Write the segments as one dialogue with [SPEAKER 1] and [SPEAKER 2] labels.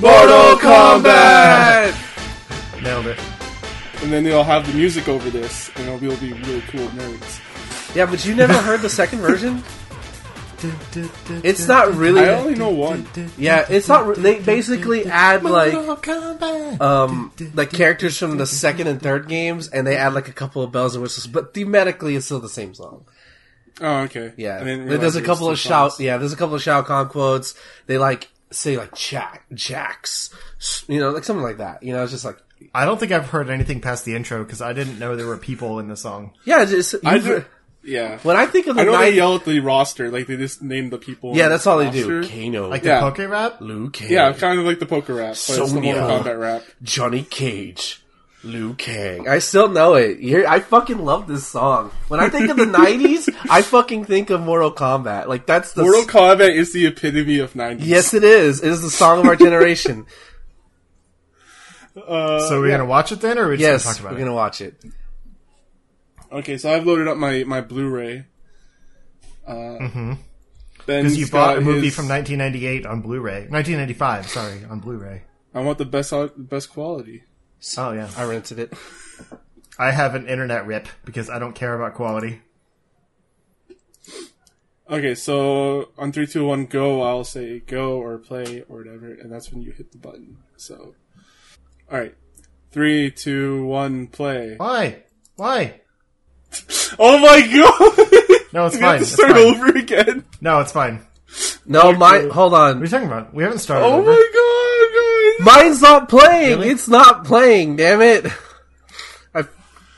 [SPEAKER 1] Mortal Kombat!
[SPEAKER 2] Nailed it.
[SPEAKER 1] And then they'll have the music over this, and it'll, we'll be really cool nerds.
[SPEAKER 3] Yeah, but you never heard the second version? It's not really.
[SPEAKER 1] I only know one.
[SPEAKER 3] Yeah, it's not. re- They basically add like um like characters from the second and third games, and they add like a couple of bells and whistles. But thematically, it's still the same song.
[SPEAKER 1] Oh, okay. I
[SPEAKER 3] Yeah,
[SPEAKER 1] didn't
[SPEAKER 3] There-
[SPEAKER 1] realize
[SPEAKER 3] there's a
[SPEAKER 1] there was
[SPEAKER 3] couple
[SPEAKER 1] two
[SPEAKER 3] of shout.
[SPEAKER 1] songs.
[SPEAKER 3] Yeah, there's a couple of Shao Kahn quotes. They like say like Jack, Jacks, you know, like something like that. You know, it's just like
[SPEAKER 2] I don't think I've heard anything past the intro because I didn't know there were people in the song.
[SPEAKER 3] yeah. It's just,
[SPEAKER 1] I
[SPEAKER 3] you've-
[SPEAKER 1] do, yeah.
[SPEAKER 3] when I think of the
[SPEAKER 1] I know
[SPEAKER 3] night,
[SPEAKER 1] they yell at the roster, like they just name the people.
[SPEAKER 3] yeah,
[SPEAKER 1] on the
[SPEAKER 3] that's all they do.
[SPEAKER 1] roster.
[SPEAKER 3] Kano,
[SPEAKER 2] Like
[SPEAKER 1] Yeah.
[SPEAKER 2] the Poke Rap?
[SPEAKER 3] Liu Kang,
[SPEAKER 1] Yeah, kind of like the poker rap, but it's the
[SPEAKER 3] Sonya.
[SPEAKER 1] Mortal Kombat rap.
[SPEAKER 3] Johnny Cage, Liu Kang. I still know it. You're, I fucking love this song. When I think of the '90s, I fucking think of Mortal Kombat. Like that's the
[SPEAKER 1] Mortal Kombat is the epitome of 90s.
[SPEAKER 3] yes, it is. It is the song of our generation.
[SPEAKER 1] Uh,
[SPEAKER 2] So we're going to watch it then or are we just
[SPEAKER 3] yes,
[SPEAKER 2] going to
[SPEAKER 3] we're
[SPEAKER 2] talk about
[SPEAKER 3] gonna watch it.
[SPEAKER 1] Okay, so I've loaded up my, my Blu-ray. Uh,
[SPEAKER 2] it?
[SPEAKER 1] Ben's
[SPEAKER 2] Mm-hmm. Because you bought
[SPEAKER 1] got
[SPEAKER 2] a movie
[SPEAKER 1] his-
[SPEAKER 2] from 1998 on Blu-ray. 1995, sorry, on Blu-ray.
[SPEAKER 1] I want the best out- best quality.
[SPEAKER 2] Oh, yeah.
[SPEAKER 3] I rented it.
[SPEAKER 2] I have an internet rip because I don't care about quality.
[SPEAKER 1] Okay, so on three, two, one, go. I'll say go or play or whatever, and that's when you hit the button. So, all right, three, two, one, play.
[SPEAKER 2] Why? Why?
[SPEAKER 1] Oh my god!
[SPEAKER 2] No, it's
[SPEAKER 1] we have
[SPEAKER 2] fine.
[SPEAKER 1] to
[SPEAKER 2] It's
[SPEAKER 1] start
[SPEAKER 2] fine.
[SPEAKER 1] over again.
[SPEAKER 2] No, it's fine. What
[SPEAKER 3] No, my hold
[SPEAKER 2] are
[SPEAKER 3] on.
[SPEAKER 2] you talking about? We haven't started.
[SPEAKER 1] Oh
[SPEAKER 2] over.
[SPEAKER 1] my god, guys!
[SPEAKER 3] Mine's not playing.
[SPEAKER 2] Really?
[SPEAKER 3] It's not playing. Damn it! I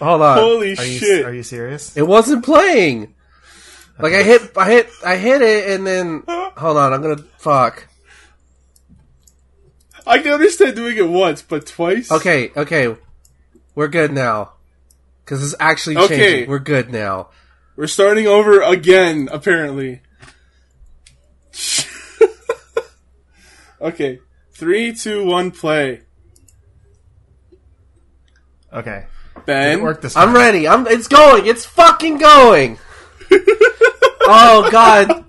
[SPEAKER 3] hold on.
[SPEAKER 1] Holy
[SPEAKER 2] Are you,
[SPEAKER 1] shit!
[SPEAKER 2] are you serious?
[SPEAKER 3] It wasn't playing. Like I hit, I hit, I hit it, and then hold on. I'm gonna fuck.
[SPEAKER 1] I can understand doing it once, but twice.
[SPEAKER 3] Okay, okay. We're good now. Because it's actually changing.
[SPEAKER 1] Okay.
[SPEAKER 3] We're good now.
[SPEAKER 1] We're starting over again, apparently. okay. Three, two, one, play.
[SPEAKER 2] Okay. It
[SPEAKER 1] Ben.
[SPEAKER 2] worked this time.
[SPEAKER 3] I'm ready. I'm. It's going. It's fucking going. oh, God.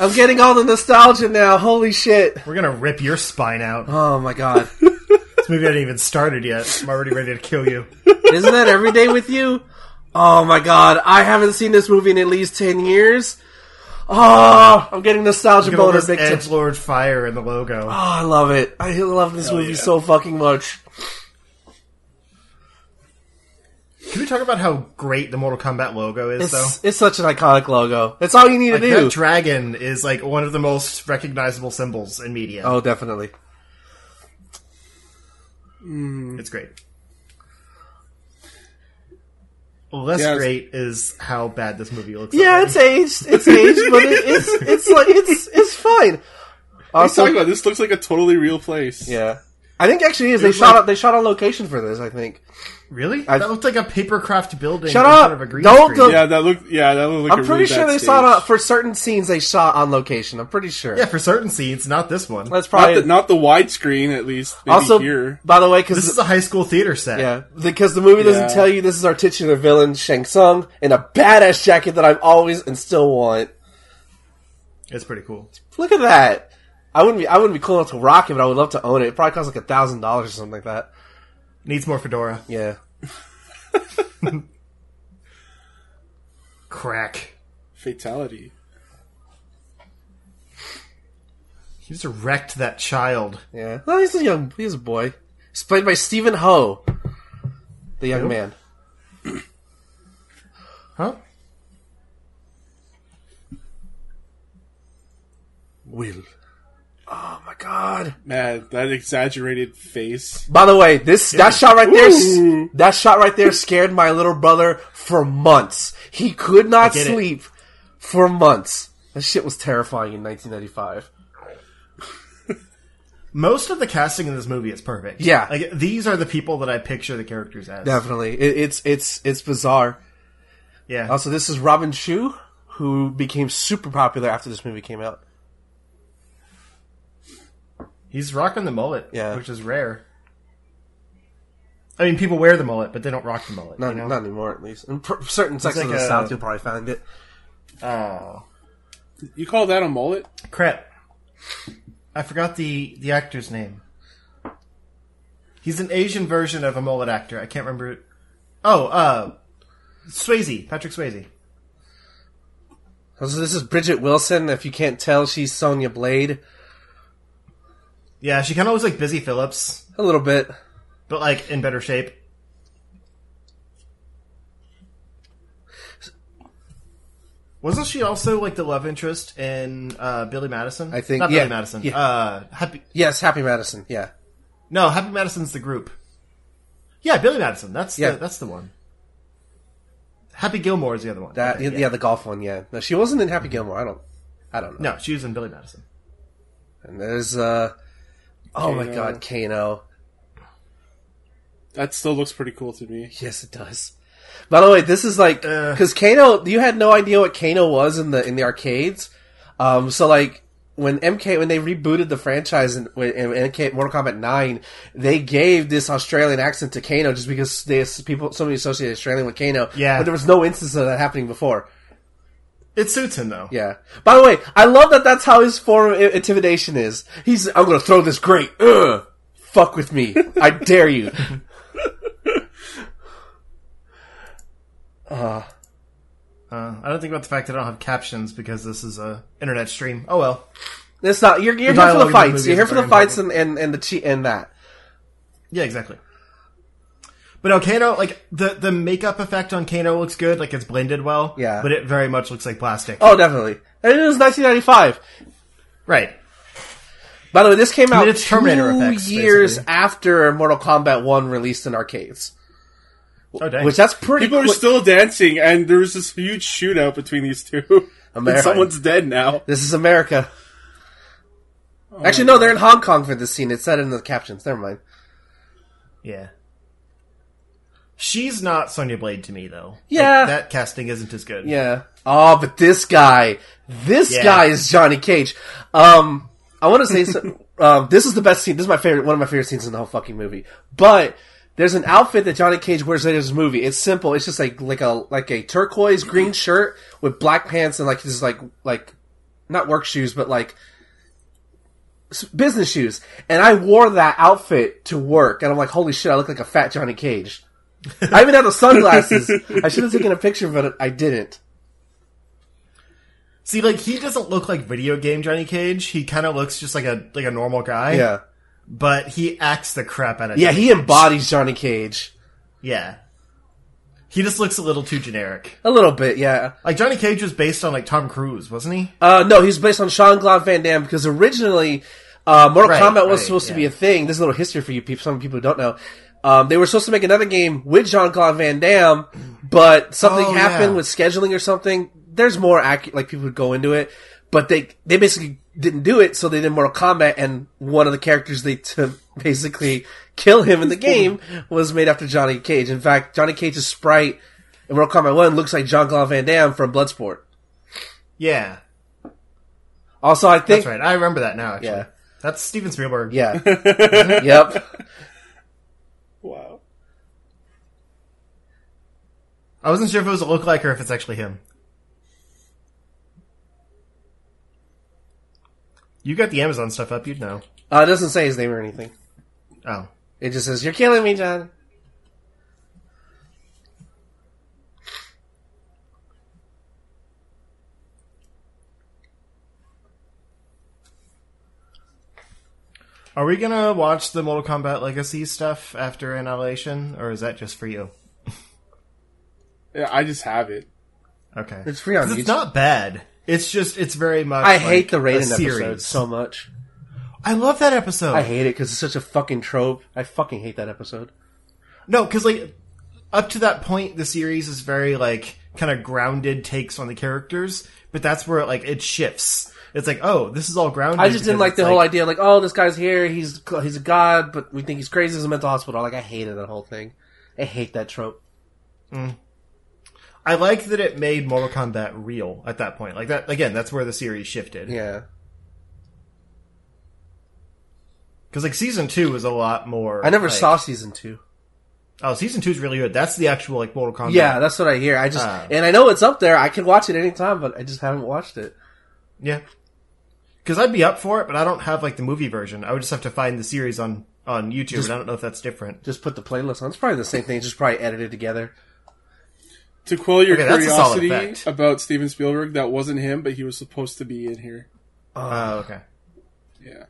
[SPEAKER 3] I'm getting all the nostalgia now. Holy shit.
[SPEAKER 2] We're going to rip your spine out.
[SPEAKER 3] Oh, my God.
[SPEAKER 2] This movie hadn't even started yet. I'm already ready to kill you.
[SPEAKER 3] Isn't that every day with you? Oh, my God. I haven't seen this movie in at least 10 years. Oh, I'm getting nostalgia
[SPEAKER 2] Look at all
[SPEAKER 3] bonus
[SPEAKER 2] this
[SPEAKER 3] big time.
[SPEAKER 2] Edge Lord fire in the logo.
[SPEAKER 3] Oh, I love it. I love this movie
[SPEAKER 1] yeah.
[SPEAKER 3] so fucking much.
[SPEAKER 2] Can we talk about how great the Mortal Kombat logo is,
[SPEAKER 3] It's,
[SPEAKER 2] though?
[SPEAKER 3] it's such an iconic logo. That's all you need
[SPEAKER 2] Like,
[SPEAKER 3] to do.
[SPEAKER 2] that dragon is like one of the most recognizable symbols in media.
[SPEAKER 3] oh, definitely.
[SPEAKER 2] It's great. Less
[SPEAKER 1] Yes.
[SPEAKER 2] great is how bad this movie looks.
[SPEAKER 3] Yeah,
[SPEAKER 2] already.
[SPEAKER 3] it's aged. It's aged, but it, it's it's like it's it's fine.
[SPEAKER 1] Let's
[SPEAKER 3] Also,
[SPEAKER 1] talk about this. Looks like a totally real place.
[SPEAKER 3] yeah, I think actually is they
[SPEAKER 1] It's
[SPEAKER 3] shot
[SPEAKER 1] like-
[SPEAKER 3] on- they shot on location for this. I think.
[SPEAKER 2] really
[SPEAKER 3] I-
[SPEAKER 2] that looked like a paper craft building.
[SPEAKER 3] Shut
[SPEAKER 2] in
[SPEAKER 3] up!
[SPEAKER 2] Front of a green
[SPEAKER 3] Don't
[SPEAKER 2] screen.
[SPEAKER 3] do-
[SPEAKER 1] Yeah, that looked. Yeah, that looked like.
[SPEAKER 3] I'm
[SPEAKER 1] a
[SPEAKER 3] pretty
[SPEAKER 1] really
[SPEAKER 3] sure
[SPEAKER 1] bad
[SPEAKER 3] they
[SPEAKER 1] stage.
[SPEAKER 3] shot on, for certain scenes. They shot on location. I'm pretty sure.
[SPEAKER 2] yeah, for certain scenes, not this one.
[SPEAKER 3] that's
[SPEAKER 1] Not
[SPEAKER 3] probably
[SPEAKER 1] the, not the widescreen, at least. Maybe
[SPEAKER 3] also.
[SPEAKER 1] here.
[SPEAKER 3] By the way,
[SPEAKER 2] this is
[SPEAKER 3] because
[SPEAKER 2] a high school theater set.
[SPEAKER 3] yeah, because the movie doesn't
[SPEAKER 1] Yeah.
[SPEAKER 3] tell you this is our titular villain Shang Tsung in a badass jacket that I've always and still want.
[SPEAKER 2] it's pretty cool.
[SPEAKER 3] Look at that. I wouldn't be I wouldn't be cool enough to rock it, but I would love to own it. It probably costs like a thousand dollars or something like that.
[SPEAKER 2] Needs more fedora.
[SPEAKER 3] Yeah.
[SPEAKER 2] Crack.
[SPEAKER 1] Fatality.
[SPEAKER 2] He just wrecked that child.
[SPEAKER 3] Yeah. No, he's a young, he's a boy. He's played by Stephen Ho, the young man.
[SPEAKER 2] Huh?
[SPEAKER 3] Will. Oh my god.
[SPEAKER 1] Man, that exaggerated face.
[SPEAKER 3] By the way, this that shot right there,
[SPEAKER 1] Ooh.
[SPEAKER 3] that shot right there scared my little brother for months. He could not
[SPEAKER 2] get it.
[SPEAKER 3] sleep for months. That shit was terrifying in 1995.
[SPEAKER 2] Most of the casting in this movie is perfect.
[SPEAKER 3] Yeah.
[SPEAKER 2] Like these are the people that I picture the characters as.
[SPEAKER 3] Definitely, it, it's it's it's bizarre.
[SPEAKER 2] Yeah.
[SPEAKER 3] Also, this is Robin Chu, who became super popular after this movie came out.
[SPEAKER 2] He's rocking the mullet,
[SPEAKER 3] Yeah.
[SPEAKER 2] which is rare. I mean, people wear the mullet, but they don't rock the mullet.
[SPEAKER 3] Not,
[SPEAKER 2] you know?
[SPEAKER 3] not anymore, at least. In pr- certain sections
[SPEAKER 2] like
[SPEAKER 3] of the
[SPEAKER 2] a-
[SPEAKER 3] South, you'll probably find it.
[SPEAKER 2] Oh,
[SPEAKER 1] You call that a mullet?
[SPEAKER 2] crap! I forgot the the actor's name. He's an Asian version of a mullet actor. I can't remember. it. Oh, uh, Swayze, Patrick Swayze.
[SPEAKER 3] Also, this is Bridget Wilson. If you can't tell, she's Sonya Blade.
[SPEAKER 2] Yeah, she kind of looks like Busy Phillips,
[SPEAKER 3] A little bit.
[SPEAKER 2] but like in better shape. Wasn't she also like the love interest in uh, Billy Madison?
[SPEAKER 3] I think-
[SPEAKER 2] not
[SPEAKER 3] yeah,
[SPEAKER 2] Billy Madison.
[SPEAKER 3] yeah.
[SPEAKER 2] Uh, Happy
[SPEAKER 3] Yes, Happy Madison. Yeah.
[SPEAKER 2] No, Happy Madison's the group. Yeah, Billy Madison. That's
[SPEAKER 3] Yeah.
[SPEAKER 2] the, that's the one. Happy Gilmore is the other one.
[SPEAKER 3] That
[SPEAKER 2] Okay,
[SPEAKER 3] yeah. the golf one, yeah. No, she wasn't in Happy Gilmore. I don't I don't know.
[SPEAKER 2] No, she was in Billy Madison.
[SPEAKER 3] And there's uh Oh my
[SPEAKER 1] Kano.
[SPEAKER 3] god, Kano.
[SPEAKER 1] That still looks pretty cool to me.
[SPEAKER 3] Yes, it does. By the way, this is like
[SPEAKER 2] Ugh.
[SPEAKER 3] because Kano, you had no idea what Kano was in the in the arcades. Um, so like when MK when they rebooted the franchise in, when- in, MK, Mortal Kombat Nine, they gave this Australian accent to Kano just because they people so many associated Australian with Kano.
[SPEAKER 2] Yeah.
[SPEAKER 3] but there was no instance of that happening before.
[SPEAKER 2] It suits him though.
[SPEAKER 3] Yeah. By the way, I love that that's how his form of i- intimidation is. He's I'm gonna throw this grate. Ugh. Fuck with me. I dare you.
[SPEAKER 2] Uh, I don't think about the fact that I don't have captions because this is a internet stream. Oh well.
[SPEAKER 3] It's not. You're, you're
[SPEAKER 2] The
[SPEAKER 3] here for
[SPEAKER 2] dialogue
[SPEAKER 3] the
[SPEAKER 2] in the
[SPEAKER 3] fights.
[SPEAKER 2] movie
[SPEAKER 3] You're here
[SPEAKER 2] is
[SPEAKER 3] for the
[SPEAKER 2] very
[SPEAKER 3] fights and, and, and the cheat and that.
[SPEAKER 2] Yeah, exactly. But no, Kano, like the the makeup effect on Kano looks good. Like it's blended well.
[SPEAKER 3] Yeah.
[SPEAKER 2] But it very much looks like plastic.
[SPEAKER 3] Oh, definitely. And it was 1995.
[SPEAKER 2] Right.
[SPEAKER 3] By the way, this came out
[SPEAKER 2] mean, it's Terminator
[SPEAKER 3] two
[SPEAKER 2] effects,
[SPEAKER 3] years
[SPEAKER 2] basically.
[SPEAKER 3] after Mortal Kombat 1 released in arcades.
[SPEAKER 2] Oh dang.
[SPEAKER 3] Which that's pretty
[SPEAKER 1] People are
[SPEAKER 3] quick.
[SPEAKER 1] still dancing, and there was this huge shootout between these two. and
[SPEAKER 3] America.
[SPEAKER 1] someone's dead now.
[SPEAKER 3] This is America.
[SPEAKER 2] Oh
[SPEAKER 3] Actually, no, they're in Hong Kong for this scene. It said in the captions. Never mind.
[SPEAKER 2] yeah. She's not Sonya Blade to me though.
[SPEAKER 3] Yeah.
[SPEAKER 2] Like, that casting isn't as good.
[SPEAKER 3] Yeah. Oh, but this guy, this
[SPEAKER 2] Yeah.
[SPEAKER 3] guy is Johnny Cage. Um, I want to say so, um, this is the best scene. This is my favorite, one of my favorite scenes in the whole fucking movie. But there's an outfit that Johnny Cage wears later in this movie. It's simple. It's just like like a like a turquoise green shirt with black pants and like just like like not work shoes, but like s- business shoes. And I wore that outfit to work, and I'm like, holy shit, I look like a fat Johnny Cage. I even had the sunglasses. I should have taken a picture, but I didn't.
[SPEAKER 2] See, like he doesn't look like video game Johnny Cage. He kind of looks just like a like a normal guy.
[SPEAKER 3] Yeah.
[SPEAKER 2] but he acts the crap out of.
[SPEAKER 3] Yeah, he embodies Johnny Cage.
[SPEAKER 2] yeah. He just looks a little too generic.
[SPEAKER 3] A little bit, yeah.
[SPEAKER 2] Like Johnny Cage was based on like Tom Cruise, wasn't he?
[SPEAKER 3] Uh, no, he's based on Sean Claude Van Damme because originally uh, Mortal
[SPEAKER 2] Right,
[SPEAKER 3] Kombat was
[SPEAKER 2] right,
[SPEAKER 3] supposed to
[SPEAKER 2] yeah.
[SPEAKER 3] be a thing. This is a little history for you people, some people who don't know. Um, they were supposed to make another game with Jean Claude Van Damme, but something
[SPEAKER 2] Oh,
[SPEAKER 3] happened
[SPEAKER 2] yeah.
[SPEAKER 3] with scheduling or something. There's more accurate, like people would go into it, but they they basically didn't do it, so they did Mortal Kombat, and one of the characters they to basically kill him in the game was made after Johnny Cage. In fact, Johnny Cage's sprite in Mortal Kombat One looks like Jean Claude Van Damme from Bloodsport.
[SPEAKER 2] Yeah,
[SPEAKER 3] Also, I think
[SPEAKER 2] that's right. I remember that now. Actually,
[SPEAKER 3] Yeah.
[SPEAKER 2] that's Steven Spielberg.
[SPEAKER 3] Yeah. yep.
[SPEAKER 1] Wow.
[SPEAKER 2] I wasn't sure if it was a lookalike or if it's actually him. You got the Amazon stuff up, you'd know.
[SPEAKER 3] Uh, it doesn't say his name or anything.
[SPEAKER 2] Oh,
[SPEAKER 3] It just says, "You're killing me, John."
[SPEAKER 2] are we gonna watch the Mortal Kombat Legacy stuff after Annihilation, or is that just for you?
[SPEAKER 1] Yeah, I just have it.
[SPEAKER 2] Okay,
[SPEAKER 3] It's free on
[SPEAKER 2] 'Cause
[SPEAKER 3] YouTube.
[SPEAKER 2] It's not bad. It's just it's very much.
[SPEAKER 3] I
[SPEAKER 2] like
[SPEAKER 3] hate the
[SPEAKER 2] a
[SPEAKER 3] Raiden episode
[SPEAKER 2] series.
[SPEAKER 3] so much.
[SPEAKER 2] I love that episode.
[SPEAKER 3] I hate it because it's such a fucking trope. I fucking hate that episode.
[SPEAKER 2] No, because like up to that point, the series is very like kind of grounded takes on the characters, but that's where like it shifts. It's like, oh, this is all grounded.
[SPEAKER 3] I just didn't
[SPEAKER 2] because
[SPEAKER 3] like
[SPEAKER 2] it's
[SPEAKER 3] the whole idea, like, oh, this guy's here, he's he's a god, but we think he's crazy. He's a mental hospital. Like, I hated that whole thing. I hate that trope.
[SPEAKER 2] I like that it made Mortal Kombat real at that point. Like that again, that's where the series shifted.
[SPEAKER 3] Yeah.
[SPEAKER 2] Because like season two was a lot more.
[SPEAKER 3] I never
[SPEAKER 2] like-
[SPEAKER 3] saw season two.
[SPEAKER 2] Oh, season two is really good. That's the actual like Mortal Kombat.
[SPEAKER 3] Yeah, that's what I hear. I just
[SPEAKER 2] Uh.
[SPEAKER 3] and I know it's up there. I could watch it anytime, but I just haven't watched it.
[SPEAKER 2] yeah. Because I'd be up for it, but I don't have like the movie version. I would just have to find the series on on YouTube, and I don't know if that's different.
[SPEAKER 3] Just put the playlist on. It's probably the same thing. It's just probably edited together.
[SPEAKER 1] To quell your
[SPEAKER 2] Okay, that's a solid
[SPEAKER 1] curiosity
[SPEAKER 2] effect.
[SPEAKER 1] about Steven Spielberg, that wasn't him, but he was supposed to be in here.
[SPEAKER 2] Oh, okay.
[SPEAKER 1] Yeah.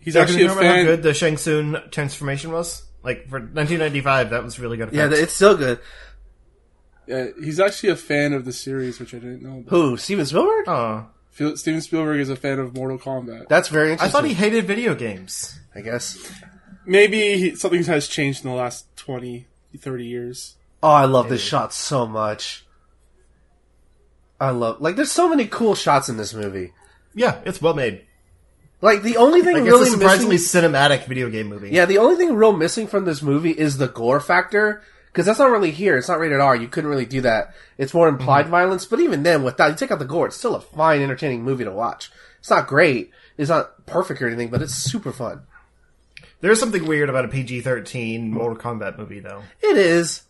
[SPEAKER 1] He's
[SPEAKER 2] So, do
[SPEAKER 1] actually
[SPEAKER 2] you
[SPEAKER 1] a
[SPEAKER 2] remember how
[SPEAKER 1] fan.
[SPEAKER 2] good the Shang Tsung transformation was? Like for 1995, that was really good.
[SPEAKER 3] Yeah,
[SPEAKER 2] effects.
[SPEAKER 3] it's still good.
[SPEAKER 1] uh, he's actually a fan of the series, which I didn't know. About.
[SPEAKER 3] Who? Steven Spielberg?
[SPEAKER 2] oh,
[SPEAKER 1] Phil- Steven Spielberg is a fan of Mortal Kombat.
[SPEAKER 3] That's very
[SPEAKER 2] I
[SPEAKER 3] interesting.
[SPEAKER 2] thought he hated video games.
[SPEAKER 3] I guess.
[SPEAKER 1] Maybe he, something has changed in the last 20, 30 years.
[SPEAKER 3] Oh, I love this shot so much. I love like there's so many cool shots in this movie.
[SPEAKER 2] Yeah, it's well made.
[SPEAKER 3] Like the only thing
[SPEAKER 2] Like
[SPEAKER 3] really
[SPEAKER 2] it's a surprisingly
[SPEAKER 3] missing,
[SPEAKER 2] cinematic video game movie.
[SPEAKER 3] yeah, the only thing real missing from this movie is the gore factor because that's not really here. It's not rated R. You couldn't really do that. It's more implied
[SPEAKER 2] Mm-hmm.
[SPEAKER 3] violence, but even then, without you take out the gore, it's still a fine, entertaining movie to watch. It's not great. It's not perfect or anything, but it's super fun.
[SPEAKER 2] There's something weird about a PG-13 Mortal Kombat movie, though.
[SPEAKER 3] It is,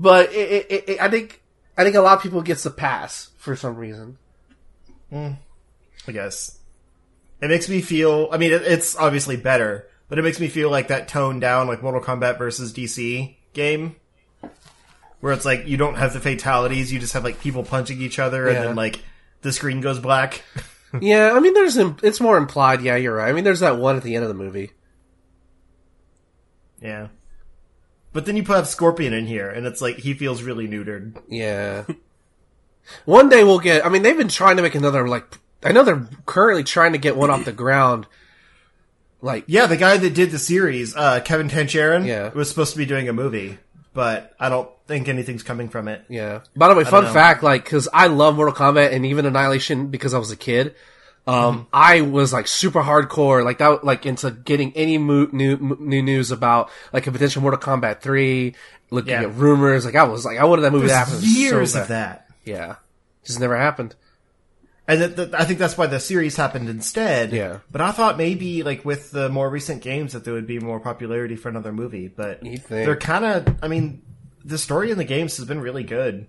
[SPEAKER 3] but it, it, it, it- I think I think a lot of people gets a pass for some reason.
[SPEAKER 2] I guess it makes me feel. I mean, it, it's obviously better, but it makes me feel like that toned down, like Mortal Kombat versus DC game, where it's like you don't have the fatalities, you just have like people punching each other,
[SPEAKER 3] Yeah.
[SPEAKER 2] and then like the screen goes black.
[SPEAKER 3] yeah, I mean, there's im- it's more implied. Yeah, you're right. I mean, there's that one at the end of the movie.
[SPEAKER 2] Yeah. But then you put Scorpion in here, and it's like he feels really neutered.
[SPEAKER 3] Yeah. one day we'll get. I mean, they've been trying to make another like. I know they're currently trying to get one off the ground. Like,
[SPEAKER 2] Yeah, the guy that did the series, uh, Kevin Tancharan,
[SPEAKER 3] Yeah.
[SPEAKER 2] was supposed to be doing a movie, but I don't think anything's coming from it.
[SPEAKER 3] yeah. By the way, fun
[SPEAKER 2] know.
[SPEAKER 3] fact, like, because I love Mortal Kombat and even Annihilation because I was a kid.
[SPEAKER 2] Mm-hmm.
[SPEAKER 3] Um, I was like super hardcore, like that, like into getting any mo- new mo- new news about like a potential Mortal Kombat three, looking
[SPEAKER 2] Yeah.
[SPEAKER 3] at rumors. Like I was like, I wanted that movie to happen. so
[SPEAKER 2] Years
[SPEAKER 3] bad.
[SPEAKER 2] of that.
[SPEAKER 3] Yeah. Just never happened.
[SPEAKER 2] And that that- I think that's why the series happened instead.
[SPEAKER 3] Yeah.
[SPEAKER 2] But I thought maybe like with the more recent games that there would be more popularity for another movie. But
[SPEAKER 3] You think.
[SPEAKER 2] they're kind of. I mean, the story in the games has been really good.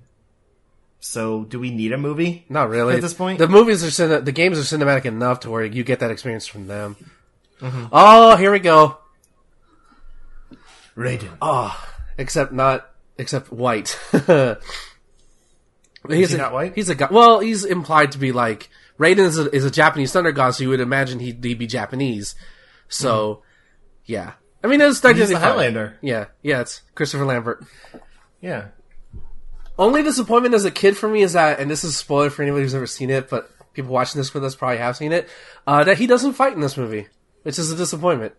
[SPEAKER 2] So do we need a movie?
[SPEAKER 3] Not really.
[SPEAKER 2] At this point?
[SPEAKER 3] the movies are cine- the games are cinematic enough to where you get that experience from them.
[SPEAKER 2] Mm-hmm.
[SPEAKER 3] Oh, here we go.
[SPEAKER 2] Raiden.
[SPEAKER 3] Ah, Except not except white. But he's
[SPEAKER 2] he
[SPEAKER 3] a,
[SPEAKER 2] not white?
[SPEAKER 3] He's a guy. Well, he's implied to be like Raiden is a, is a Japanese thunder god, so you would imagine he'd, he'd be Japanese. So, yeah. I mean, it's
[SPEAKER 2] Hmm. He's the
[SPEAKER 3] fine.
[SPEAKER 2] Highlander.
[SPEAKER 3] Yeah, yeah. It's Christopher Lambert.
[SPEAKER 2] Yeah.
[SPEAKER 3] Only disappointment as a kid for me is that, and this is a spoiler for anybody who's never seen it, but people watching this with us probably have seen it, uh, that he doesn't fight in this movie, which is a disappointment.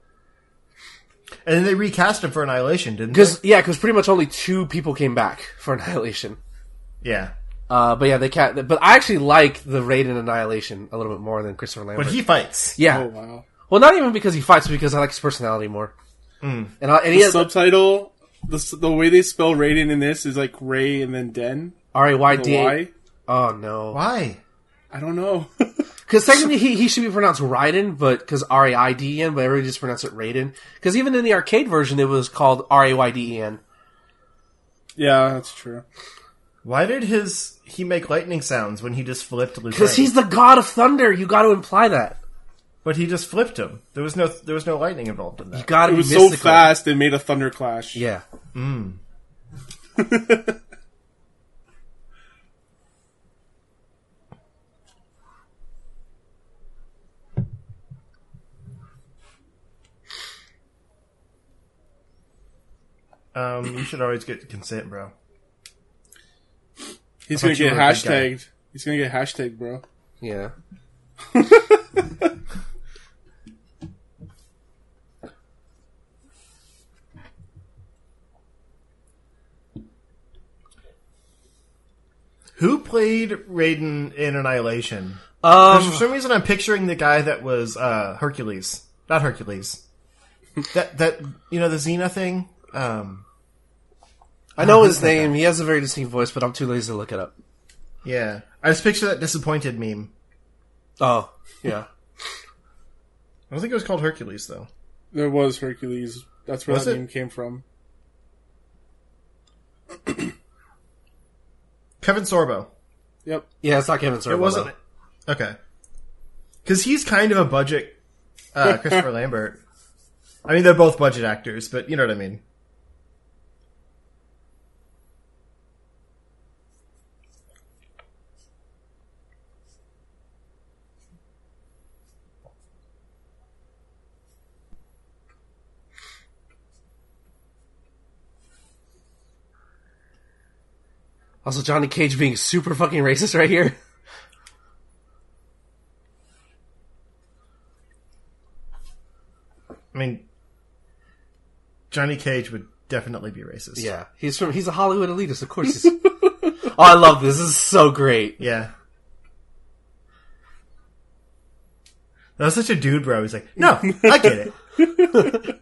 [SPEAKER 2] And then they recast him for Annihilation, didn't they?
[SPEAKER 3] Because yeah, because pretty much only two people came back for Annihilation.
[SPEAKER 2] Yeah.
[SPEAKER 3] Uh, but yeah, they can't. But I actually like the Raiden Annihilation a little bit more than Christopher Lambert.
[SPEAKER 2] But he fights.
[SPEAKER 3] yeah,
[SPEAKER 1] Oh, wow.
[SPEAKER 3] well, not even because he fights, because I like his personality more.
[SPEAKER 2] Hmm.
[SPEAKER 3] And, I, and he
[SPEAKER 1] The
[SPEAKER 3] has
[SPEAKER 1] subtitle, the, s- the way they spell Raiden in this is like Ray and then Den.
[SPEAKER 3] R A Y
[SPEAKER 1] The
[SPEAKER 3] D. A-
[SPEAKER 1] Y.
[SPEAKER 3] Oh no,
[SPEAKER 2] Why?
[SPEAKER 1] I don't know.
[SPEAKER 3] because technically he, he should be pronounced Raiden, but because R A I D E N, but everybody just pronounce it Raiden. Because even in the arcade version, it was called R A Y D E N.
[SPEAKER 1] yeah, that's true.
[SPEAKER 2] Why did his he make lightning sounds when he just flipped Liu
[SPEAKER 3] Because
[SPEAKER 2] Kang?
[SPEAKER 3] he's the god of thunder. You got to imply that.
[SPEAKER 2] But he just flipped him. There was no there was no lightning involved in that.
[SPEAKER 3] God,
[SPEAKER 1] It was so fast, it made a thunder clash.
[SPEAKER 3] Yeah.
[SPEAKER 2] Um, you should always get consent, bro.
[SPEAKER 1] He's
[SPEAKER 2] I
[SPEAKER 1] gonna
[SPEAKER 2] thought you
[SPEAKER 1] get
[SPEAKER 2] were a big guy.
[SPEAKER 1] hashtagged. He's gonna get hashtagged, bro.
[SPEAKER 3] Yeah.
[SPEAKER 2] Who played Raiden in Annihilation? For
[SPEAKER 3] Um.
[SPEAKER 2] some reason, I'm picturing the guy that was uh, Hercules, not Hercules. that that you know the Xena thing. Um,
[SPEAKER 3] I know his name. He has a very distinct voice, but I'm too lazy to look it up.
[SPEAKER 2] yeah, I just picture that disappointed meme.
[SPEAKER 3] Oh. Yeah.
[SPEAKER 2] I don't think it was called Hercules though.
[SPEAKER 1] There was Hercules. That's where
[SPEAKER 2] Was
[SPEAKER 1] that
[SPEAKER 2] it?
[SPEAKER 1] name came from.
[SPEAKER 2] Kevin Sorbo.
[SPEAKER 1] Yep.
[SPEAKER 3] Yeah, it's not Kevin Sorbo.
[SPEAKER 2] It wasn't.
[SPEAKER 3] though.
[SPEAKER 2] Okay. because he's kind of a budget uh, Christopher Lambert. I mean, they're both budget actors, but you know what I mean.
[SPEAKER 3] Also, Johnny Cage being super fucking racist right here.
[SPEAKER 2] I mean, Johnny Cage would definitely be racist.
[SPEAKER 3] Yeah, he's from he's a Hollywood elitist, of course. He's... oh, I love this. This is so great.
[SPEAKER 2] Yeah. That was such a dude, bro. He's like, no, I get it.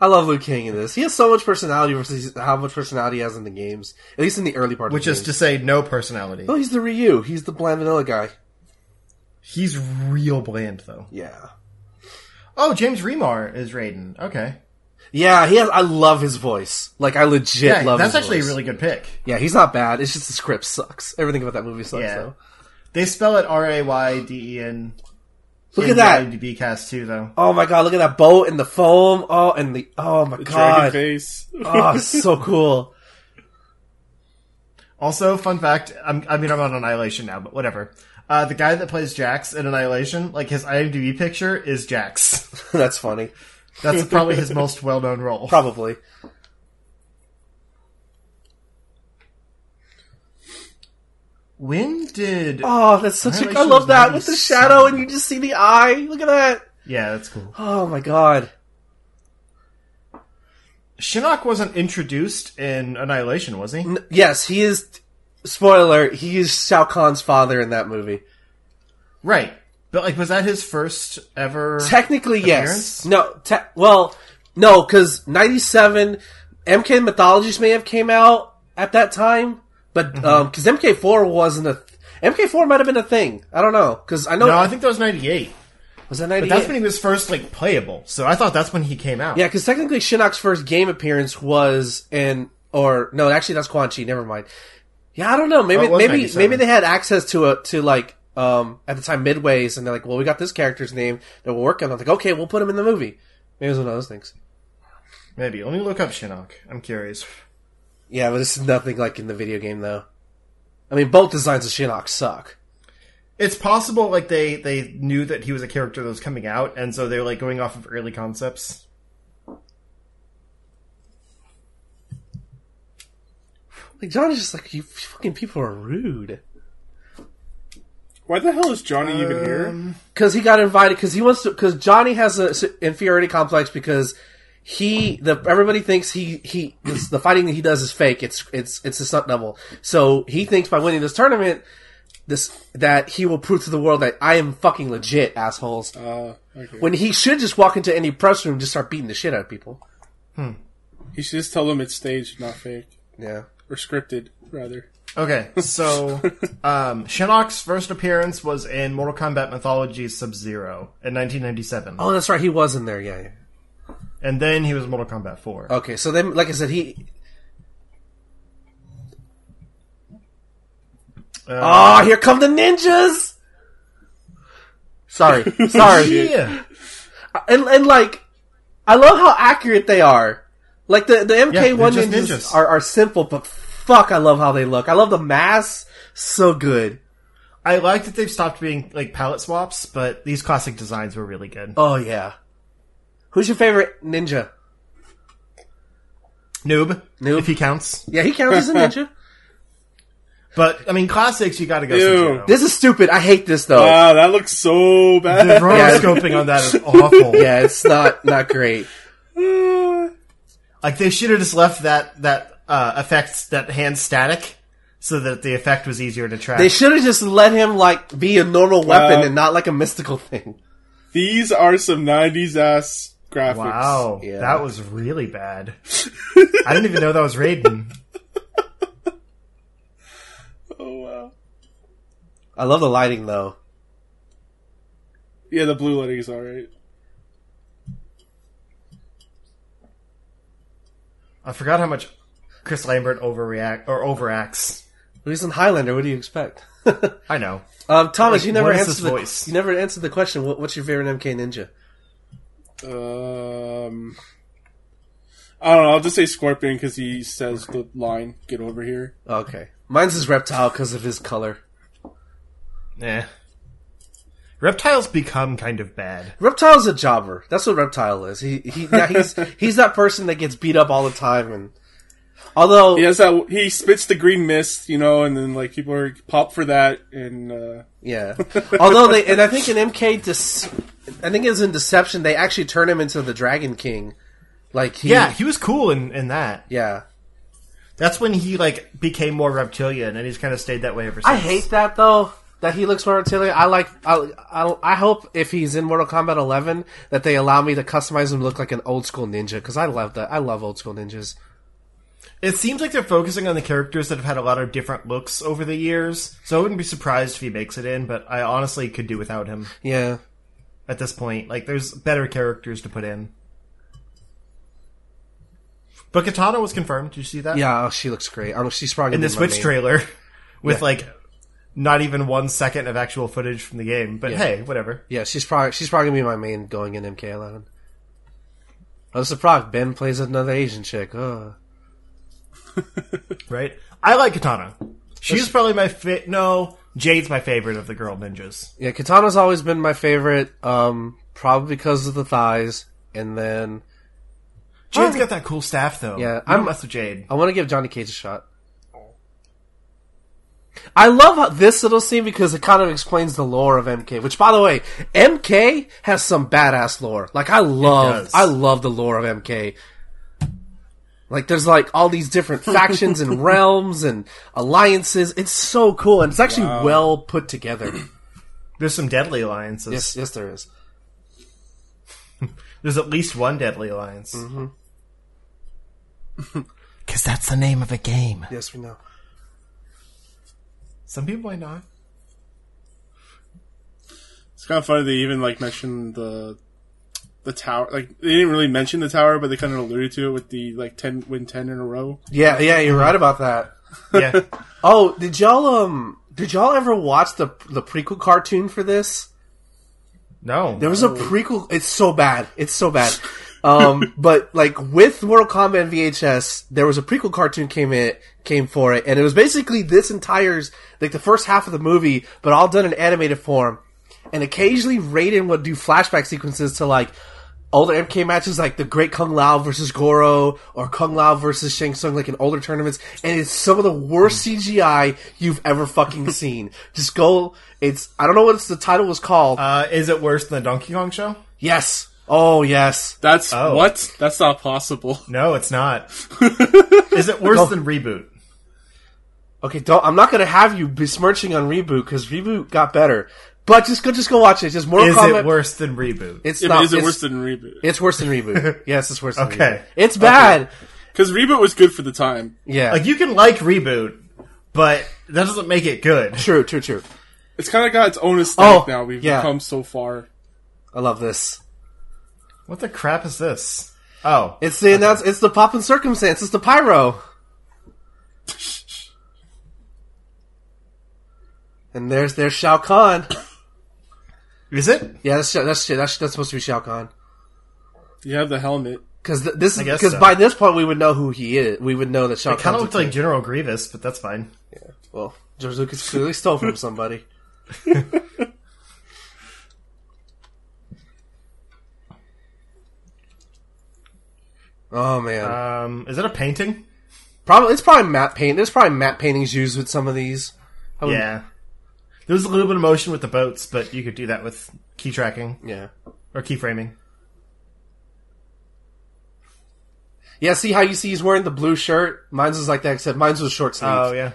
[SPEAKER 3] I love Luke King in this. He has so much personality versus how much personality he has in the games, at least in the early part.
[SPEAKER 2] Which
[SPEAKER 3] of the
[SPEAKER 2] is
[SPEAKER 3] games.
[SPEAKER 2] to say, no personality.
[SPEAKER 3] no, he's the Ryu. He's the bland vanilla guy.
[SPEAKER 2] He's real bland, though.
[SPEAKER 3] Yeah,
[SPEAKER 2] Oh, James Remar is Raiden. Okay.
[SPEAKER 3] yeah. He has. I love his voice. Like I legit
[SPEAKER 2] Yeah,
[SPEAKER 3] love.
[SPEAKER 2] that's
[SPEAKER 3] his
[SPEAKER 2] actually
[SPEAKER 3] voice.
[SPEAKER 2] a really good pick.
[SPEAKER 3] Yeah, he's not bad. It's just the script sucks. Everything about that movie sucks.
[SPEAKER 2] Yeah.
[SPEAKER 3] Though.
[SPEAKER 2] They spell it R A Y D E N.
[SPEAKER 3] Look
[SPEAKER 2] in
[SPEAKER 3] at that.
[SPEAKER 2] the IMDb cast too, though.
[SPEAKER 3] Oh my god! Look at that boat and the foam. Oh, and the oh my
[SPEAKER 1] Dragon
[SPEAKER 3] god!
[SPEAKER 1] face.
[SPEAKER 3] Oh, so cool.
[SPEAKER 2] Also, fun fact: I'm, I mean, I'm on Annihilation now, but whatever. Uh, the guy that plays Jax in Annihilation, like his IMDb picture is Jax.
[SPEAKER 3] that's funny.
[SPEAKER 2] That's probably his most well-known role.
[SPEAKER 3] Probably.
[SPEAKER 2] When did?
[SPEAKER 3] Oh, that's such a. I
[SPEAKER 2] Annihilation
[SPEAKER 3] love that with
[SPEAKER 2] was
[SPEAKER 3] the
[SPEAKER 2] 97.
[SPEAKER 3] shadow and you just see the eye. Look at that.
[SPEAKER 2] Yeah, that's cool.
[SPEAKER 3] Oh my god.
[SPEAKER 2] Shinnok wasn't introduced in Annihilation, was he?
[SPEAKER 3] N- Yes, he is. Spoiler: He is Shao Kahn's father in that movie.
[SPEAKER 2] Right, but like, was that his first ever?
[SPEAKER 3] Technically, yes.
[SPEAKER 2] Appearance?
[SPEAKER 3] No. Te- well, no, because '97 MK Mythologies may have came out at that time, but
[SPEAKER 2] Mm-hmm.
[SPEAKER 3] um, because MK4 wasn't a th- MK4 might have been a thing. I don't know because I know
[SPEAKER 2] no, I think that was '98.
[SPEAKER 3] was that
[SPEAKER 2] But that's
[SPEAKER 3] '98.
[SPEAKER 2] when he was first like playable. So I thought that's when he came out.
[SPEAKER 3] Yeah, because technically Shinnok's first game appearance was in, or no, actually that's Quan Chi. Never mind. Yeah, I don't know. Maybe
[SPEAKER 2] Oh, it was
[SPEAKER 3] maybe
[SPEAKER 2] 97.
[SPEAKER 3] maybe they had access to a to like um at the time Midways, and they're like, well, we got this character's name that we're working on. Like, okay, we'll put him in the movie. Maybe it was one of those things.
[SPEAKER 2] Maybe. Let me look up Shinnok. I'm curious.
[SPEAKER 3] Yeah, but it's nothing like in the video game though. I mean, both designs of Shinnok suck.
[SPEAKER 2] It's possible like they they knew that he was a character that was coming out, and so they were like going off of early concepts.
[SPEAKER 3] Like John is just like you fucking people are rude.
[SPEAKER 1] Why the hell is Johnny even here?
[SPEAKER 2] Um,
[SPEAKER 3] because he got invited because he wants to because Johnny has a s- inferiority complex because he the everybody thinks he he this, the fighting that he does is fake it's it's it's a stunt double so he thinks by winning this tournament this that he will prove to the world that I am fucking legit assholes
[SPEAKER 1] Uh, okay.
[SPEAKER 3] when he should just walk into any press room and just start beating the shit out of people
[SPEAKER 1] You should just tell them it's staged, not fake.
[SPEAKER 3] yeah
[SPEAKER 1] Or scripted, rather.
[SPEAKER 2] Okay, so um, Shinnok's first appearance was in Mortal Kombat Mythology Sub Zero in 1997,
[SPEAKER 3] oh that's right he was in there yeah, yeah.
[SPEAKER 2] and then he was in Mortal Kombat Four.
[SPEAKER 3] Okay, so then, like I said, he.
[SPEAKER 2] Uh,
[SPEAKER 3] oh, here come the ninjas! Sorry, sorry,
[SPEAKER 2] yeah,
[SPEAKER 3] and and like, I love how accurate they are. Like the the
[SPEAKER 2] they're
[SPEAKER 3] MK one
[SPEAKER 2] just
[SPEAKER 3] ninjas,
[SPEAKER 2] ninjas.
[SPEAKER 3] Are, are simple, but fuck, I love how they look. I love the mass, so good.
[SPEAKER 2] I like that they've stopped being like palette swaps, but these classic designs were really good.
[SPEAKER 3] Oh yeah, who's your favorite ninja?
[SPEAKER 2] Noob,
[SPEAKER 3] Noob.
[SPEAKER 2] if he counts.
[SPEAKER 3] Yeah, he counts as a ninja.
[SPEAKER 2] But I mean, classics, you got to go. Sub
[SPEAKER 1] Ew.
[SPEAKER 2] Zero.
[SPEAKER 3] This is stupid. I hate this though.
[SPEAKER 2] Uh.
[SPEAKER 1] Ah, that looks so
[SPEAKER 2] The
[SPEAKER 1] bad.
[SPEAKER 2] rotoscoping on that is awful.
[SPEAKER 3] yeah, it's not not great.
[SPEAKER 2] Like they should have just left that that uh, effect that hand static, so that the effect was easier to track.
[SPEAKER 3] They should have just let him like be a normal weapon
[SPEAKER 2] Uh.
[SPEAKER 1] Wow.
[SPEAKER 3] and not like a mystical thing.
[SPEAKER 1] These are some 90s ass graphics.
[SPEAKER 2] wow,
[SPEAKER 3] Yeah.
[SPEAKER 2] that was really bad. I didn't even know that was Raiden.
[SPEAKER 1] Oh, wow.
[SPEAKER 3] I love the lighting though.
[SPEAKER 1] Yeah, the blue lighting is alright.
[SPEAKER 2] I forgot how much Chris Lambert overreact or overacts.
[SPEAKER 3] He's in Highlander. What do you expect?
[SPEAKER 2] I know.
[SPEAKER 3] Um, Thomas,
[SPEAKER 2] Like,
[SPEAKER 3] you never
[SPEAKER 2] what is
[SPEAKER 3] answered
[SPEAKER 2] this
[SPEAKER 3] the,
[SPEAKER 2] voice?
[SPEAKER 3] you never answered the question. What, what's your favorite MK Ninja?
[SPEAKER 1] Um, I don't know. I'll just say Scorpion because he says the line "Get over here."
[SPEAKER 3] Okay, mine's his reptile because of his color.
[SPEAKER 2] Eh. Reptiles become kind of bad.
[SPEAKER 3] Reptile's a jobber. That's what reptile is. He he yeah, he's he's that person that gets beat up all the time and although
[SPEAKER 1] He has that. He spits the green mist, you know, and then like people are pop for that. And uh,
[SPEAKER 3] yeah. Although they and I think in MK De- I think it was in Deception they actually turn him into the Dragon King. Like he
[SPEAKER 2] Yeah, he was cool in, in that.
[SPEAKER 3] yeah.
[SPEAKER 2] That's when he like became more reptilian, and he's kind of stayed that way ever since.
[SPEAKER 3] I hate that though. That he looks more reptilian. I like. I, I, I hope if he's in Mortal Kombat 11 that they allow me to customize him to look like an old school ninja because I love that. I love old school ninjas.
[SPEAKER 2] It seems like they're focusing on the characters that have had a lot of different looks over the years, so I wouldn't be surprised if he makes it in. But I honestly could do without him
[SPEAKER 3] Yeah.
[SPEAKER 2] at this point. Like, there's better characters to put in. But Katana was confirmed. Did you see that?
[SPEAKER 3] Yeah. Oh, she looks great. I don't, she's probably
[SPEAKER 2] in
[SPEAKER 3] gonna
[SPEAKER 2] the
[SPEAKER 3] be my
[SPEAKER 2] Switch
[SPEAKER 3] main-
[SPEAKER 2] trailer with like not even one second of actual footage from the game. But hey, whatever.
[SPEAKER 3] Yeah, she's probably she's probably gonna be my main going in MK11. I was surprised Ben plays another Asian chick. Oh. Ugh.
[SPEAKER 2] Right? I like Katana. She's probably my fit. No, Jade's my favorite of the girl ninjas.
[SPEAKER 3] Yeah, Katana's always been my favorite, um, probably because of the thighs. And then
[SPEAKER 2] Jade's got that cool staff though.
[SPEAKER 3] Oh. Yeah,
[SPEAKER 2] You
[SPEAKER 3] I'm-
[SPEAKER 2] don't mess with Jade.
[SPEAKER 3] I want to give Johnny Cage a shot. I love how- this little scene because it kind of explains the lore of MK. Which, by the way, MK has some badass lore. Like I love,
[SPEAKER 2] does.
[SPEAKER 3] I love the lore of MK. Like there's like all these different factions and realms and alliances. It's so cool and it's actually well put together.
[SPEAKER 2] There's some deadly alliances.
[SPEAKER 3] yes, yes, there is.
[SPEAKER 2] There's at least one deadly alliance. Because
[SPEAKER 3] Mm-hmm.
[SPEAKER 2] that's the name of a game.
[SPEAKER 3] Yes, we know.
[SPEAKER 2] Some people might not.
[SPEAKER 1] it's kind of funny they even like mention the the tower. Like they didn't really mention the tower, but they kind of alluded to it with the like ten win ten in a row.
[SPEAKER 3] Yeah, yeah, you're right about that.
[SPEAKER 2] Yeah.
[SPEAKER 3] Oh, did y'all um did y'all ever watch the the prequel cartoon for this?
[SPEAKER 2] no.
[SPEAKER 3] There was a prequel. It's so bad. It's so bad. Um, but like with Mortal Kombat and VHS, there was a prequel cartoon came in came for it, and it was basically this entire like the first half of the movie, but all done in animated form. And occasionally, Raiden would do flashback sequences to like older MK matches, like the Great Kung Lao versus Goro or Kung Lao versus Shang Tsung, like in older tournaments. And it's some of the worst CGI you've ever fucking seen. Just go. It's I don't know what it's, the title was called.
[SPEAKER 2] Uh, is it worse than the Donkey Kong show?
[SPEAKER 3] Yes. Oh, yes.
[SPEAKER 1] That's
[SPEAKER 2] Oh.
[SPEAKER 1] what? That's not possible.
[SPEAKER 2] No, it's not. is it worse than reboot?
[SPEAKER 3] Okay, don't. I'm not gonna have you besmirching on reboot because reboot got better. But just go, just go watch it. Just Mortal
[SPEAKER 2] Is
[SPEAKER 3] Kombat.
[SPEAKER 2] it worse than reboot?
[SPEAKER 3] It's
[SPEAKER 1] Yeah,
[SPEAKER 3] not.
[SPEAKER 1] but is it
[SPEAKER 3] it's,
[SPEAKER 1] worse than reboot?
[SPEAKER 3] it's worse than reboot. yes, it's worse. Than
[SPEAKER 2] Okay.
[SPEAKER 3] Reboot. It's bad.
[SPEAKER 1] Because reboot was good for the time.
[SPEAKER 3] Yeah.
[SPEAKER 2] like you can like reboot, but that doesn't make it good.
[SPEAKER 3] true. True. True.
[SPEAKER 1] It's kind of got its own aesthetic
[SPEAKER 3] Oh,
[SPEAKER 1] now. We've
[SPEAKER 3] yeah.
[SPEAKER 1] come so far.
[SPEAKER 3] I love this.
[SPEAKER 2] What the crap is this? Oh,
[SPEAKER 3] It's the announce. It's the pop and circumstance. It's the pyro. And there's there's Shao Kahn.
[SPEAKER 2] is it?
[SPEAKER 3] Yeah, that's that's that's, that's supposed to be Shao Kahn.
[SPEAKER 1] You have the helmet.
[SPEAKER 3] Because th- this is
[SPEAKER 2] guess
[SPEAKER 3] because
[SPEAKER 2] so.
[SPEAKER 3] by this point we would know who he is. We would know that Shao
[SPEAKER 2] Kind
[SPEAKER 3] Kahn
[SPEAKER 2] of looked like General Grievous, but that's fine.
[SPEAKER 3] Well, George Lucas clearly stole from somebody. oh man,
[SPEAKER 2] Um, is it a painting?
[SPEAKER 3] probably it's probably matte paint. There's probably matte paintings used with some of these. I would-
[SPEAKER 2] Yeah. There was a little bit of motion with the boats, but you could do that with key tracking
[SPEAKER 3] yeah,
[SPEAKER 2] or key framing.
[SPEAKER 3] yeah. See how you see he's wearing the blue shirt. Mine's is like that, except mine's was short sleeves.
[SPEAKER 2] Oh yeah,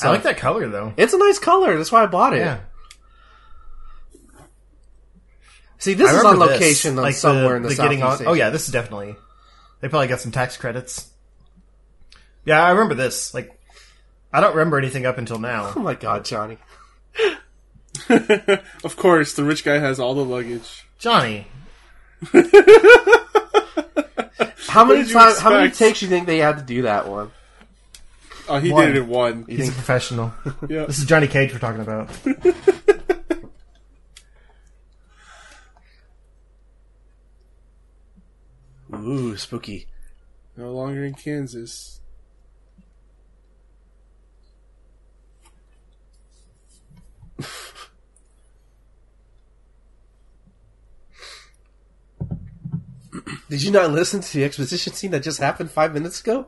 [SPEAKER 2] I like that color though.
[SPEAKER 3] It's a nice color. That's why I bought it.
[SPEAKER 2] Yeah,
[SPEAKER 3] See, this
[SPEAKER 2] I
[SPEAKER 3] is on
[SPEAKER 2] remember this,
[SPEAKER 3] location on
[SPEAKER 2] like
[SPEAKER 3] somewhere in the,
[SPEAKER 2] getting
[SPEAKER 3] Southeast
[SPEAKER 2] on. Oh
[SPEAKER 3] Asia.
[SPEAKER 2] yeah, this is definitely. They probably got some tax credits. Yeah, I remember this. Like, I don't remember anything up until now.
[SPEAKER 3] Oh my god, Johnny.
[SPEAKER 1] of course, the rich guy has all the luggage.
[SPEAKER 2] Johnny,
[SPEAKER 3] How many
[SPEAKER 1] did you
[SPEAKER 3] times? How many
[SPEAKER 1] expect?
[SPEAKER 3] takes you think they had to do that one?
[SPEAKER 1] Oh, he
[SPEAKER 2] One.
[SPEAKER 1] did it in one.
[SPEAKER 2] He's a professional.
[SPEAKER 1] Yeah.
[SPEAKER 2] this is Johnny Cage we're talking about.
[SPEAKER 3] Ooh, spooky.
[SPEAKER 1] No longer in Kansas.
[SPEAKER 3] Did you not listen to the exposition scene that just happened five minutes ago?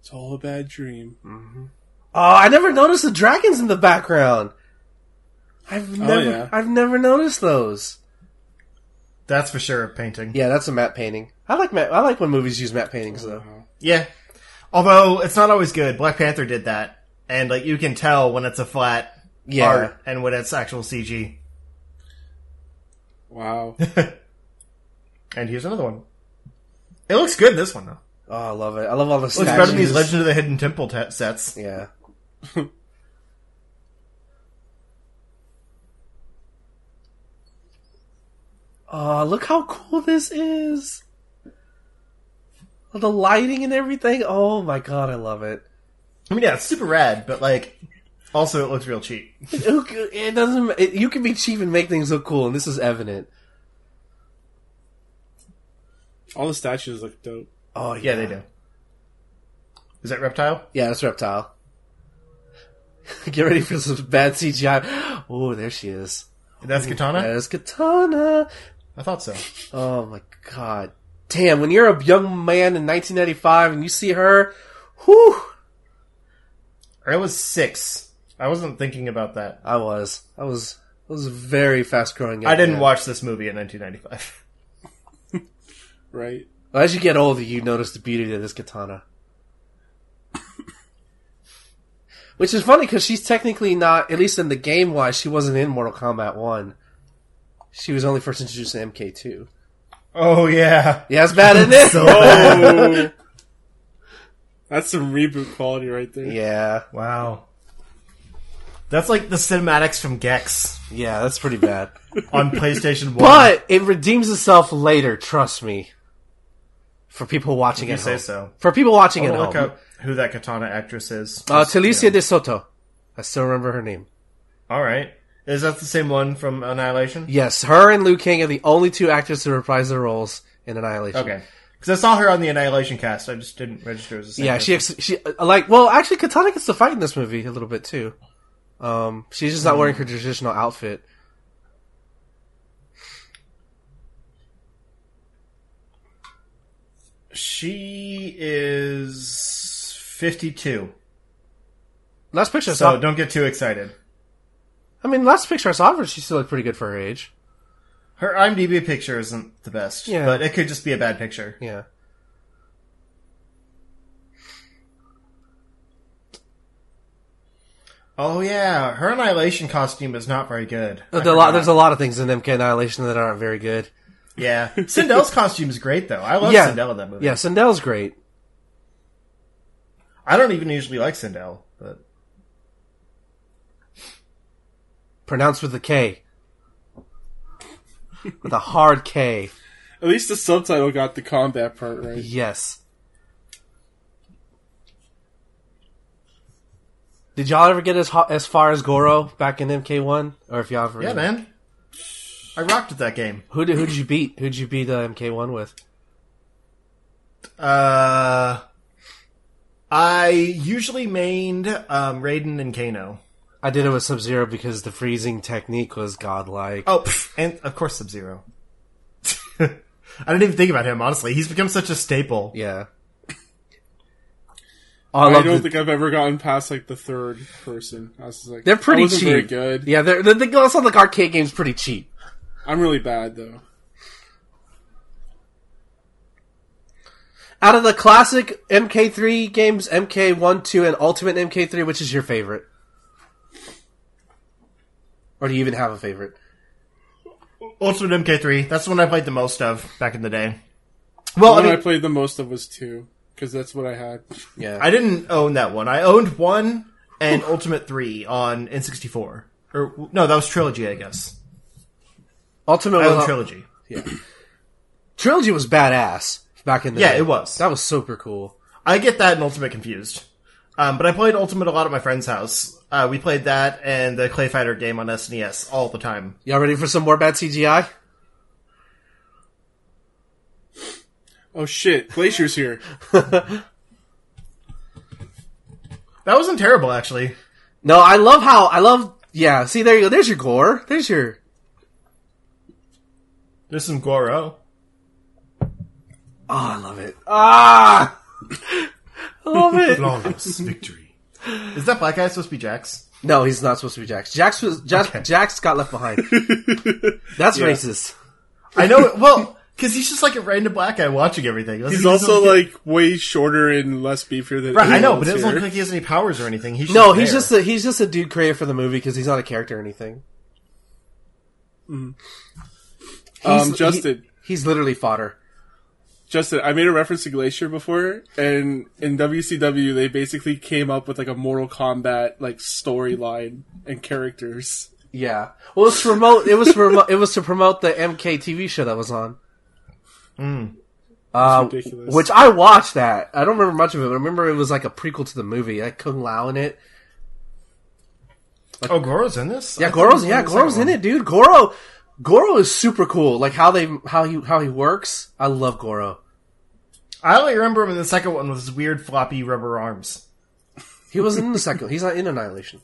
[SPEAKER 1] It's all a bad dream.
[SPEAKER 3] Oh, I never noticed the dragons in the background. I've
[SPEAKER 2] Oh,
[SPEAKER 3] never,
[SPEAKER 1] yeah.
[SPEAKER 3] I've never noticed those.
[SPEAKER 2] That's for sure a painting.
[SPEAKER 3] Yeah, that's a matte painting. I like matte, I like when movies use matte paintings though.
[SPEAKER 2] Yeah. Although it's not always good. Black Panther did that. And like you can tell when it's a flat
[SPEAKER 3] Yeah,
[SPEAKER 2] art and when it's actual CG.
[SPEAKER 1] Wow.
[SPEAKER 2] And here's another one. It looks good this one though.
[SPEAKER 3] oh, I love it. I love all the
[SPEAKER 2] Looks
[SPEAKER 3] statues.
[SPEAKER 2] better than these Legend of the Hidden Temple te- sets.
[SPEAKER 3] Yeah, oh, look how cool this is! The lighting and everything. Oh my god, I love it.
[SPEAKER 2] I mean, yeah, it's super rad, but like, also it looks real cheap.
[SPEAKER 3] Who c- it doesn't. It, you can be cheap and make things look cool, and this is evident.
[SPEAKER 1] all the statues look dope.
[SPEAKER 3] Oh
[SPEAKER 2] Yeah, they do. Is that reptile?
[SPEAKER 3] Yeah, that's reptile. Get ready for some bad CGI. Oh, there she is.
[SPEAKER 2] That's katana.
[SPEAKER 3] There's Katana.
[SPEAKER 2] I thought so.
[SPEAKER 3] Oh my god, damn! When you're a young man in 1995 and you see her, whew!
[SPEAKER 2] Or it was six. I wasn't thinking about that.
[SPEAKER 3] I was, I was, I was very fast growing.
[SPEAKER 2] I didn't
[SPEAKER 3] man.
[SPEAKER 2] watch this movie in 1995.
[SPEAKER 1] Right?
[SPEAKER 3] As you get older, you notice the beauty of this katana. Which is funny because she's technically not, at least in the game wise, she wasn't in Mortal Kombat 1. She was only first introduced in MK2.
[SPEAKER 2] Oh yeah.
[SPEAKER 3] Yeah, it's bad, isn't it?
[SPEAKER 2] So
[SPEAKER 1] Oh! That's some reboot quality right there.
[SPEAKER 3] yeah,
[SPEAKER 2] Wow. That's like the cinematics from Gex
[SPEAKER 3] yeah, that's pretty bad.
[SPEAKER 2] on PlayStation One.
[SPEAKER 3] but it redeems itself later, trust me. For people watching
[SPEAKER 2] you
[SPEAKER 3] at
[SPEAKER 2] say
[SPEAKER 3] home.
[SPEAKER 2] so.
[SPEAKER 3] For people watching
[SPEAKER 2] I'll
[SPEAKER 3] at
[SPEAKER 2] look
[SPEAKER 3] home.
[SPEAKER 2] up who that katana actress is.
[SPEAKER 3] Uh, Talicia de Soto. I still remember her name.
[SPEAKER 2] All right. Is that the same one from Annihilation?
[SPEAKER 3] Yes, her and Liu Kang are the only two actors to reprise their roles in Annihilation.
[SPEAKER 2] Okay. Because I saw her on the Annihilation cast. I just didn't register as a.
[SPEAKER 3] Yeah, she ex- she uh, like well actually Katana gets to fight in this movie a little bit too. Um, she's just not wearing
[SPEAKER 2] Mm.
[SPEAKER 3] her traditional outfit.
[SPEAKER 2] She is 52.
[SPEAKER 3] Last picture, I
[SPEAKER 2] So
[SPEAKER 3] saw,
[SPEAKER 2] don't get too excited.
[SPEAKER 3] I mean, last picture I saw of her, she still looked pretty good for her age.
[SPEAKER 2] Her IMDb picture isn't the best,
[SPEAKER 3] Yeah.
[SPEAKER 2] but it could just be a bad picture.
[SPEAKER 3] Yeah.
[SPEAKER 2] Oh yeah, her annihilation costume is not very good. I
[SPEAKER 3] Uh, There's a lot,
[SPEAKER 2] forgot.
[SPEAKER 3] there's a lot of things in MK Annihilation that aren't very good.
[SPEAKER 2] yeah. Sindel's costume is great though. I love
[SPEAKER 3] Yeah.
[SPEAKER 2] Sindel in that movie.
[SPEAKER 3] Yeah, Sindel's great.
[SPEAKER 2] I don't even usually like Sindel, but
[SPEAKER 3] Pronounced with a K. With a hard K.
[SPEAKER 1] At least the subtitle got the combat part right.
[SPEAKER 3] Yes. Did y'all ever get as ho- as far as Goro back in MK1, or if y'all ever?
[SPEAKER 2] yeah, man, I rocked at that game.
[SPEAKER 3] Who did who did you beat? Who did you beat uh, MK1 with?
[SPEAKER 2] Uh, I usually mained um, Raiden and Kano.
[SPEAKER 3] I did it with Sub Zero because the freezing technique was godlike.
[SPEAKER 2] Oh, pff, and of course Sub Zero. I didn't even think about him. Honestly, he's become such a staple.
[SPEAKER 3] Yeah. Oh, I
[SPEAKER 1] I
[SPEAKER 3] love
[SPEAKER 1] don't
[SPEAKER 3] the,
[SPEAKER 1] think I've ever gotten past like the third person. I was just like,
[SPEAKER 3] they're pretty
[SPEAKER 1] I wasn't
[SPEAKER 3] cheap.
[SPEAKER 1] Very good.
[SPEAKER 3] Yeah, they're, they're, they also like arcade games pretty cheap.
[SPEAKER 1] I'm really bad though.
[SPEAKER 3] Out of the classic MK3 games, MK1, 2, and Ultimate MK3, which is your favorite? Or do you even have a favorite?
[SPEAKER 2] Ultimate MK3. That's the one I played the most of back in the day. Well,
[SPEAKER 1] The
[SPEAKER 2] I
[SPEAKER 1] one I,
[SPEAKER 2] mean,
[SPEAKER 1] played the most of was two because that's what I had.
[SPEAKER 3] Yeah.
[SPEAKER 2] I didn't own that one. I owned one and Ultimate 3 on N64. Or no, that was Trilogy, I guess.
[SPEAKER 3] Ultimate
[SPEAKER 2] I
[SPEAKER 3] was
[SPEAKER 2] owned
[SPEAKER 3] on-
[SPEAKER 2] Trilogy.
[SPEAKER 3] Yeah. Trilogy was badass back in the
[SPEAKER 2] Yeah,
[SPEAKER 3] day.
[SPEAKER 2] it was.
[SPEAKER 3] That was super cool.
[SPEAKER 2] I get that and Ultimate confused. Um, but I played Ultimate a lot at my friend's house. Uh, we played that and the Clay Fighter game on SNES all the time.
[SPEAKER 3] Y'all ready for some more bad CGI?
[SPEAKER 1] Oh shit, Glacier's here.
[SPEAKER 2] That wasn't terrible, actually.
[SPEAKER 3] No, I love how I love. Yeah, see there you go. There's your gore. There's your
[SPEAKER 2] There's some Goro.
[SPEAKER 3] Oh, I love it. Ah! I love it.
[SPEAKER 2] Flawless victory. Is that black guy supposed to be Jax?
[SPEAKER 3] No, he's not supposed to be Jax. Jax was Jax,
[SPEAKER 2] Okay.
[SPEAKER 3] Jax got left behind. That's racist.
[SPEAKER 2] I know. Well, because he's just like a random black guy watching everything. Doesn't
[SPEAKER 1] He's
[SPEAKER 2] he-
[SPEAKER 1] also
[SPEAKER 2] doesn't-
[SPEAKER 1] like way shorter and less beefier than.
[SPEAKER 2] Right, I know,
[SPEAKER 1] anyone
[SPEAKER 2] but it
[SPEAKER 1] else
[SPEAKER 2] doesn't
[SPEAKER 1] here.
[SPEAKER 2] look like he has any powers or anything. He's
[SPEAKER 3] No, he's
[SPEAKER 2] there.
[SPEAKER 3] just a, he's just a dude created for the movie because he's not a character or anything. He's-
[SPEAKER 1] um, Justin.
[SPEAKER 3] he- he's literally fodder.
[SPEAKER 1] Justin, I made a reference to Glacier before, and in WCW they basically came up with like a Mortal Kombat like storyline and characters.
[SPEAKER 3] Yeah. Well, it's remote. It was remote. It was to promote the MK TV show that was on. Uh,
[SPEAKER 1] ridiculous.
[SPEAKER 3] Which I watched that. I don't remember much of it. but I remember it was like a prequel to the movie. Like Kung Lao in it.
[SPEAKER 2] Oh, Goro's in this. I
[SPEAKER 3] Yeah,
[SPEAKER 2] thought
[SPEAKER 3] Goro's
[SPEAKER 2] he was
[SPEAKER 3] yeah,
[SPEAKER 2] the
[SPEAKER 3] Goro's
[SPEAKER 2] second
[SPEAKER 3] in
[SPEAKER 2] one.
[SPEAKER 3] it, dude. Goro Goro is super cool. Like how they how he how he works. I love Goro.
[SPEAKER 2] I only remember him in the second one with his weird floppy rubber arms.
[SPEAKER 3] He wasn't in the second. He's not in Annihilation.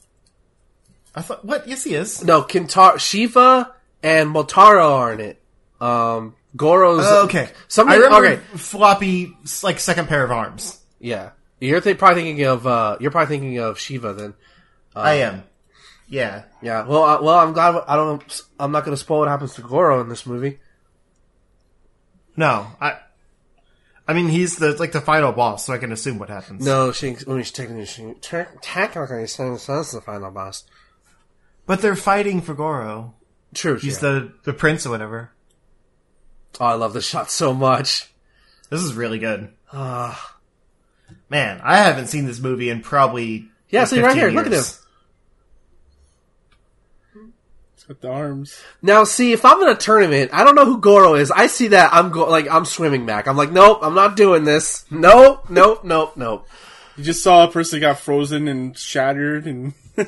[SPEAKER 2] I thought, what? Yes, he is.
[SPEAKER 3] No, Kintaro, Shiva and Motaro are in it. Um, Goro's
[SPEAKER 2] Oh, okay,
[SPEAKER 3] Some-
[SPEAKER 2] I remember
[SPEAKER 3] okay.
[SPEAKER 2] floppy s- like second pair of arms.
[SPEAKER 3] Yeah, you're th- probably thinking of uh, you're probably thinking of Shiva then.
[SPEAKER 2] I am. Yeah,
[SPEAKER 3] Yeah. Well, uh, well, I'm glad I don't. I'm not going to spoil what happens to Goro in this movie.
[SPEAKER 2] no, I. I mean, he's the like the final boss, so I can assume what happens.
[SPEAKER 3] No, she. I mean, she technically, she technically, that's the final boss.
[SPEAKER 2] But they're fighting for Goro.
[SPEAKER 3] True.
[SPEAKER 2] He's
[SPEAKER 3] yeah.
[SPEAKER 2] the the prince or whatever.
[SPEAKER 3] Oh, I love this shot so much.
[SPEAKER 2] This is really good. Uh, Man, I haven't seen this movie in probably
[SPEAKER 3] Yeah,
[SPEAKER 2] like,
[SPEAKER 3] see, right
[SPEAKER 2] 15
[SPEAKER 3] here, look at
[SPEAKER 2] years.
[SPEAKER 3] him.
[SPEAKER 1] It's got the arms.
[SPEAKER 3] Now, see, if I'm in a tournament, I don't know who Goro is. I see that I'm go- like I'm swimming back. I'm like, nope, I'm not doing this. Nope, nope, nope, nope.
[SPEAKER 1] You just saw a person got frozen and shattered, and
[SPEAKER 2] And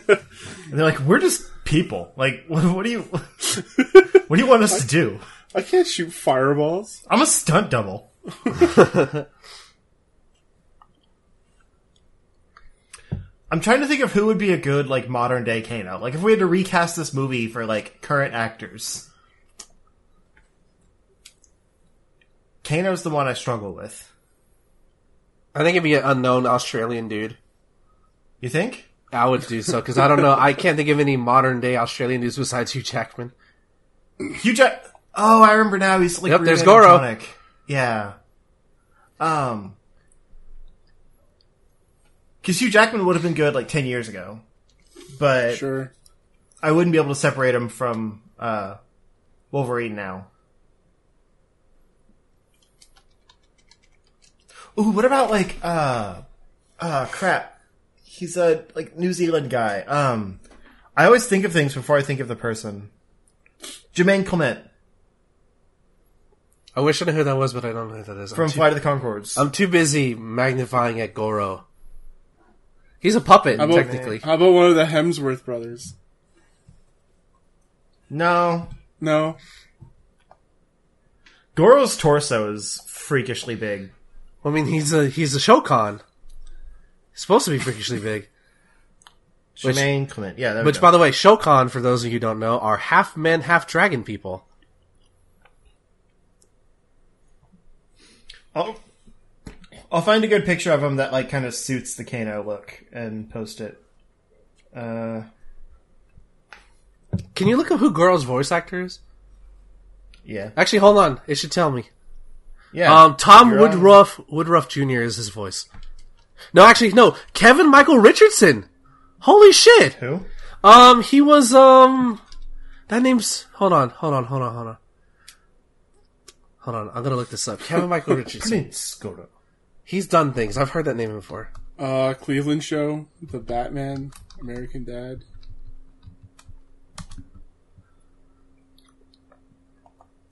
[SPEAKER 2] they're like, we're just people. Like, what, what do you, what do you want us to do?
[SPEAKER 1] I can't shoot fireballs.
[SPEAKER 2] I'm a stunt double. I'm trying to think of who would be a good like modern day Kano. Like if we had to recast this movie for like current actors. Kano's the one I struggle with.
[SPEAKER 3] I think it'd be an unknown Australian dude.
[SPEAKER 2] You think?
[SPEAKER 3] I would do so because I don't know. I can't think of any modern day Australian dudes besides Hugh Jackman.
[SPEAKER 2] Hugh Jack. Oh, I remember now. He's like
[SPEAKER 3] Yep, there's
[SPEAKER 2] reanimatronic.
[SPEAKER 3] Goro.
[SPEAKER 2] Yeah. Um. Because Hugh Jackman would have been good like ten years ago, but
[SPEAKER 1] Sure.
[SPEAKER 2] I wouldn't be able to separate him from uh, Wolverine now. Ooh, what about like uh, uh, crap? He's a like New Zealand guy. Um, I always think of things before I think of the person. Jermaine Clement.
[SPEAKER 3] I wish I knew who that was, but I don't know who that is. I'm
[SPEAKER 2] from
[SPEAKER 3] too-
[SPEAKER 2] Flight of the Concords.
[SPEAKER 3] I'm too busy magnifying at Goro. He's a puppet,
[SPEAKER 1] How about,
[SPEAKER 3] technically.
[SPEAKER 1] how about one of the Hemsworth brothers?
[SPEAKER 2] no.
[SPEAKER 1] No,
[SPEAKER 2] Goro's torso is freakishly big.
[SPEAKER 3] I mean, he's a he's a Shokan. He's supposed to be freakishly big. Which-
[SPEAKER 2] Jermaine Clement. Yeah, there
[SPEAKER 3] Which,
[SPEAKER 2] we
[SPEAKER 3] by
[SPEAKER 2] go.
[SPEAKER 3] the way, Shokan, for those of you who don't know, are half men, half dragon people.
[SPEAKER 2] I'll, I'll find a good picture of him that like kind of suits the Kano look and post it. Uh,
[SPEAKER 3] Can you look up who Goro's voice actor is?
[SPEAKER 2] yeah,
[SPEAKER 3] Actually, hold on. It should tell me.
[SPEAKER 2] yeah.
[SPEAKER 3] Um, Tom
[SPEAKER 2] You're on.
[SPEAKER 3] Woodruff Woodruff Jr. is his voice. No, actually, no. Kevin Michael Richardson. Holy shit.
[SPEAKER 2] Who?
[SPEAKER 3] Um, he was um, that name's. Hold on, hold on, hold on, hold on. Hold on, I'm gonna look this up. Kevin Michael Richardson.
[SPEAKER 2] Prince Goro.
[SPEAKER 3] He's done things. I've heard that name before.
[SPEAKER 1] uh, Cleveland Show, The Batman, American Dad.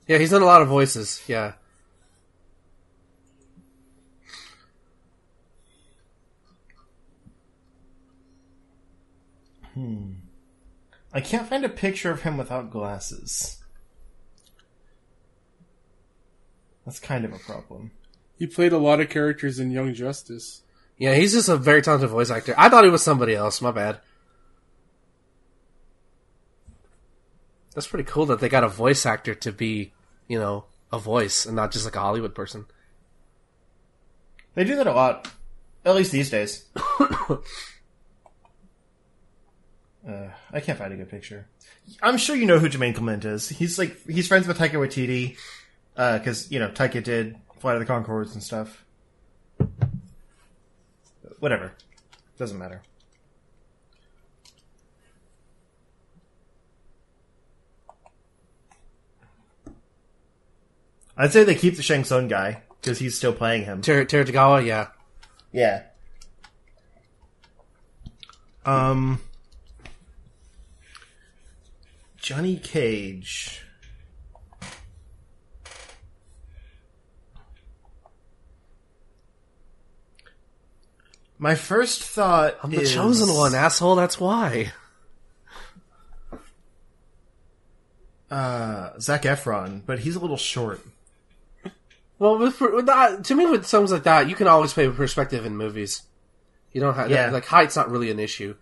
[SPEAKER 3] Yeah, he's done a lot of voices. Yeah.
[SPEAKER 2] I can't find a picture of him without glasses. That's kind of a problem.
[SPEAKER 1] He played a lot of characters in Young Justice.
[SPEAKER 3] Yeah, he's just a very talented voice actor. I thought he was somebody else. My bad. That's pretty cool that they got a voice actor to be, you know, a voice and not just like a Hollywood person.
[SPEAKER 2] They do that a lot, at least these days. uh, I can't find a good picture. I'm sure you know who Jermaine Clement is. He's like he's friends with Taika Waititi because you know Taika did Flight of the Concords and stuff. Whatever, doesn't matter. I'd say they keep the Shang Tsung guy because he's still playing him.
[SPEAKER 3] Ter- Ter Tagawa, yeah.
[SPEAKER 2] Yeah. Um, Johnny Cage. My first thought
[SPEAKER 3] I'm the
[SPEAKER 2] is-
[SPEAKER 3] chosen one, asshole. That's why.
[SPEAKER 2] Uh, Zach Efron, but he's a little short.
[SPEAKER 3] Well, with, with that, to me, with songs like that, you can always play with perspective in movies. You don't have
[SPEAKER 2] Yeah.
[SPEAKER 3] like height's not really an issue.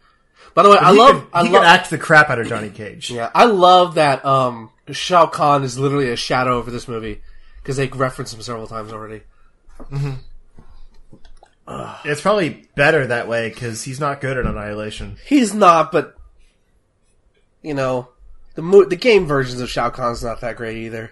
[SPEAKER 3] By the way, I
[SPEAKER 2] He
[SPEAKER 3] love
[SPEAKER 2] could-
[SPEAKER 3] I
[SPEAKER 2] he
[SPEAKER 3] love
[SPEAKER 2] could act the crap out of Johnny Cage.
[SPEAKER 3] yeah I love that um Shao Kahn is literally a shadow over this movie because they referenced him several times already.
[SPEAKER 2] It's probably better that way because he's not good at Annihilation.
[SPEAKER 3] He's not, but you know the mo- the game versions of Shao Kahn's not that great either.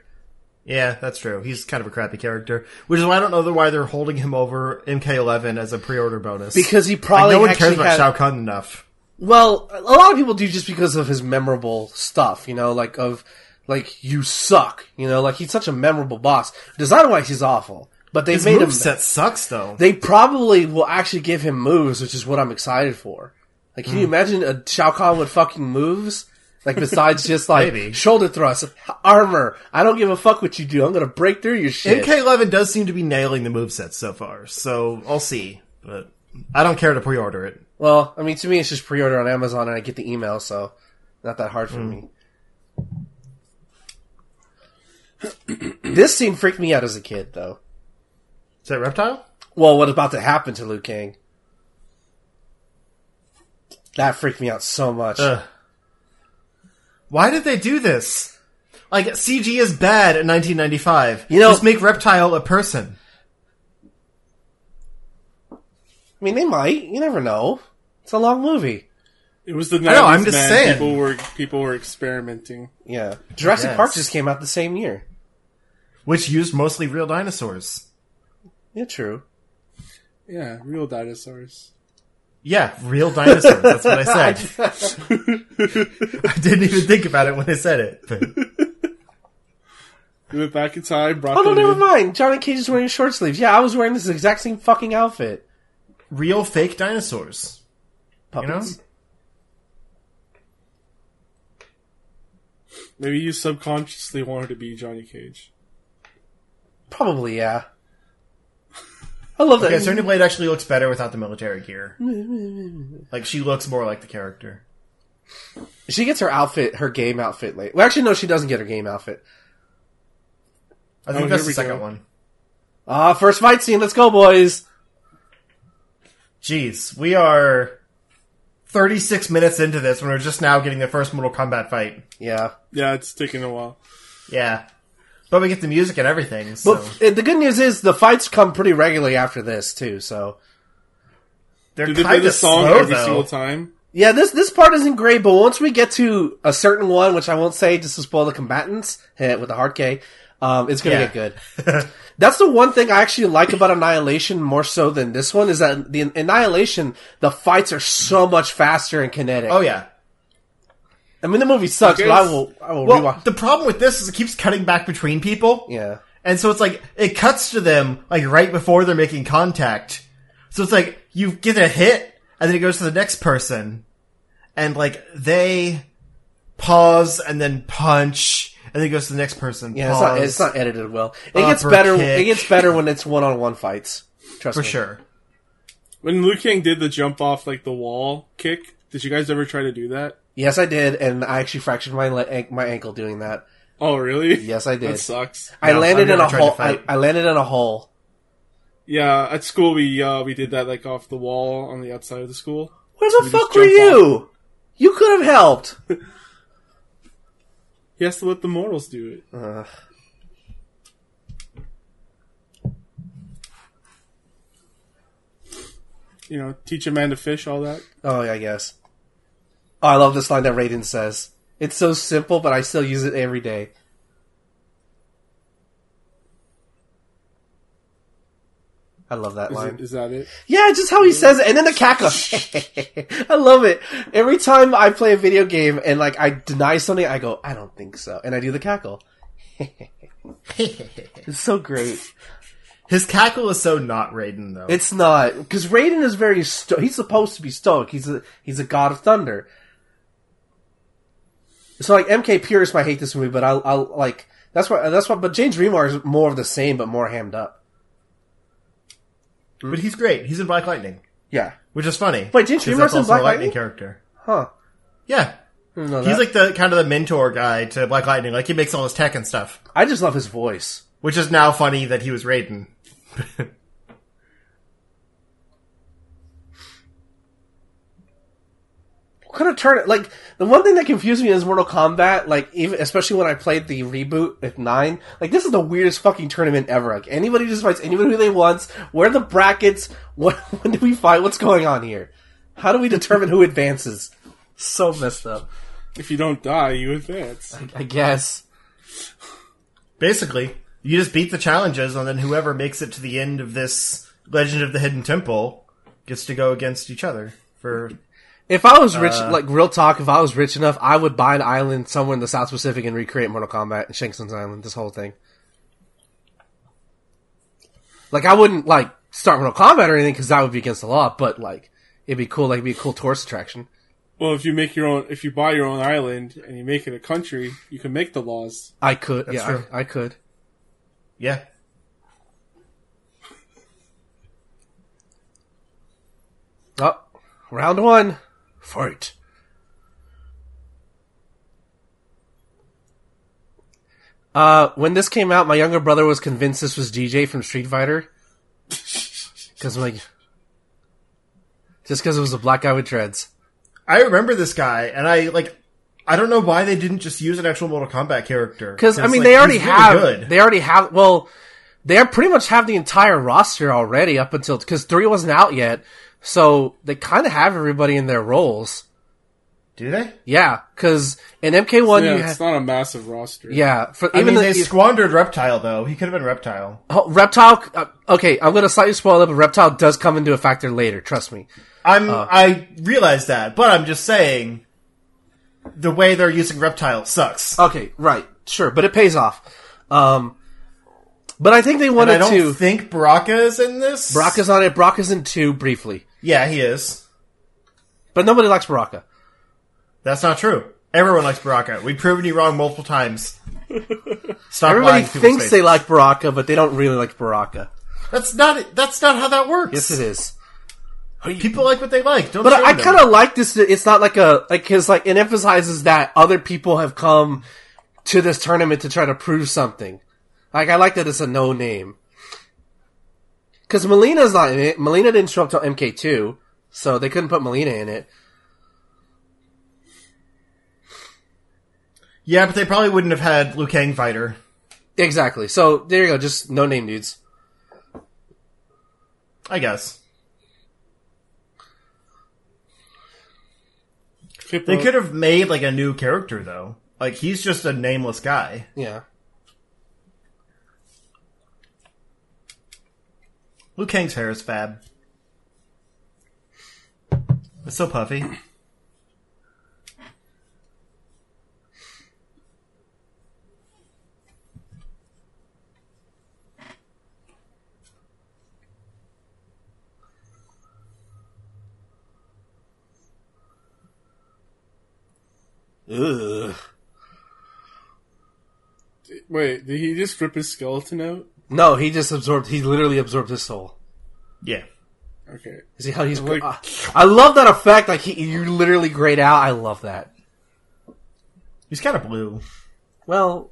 [SPEAKER 2] Yeah, that's true. He's kind of a crappy character, which is why I don't know why they're holding him over MK11 as a pre-order bonus.
[SPEAKER 3] Because he
[SPEAKER 2] like,
[SPEAKER 3] probably
[SPEAKER 2] no one
[SPEAKER 3] actually
[SPEAKER 2] cares about
[SPEAKER 3] had-
[SPEAKER 2] Shao Kahn enough.
[SPEAKER 3] Well, a lot of people do just because of his memorable stuff, you know, like of like you suck, you know, like he's such a memorable boss. Design wise, he's awful, but they
[SPEAKER 2] His
[SPEAKER 3] made him.
[SPEAKER 2] moveset sucks though.
[SPEAKER 3] They probably will actually give him moves, which is what I'm excited for. Like, can you
[SPEAKER 2] Hmm.
[SPEAKER 3] imagine a Shao Kahn with fucking moves? Like besides just like
[SPEAKER 2] Maybe.
[SPEAKER 3] shoulder thrusts, armor. I don't give a fuck what you do. I'm gonna break through your shit.
[SPEAKER 2] MK11 does seem to be nailing the movesets so far, so I'll see. But I don't care to pre-order it.
[SPEAKER 3] Well, I mean, to me, it's just pre-order on Amazon, and I get the email, so not that hard for
[SPEAKER 2] Hmm.
[SPEAKER 3] me. this scene freaked me out as a kid, though.
[SPEAKER 2] Is that Reptile?
[SPEAKER 3] Well, what about to happen to Liu Kang? That freaked me out so much.
[SPEAKER 2] Ugh. Why did they do this? Like CG is bad in 1995.
[SPEAKER 3] You know-
[SPEAKER 2] just make Reptile a person.
[SPEAKER 3] I mean, they might. You never know. It's a long movie.
[SPEAKER 1] It was the 90s,
[SPEAKER 2] know, I'm just
[SPEAKER 1] man.
[SPEAKER 2] saying.
[SPEAKER 1] People were people were experimenting.
[SPEAKER 3] Yeah, Jurassic
[SPEAKER 2] Yes.
[SPEAKER 3] Park just came out the same year.
[SPEAKER 2] which used mostly real dinosaurs.
[SPEAKER 3] Yeah, true.
[SPEAKER 1] Yeah, real dinosaurs.
[SPEAKER 2] Yeah, real dinosaurs. That's what I said. I didn't even think about it when I said it. But
[SPEAKER 1] We went back in time, brought
[SPEAKER 3] Oh no,
[SPEAKER 1] them
[SPEAKER 3] never
[SPEAKER 1] in.
[SPEAKER 3] mind. Johnny Cage is wearing short sleeves. Yeah, I was wearing this exact same fucking outfit.
[SPEAKER 2] real fake dinosaurs. You know?
[SPEAKER 3] Puppets.
[SPEAKER 1] Maybe you subconsciously wanted to be Johnny Cage.
[SPEAKER 3] Probably, yeah. I love that.
[SPEAKER 2] Yeah, Sonya Blade actually looks better without the military gear. Like she looks more like the character.
[SPEAKER 3] she gets her outfit, her game outfit late. Well, actually, no, she doesn't get her game outfit.
[SPEAKER 2] I
[SPEAKER 1] Oh,
[SPEAKER 2] think
[SPEAKER 1] here
[SPEAKER 2] that's the
[SPEAKER 1] we
[SPEAKER 2] second
[SPEAKER 1] go.
[SPEAKER 2] one.
[SPEAKER 3] Ah, first fight scene. Let's go, boys.
[SPEAKER 2] Jeez, we are 36 minutes into this when we're just now getting the first Mortal Kombat fight.
[SPEAKER 3] Yeah.
[SPEAKER 1] Yeah, it's taking a while.
[SPEAKER 2] Yeah. But we get the music and everything, so
[SPEAKER 3] But uh, the good news is the fights come pretty regularly after this too. So
[SPEAKER 2] they're
[SPEAKER 1] Did they play
[SPEAKER 2] kind
[SPEAKER 1] the
[SPEAKER 2] of
[SPEAKER 1] song
[SPEAKER 2] slow
[SPEAKER 1] every
[SPEAKER 2] though.
[SPEAKER 1] single time?
[SPEAKER 3] yeah, this this part isn't great, but once we get to a certain one, which I won't say just to spoil the combatants eh, with the hard K, um, it's gonna
[SPEAKER 2] Yeah.
[SPEAKER 3] get good. That's the one thing I actually like about Annihilation more so than this one is that the Annihilation the fights are so much faster and kinetic.
[SPEAKER 2] Oh yeah.
[SPEAKER 3] I mean the movie sucks,
[SPEAKER 1] Okay.
[SPEAKER 3] but I will I will
[SPEAKER 2] Well,
[SPEAKER 3] rewatch.
[SPEAKER 2] the problem with this is it keeps cutting back between people.
[SPEAKER 3] yeah.
[SPEAKER 2] And so it's like it cuts to them like right before they're making contact. So it's like you get a hit and then it goes to the next person and like they pause and then punch and then it goes to the next person.
[SPEAKER 3] Yeah, it's not,
[SPEAKER 2] pause.
[SPEAKER 3] it's not edited well. It gets
[SPEAKER 2] Upper
[SPEAKER 3] better. It
[SPEAKER 2] kick.
[SPEAKER 3] gets better when it's one on one fights. Trust
[SPEAKER 2] for
[SPEAKER 3] me.
[SPEAKER 2] sure.
[SPEAKER 1] When Liu Kang did the jump off like the wall kick, did you guys ever try to do that?
[SPEAKER 3] Yes, I did, and I actually fractured my le- an- my ankle doing that.
[SPEAKER 1] Oh, really?
[SPEAKER 3] Yes, I did.
[SPEAKER 1] That sucks.
[SPEAKER 3] I
[SPEAKER 2] No,
[SPEAKER 3] landed
[SPEAKER 2] I've
[SPEAKER 3] in
[SPEAKER 2] never
[SPEAKER 3] a
[SPEAKER 2] tried to
[SPEAKER 3] hole. I,
[SPEAKER 2] fight.
[SPEAKER 3] I landed in a hole.
[SPEAKER 1] Yeah, at school we uh, we did that like off the wall on the outside of the school.
[SPEAKER 3] Where the
[SPEAKER 1] We just
[SPEAKER 3] fuck were
[SPEAKER 1] jump
[SPEAKER 3] you? You could have helped.
[SPEAKER 1] He has to let the mortals do it.
[SPEAKER 3] Ugh.
[SPEAKER 1] You know, teach a man to fish, all that.
[SPEAKER 3] Oh, yeah, I guess. Oh, I love this line that Raiden says. It's so simple, but I still use it every day. I love that
[SPEAKER 1] Is,
[SPEAKER 3] line.
[SPEAKER 1] it, is that it?
[SPEAKER 3] Yeah, just how he says it, and then the cackle. I love it. Every time I play a video game and like I deny something, I go, I don't think so, and I do the cackle. It's so great.
[SPEAKER 2] His cackle is so not Raiden though.
[SPEAKER 3] It's not because Raiden is very sto- he's supposed to be stoic. He's a he's a god of thunder. So like MK Purist might hate this movie, but I I like that's why that's why. But James Remar is more of the same, but more hammed up.
[SPEAKER 2] but he's great. He's in Black Lightning,
[SPEAKER 3] Yeah,
[SPEAKER 2] which is funny.
[SPEAKER 3] Wait, James
[SPEAKER 2] 'cause
[SPEAKER 3] Remor's
[SPEAKER 2] that's
[SPEAKER 3] in
[SPEAKER 2] also
[SPEAKER 3] Black
[SPEAKER 2] a Lightning
[SPEAKER 3] Lightning? Oh,
[SPEAKER 2] character.
[SPEAKER 3] huh?
[SPEAKER 2] Yeah,
[SPEAKER 3] No,
[SPEAKER 2] he's like the kind of the mentor guy to Black Lightning. Like he makes all his tech and stuff,
[SPEAKER 3] I just love his voice.
[SPEAKER 2] which is now funny that he was Raiden.
[SPEAKER 3] Could have turned it like the one thing that confused me is Mortal Kombat. Like even especially when I played the reboot at nine, like this is the weirdest fucking tournament ever. Like anybody just fights anybody who they wants. Where are the brackets? What when do we fight? What's going on here? How do we determine who advances? So messed up.
[SPEAKER 1] If you don't die, you advance.
[SPEAKER 3] I guess.
[SPEAKER 2] Basically, you just beat the challenges, and then whoever makes it to the end of this Legend of the Hidden Temple gets to go against each other for
[SPEAKER 3] If I was rich, like real talk, if I was rich enough, I would buy an island somewhere in the South Pacific and recreate Mortal Kombat and Shankson's Island. This whole thing. Like I wouldn't like start Mortal Kombat or anything because that would be against the law. But like it'd be cool. Like it'd be a cool tourist attraction.
[SPEAKER 1] Well, if you make your own, if you buy your own island and you make it a country, you can make the laws.
[SPEAKER 3] I could. yeah,
[SPEAKER 2] true.
[SPEAKER 3] I, I could.
[SPEAKER 2] yeah.
[SPEAKER 3] Oh, round one, fight. Uh, when this came out, my younger brother was convinced this was DJ from Street Fighter. Because like, just because it was a black guy with dreads.
[SPEAKER 2] I remember this guy, and I like. I don't know why they didn't just use an actual Mortal Kombat character.
[SPEAKER 3] Because I mean,
[SPEAKER 2] like,
[SPEAKER 3] they already
[SPEAKER 2] he's really
[SPEAKER 3] have.
[SPEAKER 2] good.
[SPEAKER 3] They already have. Well, they are pretty much have the entire roster already up until because three wasn't out yet, so they kind of have everybody in their roles.
[SPEAKER 2] Do they?
[SPEAKER 3] Yeah, because in MK one
[SPEAKER 1] yeah,
[SPEAKER 3] Oh, you
[SPEAKER 1] it's
[SPEAKER 3] ha-
[SPEAKER 1] not a massive roster.
[SPEAKER 3] yeah for
[SPEAKER 2] I
[SPEAKER 3] even
[SPEAKER 2] mean,
[SPEAKER 3] the,
[SPEAKER 2] they squandered Reptile though. He could have been Reptile.
[SPEAKER 3] Oh, Reptile. Uh, okay, I'm gonna slightly spoil it, but Reptile does come into a factor later. Trust me.
[SPEAKER 2] I'm.
[SPEAKER 3] Oh.
[SPEAKER 2] I realize that, but I'm just saying. The way they're using Reptile sucks.
[SPEAKER 3] Okay, right, sure, but it pays off. Um, but I think they
[SPEAKER 2] and I
[SPEAKER 3] wanted
[SPEAKER 2] don't
[SPEAKER 3] to.
[SPEAKER 2] think Baraka's in this.
[SPEAKER 3] Baraka's on it. Baraka's in two briefly,
[SPEAKER 2] Yeah, he is.
[SPEAKER 3] but nobody likes Baraka.
[SPEAKER 2] That's not true. Everyone likes Baraka. We've proven you wrong multiple times. Stop
[SPEAKER 3] Everybody
[SPEAKER 2] lying to people's
[SPEAKER 3] thinks they
[SPEAKER 2] faces.
[SPEAKER 3] like Baraka, but they don't really like Baraka.
[SPEAKER 2] That's not. That's not how that works.
[SPEAKER 3] Yes, it is.
[SPEAKER 2] People like what they like. Don't.
[SPEAKER 3] But
[SPEAKER 2] shame
[SPEAKER 3] I, I
[SPEAKER 2] them.
[SPEAKER 3] kind of like this. that It's not like a like because like it emphasizes that other people have come to this tournament to try to prove something. Like I like that it's a no name because Melina's not in it. Melina didn't show up till MK two, so they couldn't put Melina in it.
[SPEAKER 2] Yeah, but they probably wouldn't have had Liu Kang fighter.
[SPEAKER 3] Exactly. So there you go. Just no name dudes.
[SPEAKER 2] I guess
[SPEAKER 1] Kippo-
[SPEAKER 2] they could have made like a new character though. Like he's just a nameless guy.
[SPEAKER 3] Yeah.
[SPEAKER 2] Liu Kang's hair is fab. It's so puffy.
[SPEAKER 3] Ugh.
[SPEAKER 1] Wait, did he just rip his skeleton out?
[SPEAKER 3] No, he just absorbed. He literally absorbed his soul.
[SPEAKER 2] Yeah.
[SPEAKER 1] Okay.
[SPEAKER 3] See how he's.
[SPEAKER 1] Like-
[SPEAKER 3] uh, I love that effect. Like he, you literally grayed out. I love that.
[SPEAKER 2] He's kind of blue.
[SPEAKER 3] Well,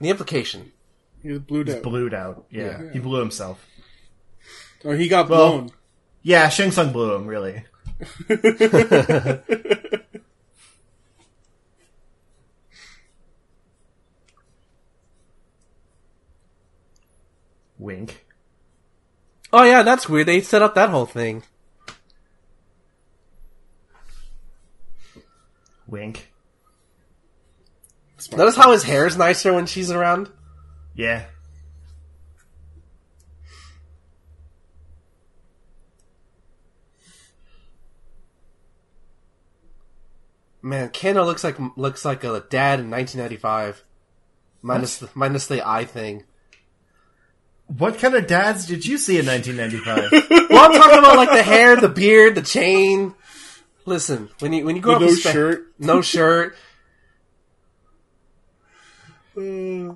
[SPEAKER 3] the implication.
[SPEAKER 1] He's blued out.
[SPEAKER 2] Blued out. Yeah.
[SPEAKER 1] Yeah.
[SPEAKER 2] He blew himself.
[SPEAKER 1] or Oh, he got
[SPEAKER 2] Well-
[SPEAKER 1] blown.
[SPEAKER 2] Yeah, Shang Tsung blew him, really. Wink.
[SPEAKER 3] Oh yeah, that's weird. They set up that whole thing.
[SPEAKER 2] Wink.
[SPEAKER 1] Smart.
[SPEAKER 3] Notice how his hair is nicer when she's around.
[SPEAKER 2] Yeah.
[SPEAKER 3] Man, Kano looks like looks like a dad in 1995, minus the, minus the eye thing.
[SPEAKER 2] What kind of dads did you see in 1995?
[SPEAKER 3] Well, I'm talking about like the hair, the beard, the chain. Listen, when you when you grow up,
[SPEAKER 1] With no
[SPEAKER 3] with spe-
[SPEAKER 1] shirt.
[SPEAKER 3] no shirt.
[SPEAKER 1] Uh,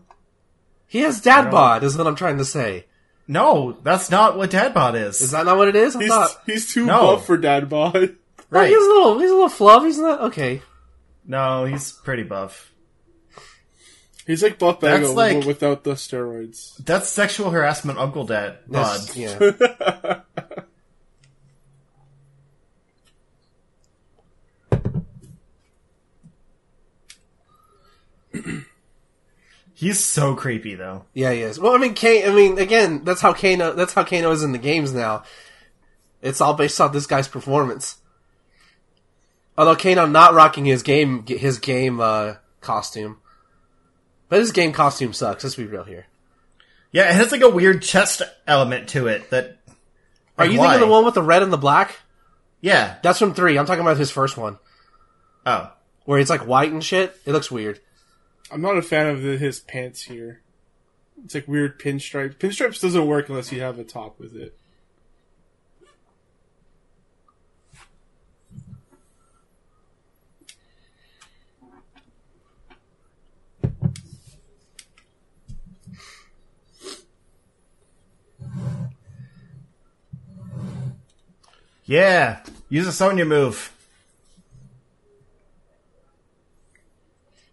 [SPEAKER 3] He has dad bod, is what I'm trying to say.
[SPEAKER 2] no, that's not what dad bod
[SPEAKER 3] Is
[SPEAKER 2] is.
[SPEAKER 3] that not what it is? I
[SPEAKER 1] he's,
[SPEAKER 3] thought
[SPEAKER 1] he's too
[SPEAKER 2] No.
[SPEAKER 1] buff for dad bod.
[SPEAKER 3] No,
[SPEAKER 2] Right.
[SPEAKER 3] he's a little he's a little fluff. He's not okay.
[SPEAKER 2] No, he's pretty buff.
[SPEAKER 1] He's like buff
[SPEAKER 2] That's
[SPEAKER 1] bagel
[SPEAKER 2] like-
[SPEAKER 1] but without the steroids.
[SPEAKER 2] That's sexual harassment uncle dad bod.
[SPEAKER 3] That's- yeah.
[SPEAKER 2] He's so creepy though.
[SPEAKER 3] Yeah, he is. Well, I mean, Kane. I mean, again, that's how Kano. That's how Kano is in the games now. It's all based off this guy's performance. Although Kano not rocking his game, his game uh, costume, but his game costume sucks. Let's be real here.
[SPEAKER 2] Yeah, it has like a weird chest element to it that
[SPEAKER 3] Are
[SPEAKER 2] Like,
[SPEAKER 3] you
[SPEAKER 2] why?
[SPEAKER 3] thinking the one with the red and the black?
[SPEAKER 2] Yeah.
[SPEAKER 3] That's from three. I'm talking about his first one,
[SPEAKER 2] Oh.
[SPEAKER 3] where it's like white and shit. It looks weird.
[SPEAKER 1] I'm not a fan of the, his pants here. It's like weird pinstripes. Pinstripes doesn't work unless you have a top with it.
[SPEAKER 2] Yeah. Use a Sonya move.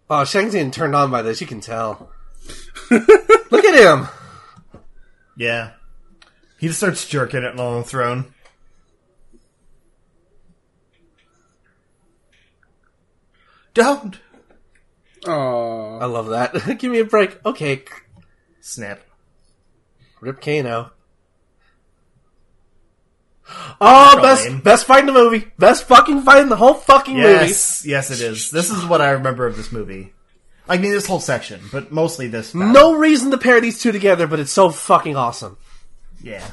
[SPEAKER 3] Oh, Shang Tsung turned on by this. You can tell. Look at him.
[SPEAKER 2] Yeah. He just starts jerking it on the throne. Don't
[SPEAKER 1] Aww.
[SPEAKER 3] I love that. Give me a break. Okay,
[SPEAKER 2] snap.
[SPEAKER 3] Rip Kano. Oh,
[SPEAKER 2] Probably.
[SPEAKER 3] best best fight in the movie. Best fucking fight in the whole fucking
[SPEAKER 2] Yes, yes, it is. This is what I remember of this movie. I mean, this whole section, but mostly this.
[SPEAKER 3] movie.
[SPEAKER 2] battle.
[SPEAKER 3] No reason to pair these two together, but it's so fucking awesome.
[SPEAKER 2] yeah.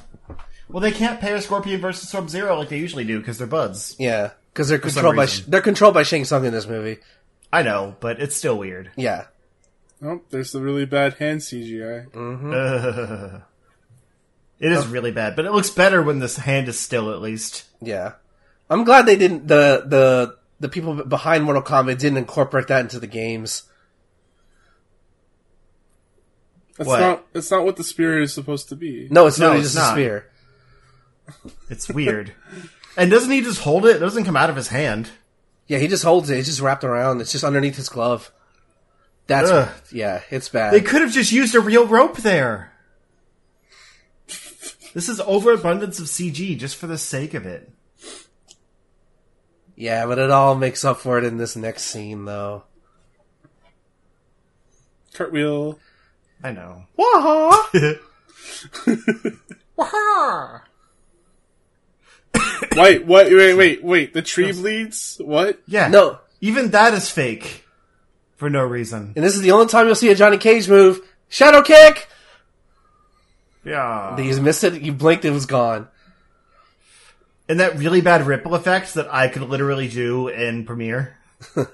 [SPEAKER 2] Well, they can't pair Scorpion versus Sub Zero like they usually do because they're buds.
[SPEAKER 3] Yeah, because they're controlled by
[SPEAKER 2] reason.
[SPEAKER 3] they're controlled by Shang Tsung in this movie.
[SPEAKER 2] I know, but it's still weird.
[SPEAKER 3] Yeah,
[SPEAKER 1] Nope, there's the really bad hand CGI.
[SPEAKER 2] It is really bad, but it looks better when this hand is still at least.
[SPEAKER 3] yeah. I'm glad they didn't the the the people behind Mortal Kombat didn't incorporate that into the games.
[SPEAKER 1] That's
[SPEAKER 2] What?
[SPEAKER 1] not that's not what the spear is supposed to be.
[SPEAKER 3] No, it's
[SPEAKER 2] No,
[SPEAKER 3] literally
[SPEAKER 2] it's
[SPEAKER 3] just a
[SPEAKER 2] not.
[SPEAKER 3] spear.
[SPEAKER 2] It's weird. and doesn't he just hold it? It doesn't come out of his hand.
[SPEAKER 3] Yeah, he just holds it. It's just wrapped around. It's just underneath his glove. That's
[SPEAKER 2] Ugh.
[SPEAKER 3] yeah, it's bad.
[SPEAKER 2] They could have just used a real rope there. This is overabundance of CG just for the sake of it.
[SPEAKER 3] Yeah, but it all makes up for it in this next scene, though.
[SPEAKER 1] Cartwheel.
[SPEAKER 2] I know.
[SPEAKER 3] Waha! Waha!
[SPEAKER 1] Wait, what? Wait, wait, wait. The tree bleeds. What?
[SPEAKER 2] Yeah.
[SPEAKER 3] No,
[SPEAKER 2] Even that is fake. For no reason.
[SPEAKER 3] and this is the only time you'll see a Johnny Cage move. Shadow kick!
[SPEAKER 2] Yeah.
[SPEAKER 3] You missed it, you blinked, it was gone.
[SPEAKER 2] and that really bad ripple effect that I could literally do in Premiere.
[SPEAKER 3] And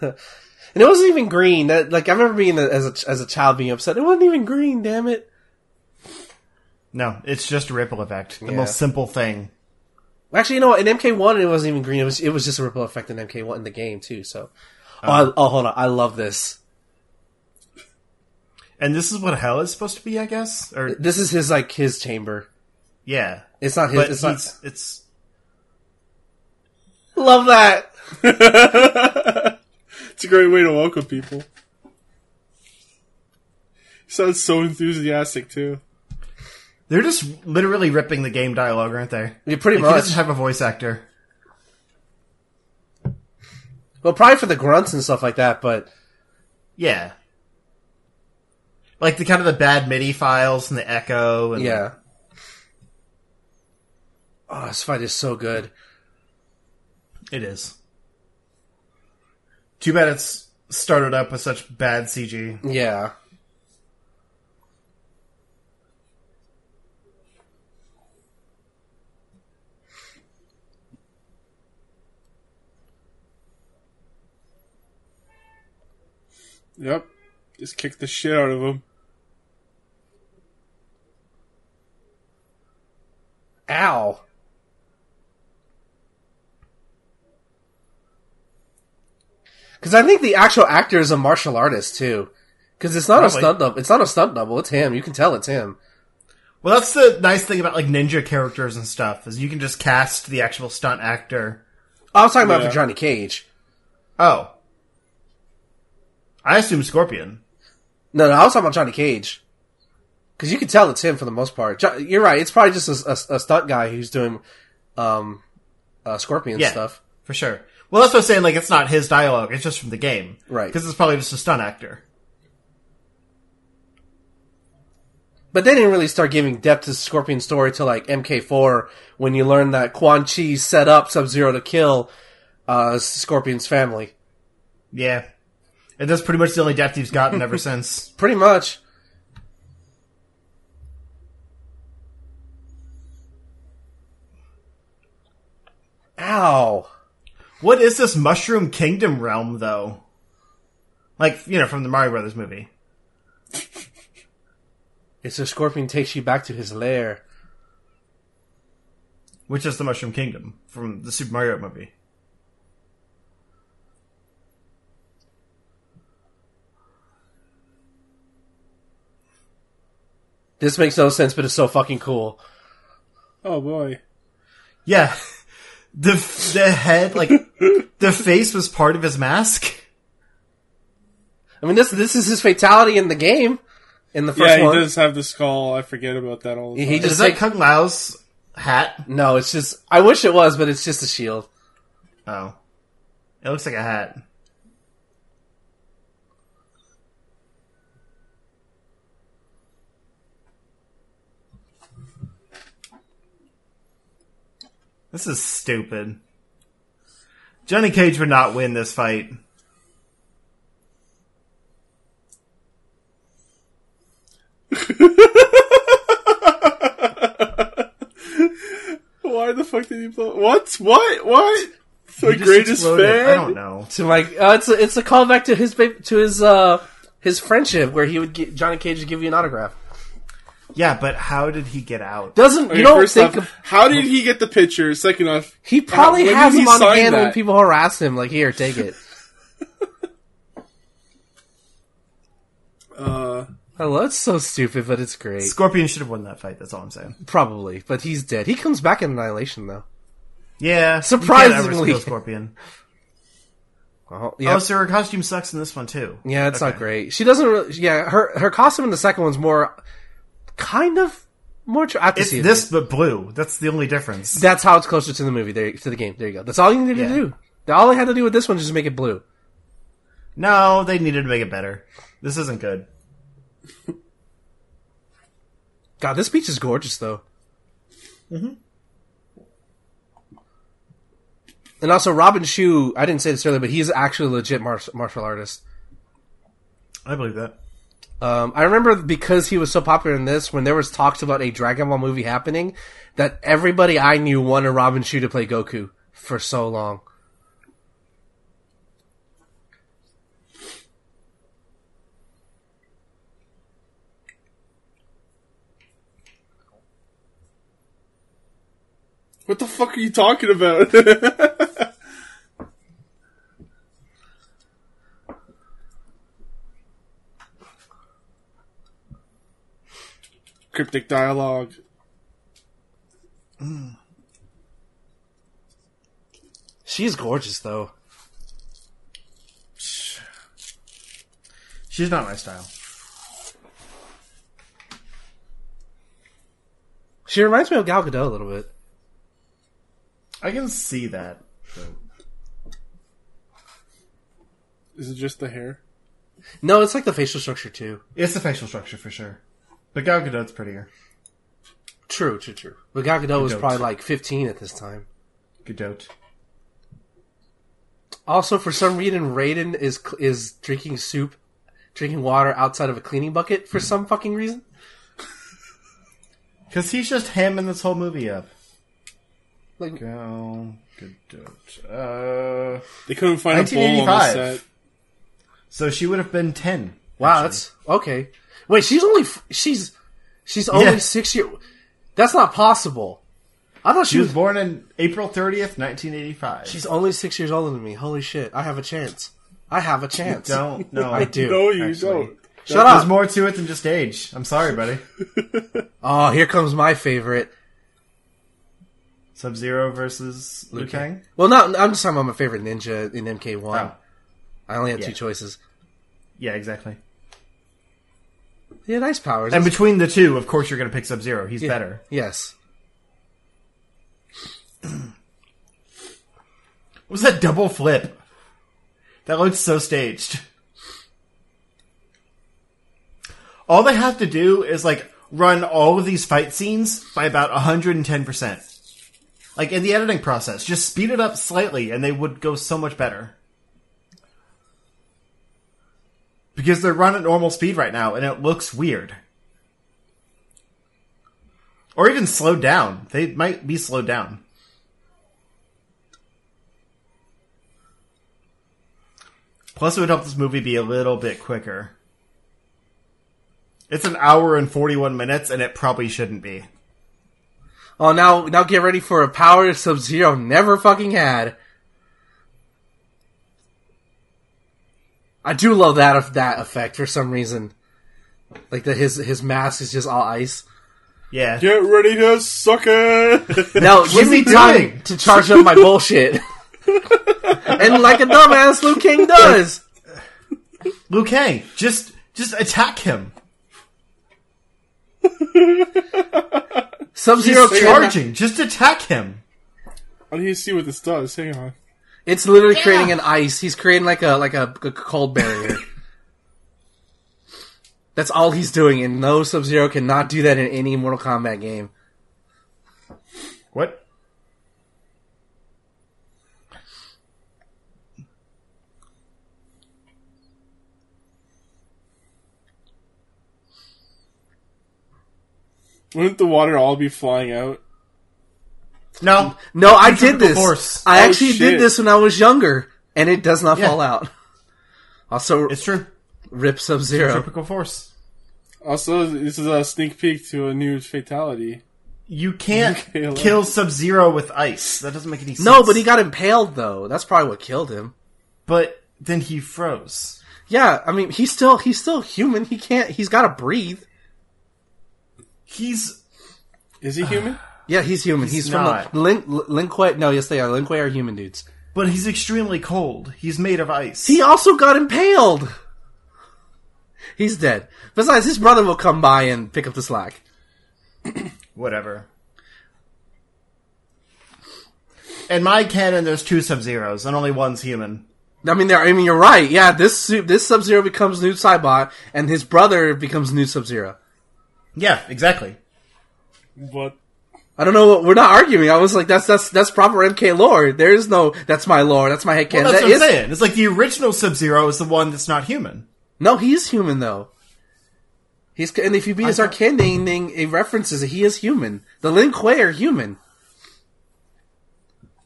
[SPEAKER 3] it wasn't even green. That, like, I remember being, a, as, a, as a child, being upset. It wasn't even green, damn it.
[SPEAKER 2] No, it's just a ripple effect. The
[SPEAKER 3] Yeah.
[SPEAKER 2] most simple thing.
[SPEAKER 3] Actually, you know what? In MK1, it wasn't even green. It was, it was just a ripple effect in MK1 oh, in the game, too, so. Oh, I, oh, hold on. I love this.
[SPEAKER 2] And this is what hell is supposed to be, I guess. Or
[SPEAKER 3] This is his like his chamber.
[SPEAKER 2] yeah,
[SPEAKER 3] It's not his.
[SPEAKER 2] but
[SPEAKER 3] it's
[SPEAKER 2] it's
[SPEAKER 3] not.
[SPEAKER 2] it's
[SPEAKER 3] Love that.
[SPEAKER 1] It's a great way to welcome people. Sounds so enthusiastic too.
[SPEAKER 2] they're just literally ripping the game dialogue, aren't they?
[SPEAKER 3] Yeah, pretty
[SPEAKER 2] Like, he
[SPEAKER 3] much.
[SPEAKER 2] doesn't have a voice actor.
[SPEAKER 3] well, probably for the grunts and stuff like that. But
[SPEAKER 2] Yeah. Like the kind of the bad MIDI files and the echo and
[SPEAKER 3] yeah. Oh, this fight is so good.
[SPEAKER 2] it is. Too bad it's started up with such bad CG.
[SPEAKER 3] Yeah.
[SPEAKER 1] Yep. Just kick the shit out of him.
[SPEAKER 3] Ow. Because I think the actual actor is a martial artist too. Because it's not
[SPEAKER 2] Probably.
[SPEAKER 3] a stunt double. It's not a stunt double. It's him. You can tell it's him.
[SPEAKER 2] Well, that's the nice thing about like ninja characters and stuff is you can just cast the actual stunt actor.
[SPEAKER 3] I was talking about
[SPEAKER 1] Yeah.
[SPEAKER 3] for Johnny Cage.
[SPEAKER 2] Oh. I assume Scorpion.
[SPEAKER 3] No, no, I was talking about Johnny Cage. Because you can tell it's him for the most part. Jo- You're right. It's probably just a, a- a stunt guy who's doing um, uh, scorpion
[SPEAKER 2] Yeah.
[SPEAKER 3] stuff.
[SPEAKER 2] For sure. Well, that's what I'm saying. Like, it's not his dialogue. It's just from the game.
[SPEAKER 3] Right.
[SPEAKER 2] Because it's probably just a stunt actor.
[SPEAKER 3] But they didn't really start giving depth to Scorpion's story till like MK4 when you learn that Quan Chi set up Sub Zero to kill uh, Scorpion's family.
[SPEAKER 2] Yeah. And that's pretty much the only depth he's gotten ever since.
[SPEAKER 3] Pretty much. Ow.
[SPEAKER 2] What is this Mushroom Kingdom realm, though? Like, you know, from the Mario Brothers movie.
[SPEAKER 3] It's a scorpion takes you back to his lair.
[SPEAKER 2] Which is the Mushroom Kingdom from the Super Mario movie.
[SPEAKER 3] This makes no sense, but it's so fucking cool.
[SPEAKER 1] Oh boy.
[SPEAKER 2] Yeah. The, the head, like, the face was part of his mask.
[SPEAKER 3] I mean, this this is his fatality in the game, in the first
[SPEAKER 1] yeah, he
[SPEAKER 3] one.
[SPEAKER 1] does have the skull. I forget about that all the
[SPEAKER 3] He
[SPEAKER 1] time.
[SPEAKER 3] just
[SPEAKER 2] Is that
[SPEAKER 3] take-
[SPEAKER 2] Kung Lao's hat?
[SPEAKER 3] No, it's just I wish it was, but it's just a shield.
[SPEAKER 2] Oh. It looks like a hat. This is stupid. Johnny Cage would not win this fight.
[SPEAKER 1] Why the fuck did he blow? What? What? What? The
[SPEAKER 2] He just
[SPEAKER 1] greatest
[SPEAKER 2] exploded.
[SPEAKER 1] fan.
[SPEAKER 2] I don't know.
[SPEAKER 3] to my uh, it's a, it's a callback to his ba- to his uh his friendship where he would get Johnny Cage to give you an autograph.
[SPEAKER 2] Yeah, but how did he get out?
[SPEAKER 3] Doesn't
[SPEAKER 1] Okay,
[SPEAKER 3] you don't
[SPEAKER 1] first
[SPEAKER 3] think
[SPEAKER 1] off,
[SPEAKER 3] of-
[SPEAKER 1] how did he get the picture? Second off,
[SPEAKER 3] he probably
[SPEAKER 1] when did
[SPEAKER 3] has
[SPEAKER 1] he
[SPEAKER 3] him on
[SPEAKER 1] sign
[SPEAKER 3] hand when
[SPEAKER 1] that?
[SPEAKER 3] people harass him like here take it.
[SPEAKER 1] uh,
[SPEAKER 3] I love it's so stupid but it's great.
[SPEAKER 2] Scorpion should have won that fight. That's all I'm saying.
[SPEAKER 3] Probably, but he's dead. He comes back in Annihilation though.
[SPEAKER 2] Yeah, you can't ever
[SPEAKER 3] Surprisingly.
[SPEAKER 2] steal Scorpion.
[SPEAKER 3] Oh,
[SPEAKER 2] Oh,
[SPEAKER 3] yeah.
[SPEAKER 2] so her costume sucks in this one too.
[SPEAKER 3] yeah, it's not great. She doesn't really yeah, her her costume in the second one's more kind of more tr- I have to
[SPEAKER 2] It's
[SPEAKER 3] see it
[SPEAKER 2] this but blue. That's the only difference.
[SPEAKER 3] That's how it's closer to the movie. There, to the game. There you go. That's all you needed
[SPEAKER 2] Yeah.
[SPEAKER 3] to do. All I had to do with this one is just make it blue.
[SPEAKER 2] No, they needed to make it better. This isn't good.
[SPEAKER 3] God, this beach is gorgeous though. Mm-hmm. And also, Robin Shu. I didn't say this earlier, but he's actually a legit mar- martial artist.
[SPEAKER 2] I believe that.
[SPEAKER 3] Um, I remember because he was so popular in this, when there was talks about a Dragon Ball movie happening, that everybody I knew wanted Robin Shu to play Goku for so long.
[SPEAKER 1] what the fuck are you talking about? cryptic dialogue.
[SPEAKER 3] She's gorgeous though.
[SPEAKER 2] She's not my style.
[SPEAKER 3] She reminds me of Gal Gadot a little bit.
[SPEAKER 2] I can see that.
[SPEAKER 1] Is it just the hair?
[SPEAKER 3] No, it's like the facial structure too.
[SPEAKER 2] It's the facial structure for sure. But Gal Gadot's prettier.
[SPEAKER 3] True, true, true. But Gal Gadot was
[SPEAKER 2] Gadot.
[SPEAKER 3] probably like 15 at this time.
[SPEAKER 2] Gadot.
[SPEAKER 3] Also, for some reason, Raiden is is drinking soup, drinking water outside of a cleaning bucket
[SPEAKER 2] Hmm.
[SPEAKER 3] for some fucking reason.
[SPEAKER 2] Because he's just hamming this whole movie up.
[SPEAKER 3] Like,
[SPEAKER 2] Gal Gadot. Uh,
[SPEAKER 1] They couldn't find a bowl on the
[SPEAKER 2] 1985.
[SPEAKER 1] set.
[SPEAKER 2] so she would have been 10.
[SPEAKER 3] wow, that's okay. Wait, she's only f- she's she's only
[SPEAKER 2] Yeah.
[SPEAKER 3] six year. That's not possible. I thought she,
[SPEAKER 2] She
[SPEAKER 3] was.
[SPEAKER 2] was born in April 30th, 1985.
[SPEAKER 3] She's only six years older than me. Holy shit! I have a chance. I have a chance.
[SPEAKER 2] don't know.
[SPEAKER 3] I do.
[SPEAKER 1] No, you
[SPEAKER 2] Actually.
[SPEAKER 1] don't.
[SPEAKER 3] Shut
[SPEAKER 2] There's
[SPEAKER 3] up.
[SPEAKER 2] more to it than just age. I'm sorry, buddy.
[SPEAKER 3] oh, here comes my favorite.
[SPEAKER 2] Sub Zero versus Liu Kang.
[SPEAKER 3] Well, not. I'm just talking about my favorite ninja in MK1.
[SPEAKER 2] Oh,
[SPEAKER 3] I only have
[SPEAKER 2] yeah.
[SPEAKER 3] two choices.
[SPEAKER 2] yeah, exactly.
[SPEAKER 3] Yeah, nice powers.
[SPEAKER 2] And between the two, of course, you're going to pick Sub Zero. He's
[SPEAKER 3] Yeah.
[SPEAKER 2] better.
[SPEAKER 3] Yes.
[SPEAKER 2] What was that double flip? That looks so staged. All they have to do is like run all of these fight scenes by about 110%. Like in the editing process, just speed it up slightly and they would go so much better. Because they're run at normal speed right now and it looks weird. Or even slowed down. They might be slowed down. Plus, it would help this movie be a little bit quicker. It's an hour and 41 minutes, and it probably shouldn't be.
[SPEAKER 3] Oh, now now get ready for a power Sub Zero never fucking had. I do love that of that effect for some reason. Like that his his mask is just all ice.
[SPEAKER 2] Yeah.
[SPEAKER 1] Get ready to suck it.
[SPEAKER 3] Now give
[SPEAKER 2] he
[SPEAKER 3] me time
[SPEAKER 2] doing?
[SPEAKER 3] to charge up my bullshit. and like a dumbass, Luke King does.
[SPEAKER 2] Liu Kang, just, just attack him.
[SPEAKER 3] Sub Zero
[SPEAKER 2] He's charging. Just attack him.
[SPEAKER 1] I need to see what this does. Hang on.
[SPEAKER 3] It's literally creating an ice. He's creating like a like a, a cold barrier. That's all he's doing, and no Sub Zero cannot do that in any Mortal Kombat game.
[SPEAKER 2] What?
[SPEAKER 1] Wouldn't the water all be flying out?
[SPEAKER 2] No.
[SPEAKER 3] No, I did
[SPEAKER 2] Centrifugal
[SPEAKER 3] this.
[SPEAKER 2] force.
[SPEAKER 3] I
[SPEAKER 1] Oh,
[SPEAKER 3] actually
[SPEAKER 1] shit.
[SPEAKER 3] did this when I was younger, and it does not
[SPEAKER 2] Yeah.
[SPEAKER 3] fall out. Also,
[SPEAKER 2] It's true.
[SPEAKER 3] rip Sub Zero.
[SPEAKER 2] Tropical force.
[SPEAKER 1] Also, this is a sneak peek to a new fatality.
[SPEAKER 2] You can't
[SPEAKER 1] Caleb.
[SPEAKER 2] kill Sub Zero with ice. That doesn't make any sense.
[SPEAKER 3] No, but he got impaled though. That's probably what killed him.
[SPEAKER 2] But then he froze.
[SPEAKER 3] Yeah, I mean, he's still he's still human. He can't. He's got to breathe.
[SPEAKER 2] He's
[SPEAKER 1] Is he human?
[SPEAKER 3] Yeah, he's human. He's, from
[SPEAKER 2] not.
[SPEAKER 3] the Lin Lin Kuei- No, yes, they are. Lin Kuei are human dudes.
[SPEAKER 2] but he's extremely cold. He's made of ice.
[SPEAKER 3] He also got impaled. He's dead. Besides, his brother will come by and pick up the slack.
[SPEAKER 2] whatever. In my canon, there's two Sub Zeros, and only one's human.
[SPEAKER 3] I mean, there. I mean, you're right. Yeah, this Su- this Sub Zero becomes new Saibot, and his brother becomes new Sub Zero.
[SPEAKER 2] Yeah, exactly.
[SPEAKER 1] What?
[SPEAKER 3] I don't know. what We're not arguing. I was like, that's that's that's proper MK lore. There is no. That's my lore. That's my headcanon.
[SPEAKER 2] Well, that's
[SPEAKER 3] That is-
[SPEAKER 2] what I'm saying. It's like the original Sub Zero is the one that's not human.
[SPEAKER 3] No, he is human though. He's and if you beat his
[SPEAKER 2] thought-
[SPEAKER 3] arcane naming, it references that he is human. The Lin Kuei are human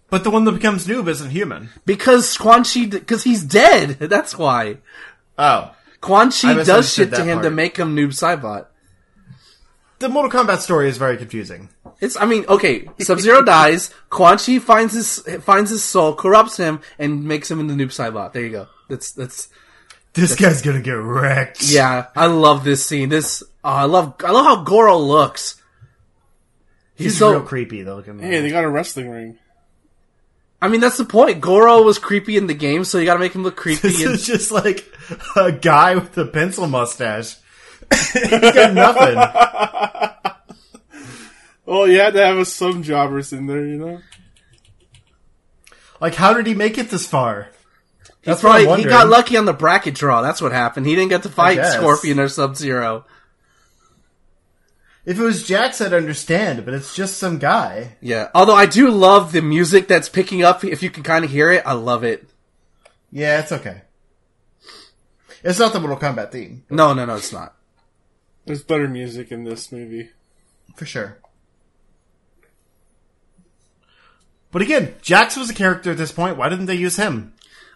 [SPEAKER 2] But the one that becomes noob isn't human.
[SPEAKER 3] because Quan Chi because he's dead. That's why
[SPEAKER 2] Oh.
[SPEAKER 3] Quan Chi
[SPEAKER 2] I
[SPEAKER 3] does
[SPEAKER 2] misunderstood
[SPEAKER 3] shit to
[SPEAKER 2] that
[SPEAKER 3] him to
[SPEAKER 2] part.
[SPEAKER 3] make him noob Saibot.
[SPEAKER 2] The Mortal Kombat story is very confusing.
[SPEAKER 3] It's. I mean, okay. Sub Zero dies. Quan Chi finds his finds his soul, corrupts him, and makes him into Noob Saibot. There you go. That's that's
[SPEAKER 2] This guy's gonna get wrecked.
[SPEAKER 3] Yeah, I love this scene. This oh, I love I love how Goro looks.
[SPEAKER 2] he's,
[SPEAKER 3] He's so
[SPEAKER 2] real creepy though. Look at
[SPEAKER 1] Hey, they got a wrestling ring.
[SPEAKER 3] I mean that's the point. Goro was creepy in the game, so you got to make him look
[SPEAKER 2] This
[SPEAKER 3] creepy. and,
[SPEAKER 2] is just like a guy with a pencil mustache. he's got nothing.
[SPEAKER 1] Well, Oh, you had to have some jobbers in there, you know.
[SPEAKER 2] Like, how did he make it this far?
[SPEAKER 3] that's
[SPEAKER 2] what I'm
[SPEAKER 3] right. He
[SPEAKER 2] wondering.
[SPEAKER 3] got lucky on the bracket draw. That's what happened. He didn't get to fight
[SPEAKER 2] guess.
[SPEAKER 3] Scorpion or Sub Zero.
[SPEAKER 2] If it was Jax, I'd understand, but it's just some guy.
[SPEAKER 3] Yeah. Although I do love the music that's picking up. If you can kind of hear it, I love it.
[SPEAKER 2] Yeah, it's okay. It's not the Mortal Kombat theme
[SPEAKER 3] No, no, no, it's not.
[SPEAKER 1] There's better music in this movie.
[SPEAKER 2] for sure. But again, Jax was a character at this point. Why didn't they use him?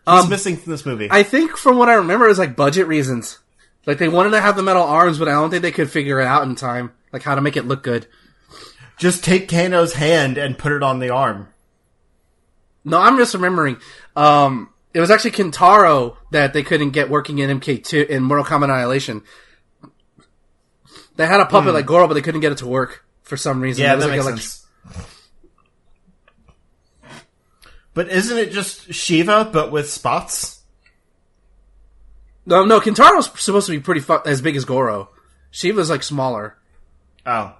[SPEAKER 2] He's
[SPEAKER 3] Um,
[SPEAKER 2] missing from this movie.
[SPEAKER 3] I think from what I remember, it was like budget reasons. Like they wanted to have the metal arms, but I don't think they could figure it out in time, like how to make it look good.
[SPEAKER 2] Just take Kano's hand and put it on the arm.
[SPEAKER 3] No, I'm just remembering. Um, it was actually Kintaro that they couldn't get working in MK2 in Mortal Kombat Annihilation. They had a puppet like Goro, but they couldn't get it to work for some reason. It was like elect-
[SPEAKER 2] But isn't it just Shiva but with spots?
[SPEAKER 3] No, no, Kintaro's supposed to be pretty fu- as big as Goro. Shiva's like smaller.
[SPEAKER 2] Oh.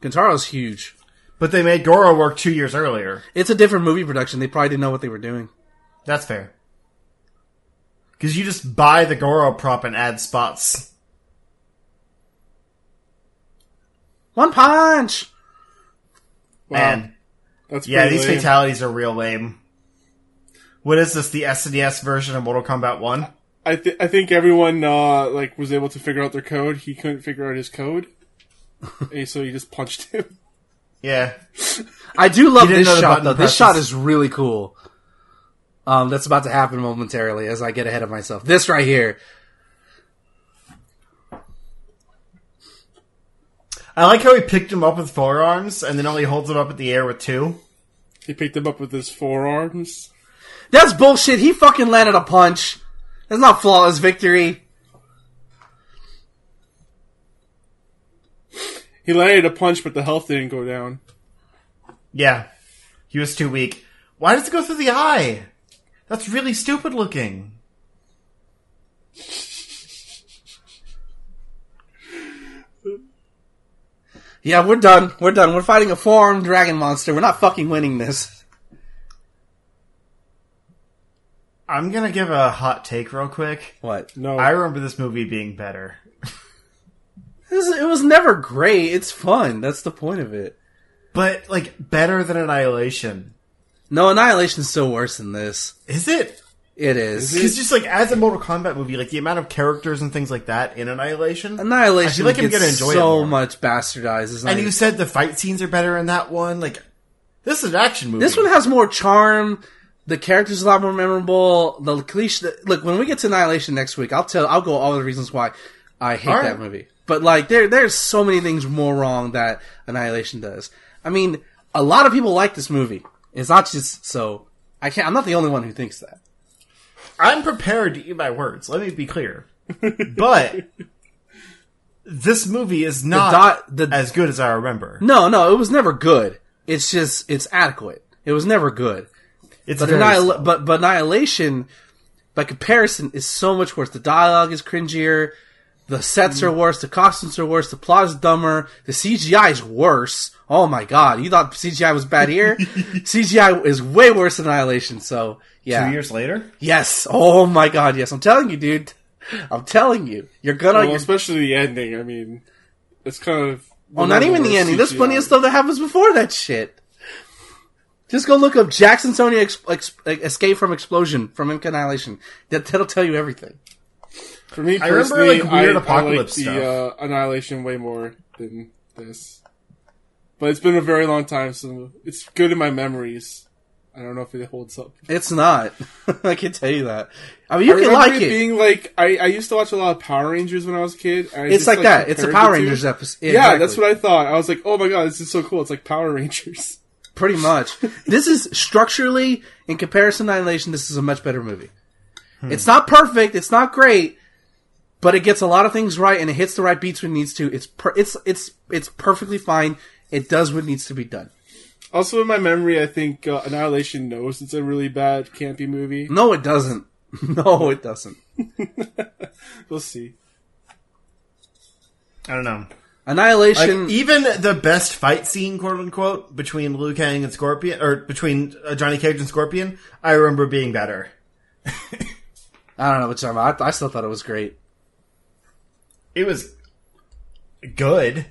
[SPEAKER 3] Kintaro's huge.
[SPEAKER 2] But they made Goro work two years earlier.
[SPEAKER 3] It's a different movie production. They probably didn't know what they were doing.
[SPEAKER 2] That's fair. Because you just buy the Goro prop and add spots.
[SPEAKER 3] One punch.
[SPEAKER 1] Wow,
[SPEAKER 2] Man.
[SPEAKER 1] that's
[SPEAKER 2] Yeah,
[SPEAKER 1] pretty
[SPEAKER 2] these
[SPEAKER 1] lame.
[SPEAKER 2] fatalities are real lame. What is this? The SNES version of Mortal Kombat One?
[SPEAKER 1] I th- I think everyone uh, like was able to figure out their code. He couldn't figure out his code, and so he just punched him.
[SPEAKER 2] Yeah,
[SPEAKER 3] I do love
[SPEAKER 2] You didn't
[SPEAKER 3] this
[SPEAKER 2] know the
[SPEAKER 3] shot
[SPEAKER 2] button
[SPEAKER 3] though. This
[SPEAKER 2] presses.
[SPEAKER 3] shot is really cool. Um, that's about to happen momentarily as I get ahead of myself. This right here.
[SPEAKER 2] I like how he picked him up with forearms and then only holds him up in the air with two.
[SPEAKER 1] He picked him up with his forearms.
[SPEAKER 3] That's bullshit. He fucking landed a punch. That's not flawless victory.
[SPEAKER 1] He landed a punch, but the health didn't go down.
[SPEAKER 2] Yeah, he was too weak. Why does it go through the eye? That's really stupid looking.
[SPEAKER 3] Yeah, we're done. We're done. We're fighting a four-armed dragon monster. We're not fucking winning this.
[SPEAKER 2] I'm gonna give a hot take real quick.
[SPEAKER 3] What?
[SPEAKER 1] No,
[SPEAKER 2] I remember this movie being better.
[SPEAKER 3] This, it was never great. It's fun. That's the point of it.
[SPEAKER 2] But, like, better than Annihilation.
[SPEAKER 3] No, Annihilation's still worse than this.
[SPEAKER 2] Is it?
[SPEAKER 3] It is.
[SPEAKER 2] Because just, like, as a Mortal Kombat movie, like, the amount of characters and things like that in Annihilation. I
[SPEAKER 3] Annihilation
[SPEAKER 2] feel like I'm
[SPEAKER 3] gets
[SPEAKER 2] gonna enjoy it
[SPEAKER 3] so
[SPEAKER 2] more.
[SPEAKER 3] much bastardized. It's
[SPEAKER 2] And
[SPEAKER 3] like-
[SPEAKER 2] you said the fight scenes are better in that one. Like, this is an action movie.
[SPEAKER 3] This one has more charm. The characters a lot more memorable. The cliche. Look, when we get to Annihilation next week, I'll tell. I'll go all the reasons why I hate
[SPEAKER 2] All
[SPEAKER 3] that
[SPEAKER 2] right.
[SPEAKER 3] movie. But like, there there's so many things more wrong that Annihilation does. I mean, a lot of people like this movie. It's not just so. I can't. I'm not the only one who thinks that.
[SPEAKER 2] I'm prepared to eat my words. Let me be clear. But this movie is not
[SPEAKER 3] dot- the-
[SPEAKER 2] as good as I remember.
[SPEAKER 3] No, no, it was never good. It's just it's adequate. It was never good.
[SPEAKER 2] It's
[SPEAKER 3] But,
[SPEAKER 2] very
[SPEAKER 3] annihil- but but annihilation, by comparison, is so much worse. The dialogue is cringier. The sets are worse. The costumes are worse. The plot is dumber. The CGI is worse. Oh my god! You thought CGI was bad here? CGI is way worse than Annihilation. So
[SPEAKER 2] two
[SPEAKER 3] yeah,
[SPEAKER 2] years later.
[SPEAKER 3] yes. Oh my god, yes. I'm telling you, dude. I'm telling you, you're gonna.
[SPEAKER 1] well,
[SPEAKER 3] you're-
[SPEAKER 1] especially the ending. I mean, it's kind of.
[SPEAKER 3] oh, not even the ending. There's plenty of stuff that happens before that shit. Just go look up Jackson Sony ex- ex- Escape from Explosion from MK Annihilation. That, that'll tell you everything.
[SPEAKER 1] For me
[SPEAKER 2] I remember,
[SPEAKER 1] personally, I
[SPEAKER 2] like, weird
[SPEAKER 1] I
[SPEAKER 2] apocalypse
[SPEAKER 1] like the
[SPEAKER 2] stuff.
[SPEAKER 1] uh, Annihilation way more than this. But it's been a very long time, so it's good in my memories. I don't know if it holds up.
[SPEAKER 3] It's not. I can tell you that. I mean, you can
[SPEAKER 1] remember
[SPEAKER 3] like it.
[SPEAKER 1] being like I, I used to watch a lot of Power Rangers when I was a kid. and I
[SPEAKER 3] it's
[SPEAKER 1] just,
[SPEAKER 3] like, that. It's a
[SPEAKER 1] compared
[SPEAKER 3] Power
[SPEAKER 1] the two.
[SPEAKER 3] Rangers episode.
[SPEAKER 1] Yeah, that's what I thought. I was like, oh my god, this is so cool. It's like Power Rangers.
[SPEAKER 3] pretty much. this is structurally, in comparison to Annihilation, this is a much better movie.
[SPEAKER 2] Hmm.
[SPEAKER 3] It's not perfect. It's not great, but it gets a lot of things right and it hits the right beats when it needs to. It's per- it's it's it's perfectly fine. It does what needs to be done.
[SPEAKER 1] Also, in my memory, I think uh, Annihilation knows it's a really bad campy movie.
[SPEAKER 3] No, it doesn't. No, it doesn't.
[SPEAKER 1] We'll see.
[SPEAKER 2] I don't know. Like, e-
[SPEAKER 3] Annihilation.
[SPEAKER 2] even the best fight scene, quote unquote, between Liu Kang and Scorpion, or between uh, Johnny Cage and Scorpion, I remember being better.
[SPEAKER 3] I don't know what you're talking about. I, I still thought it was great.
[SPEAKER 2] It was good.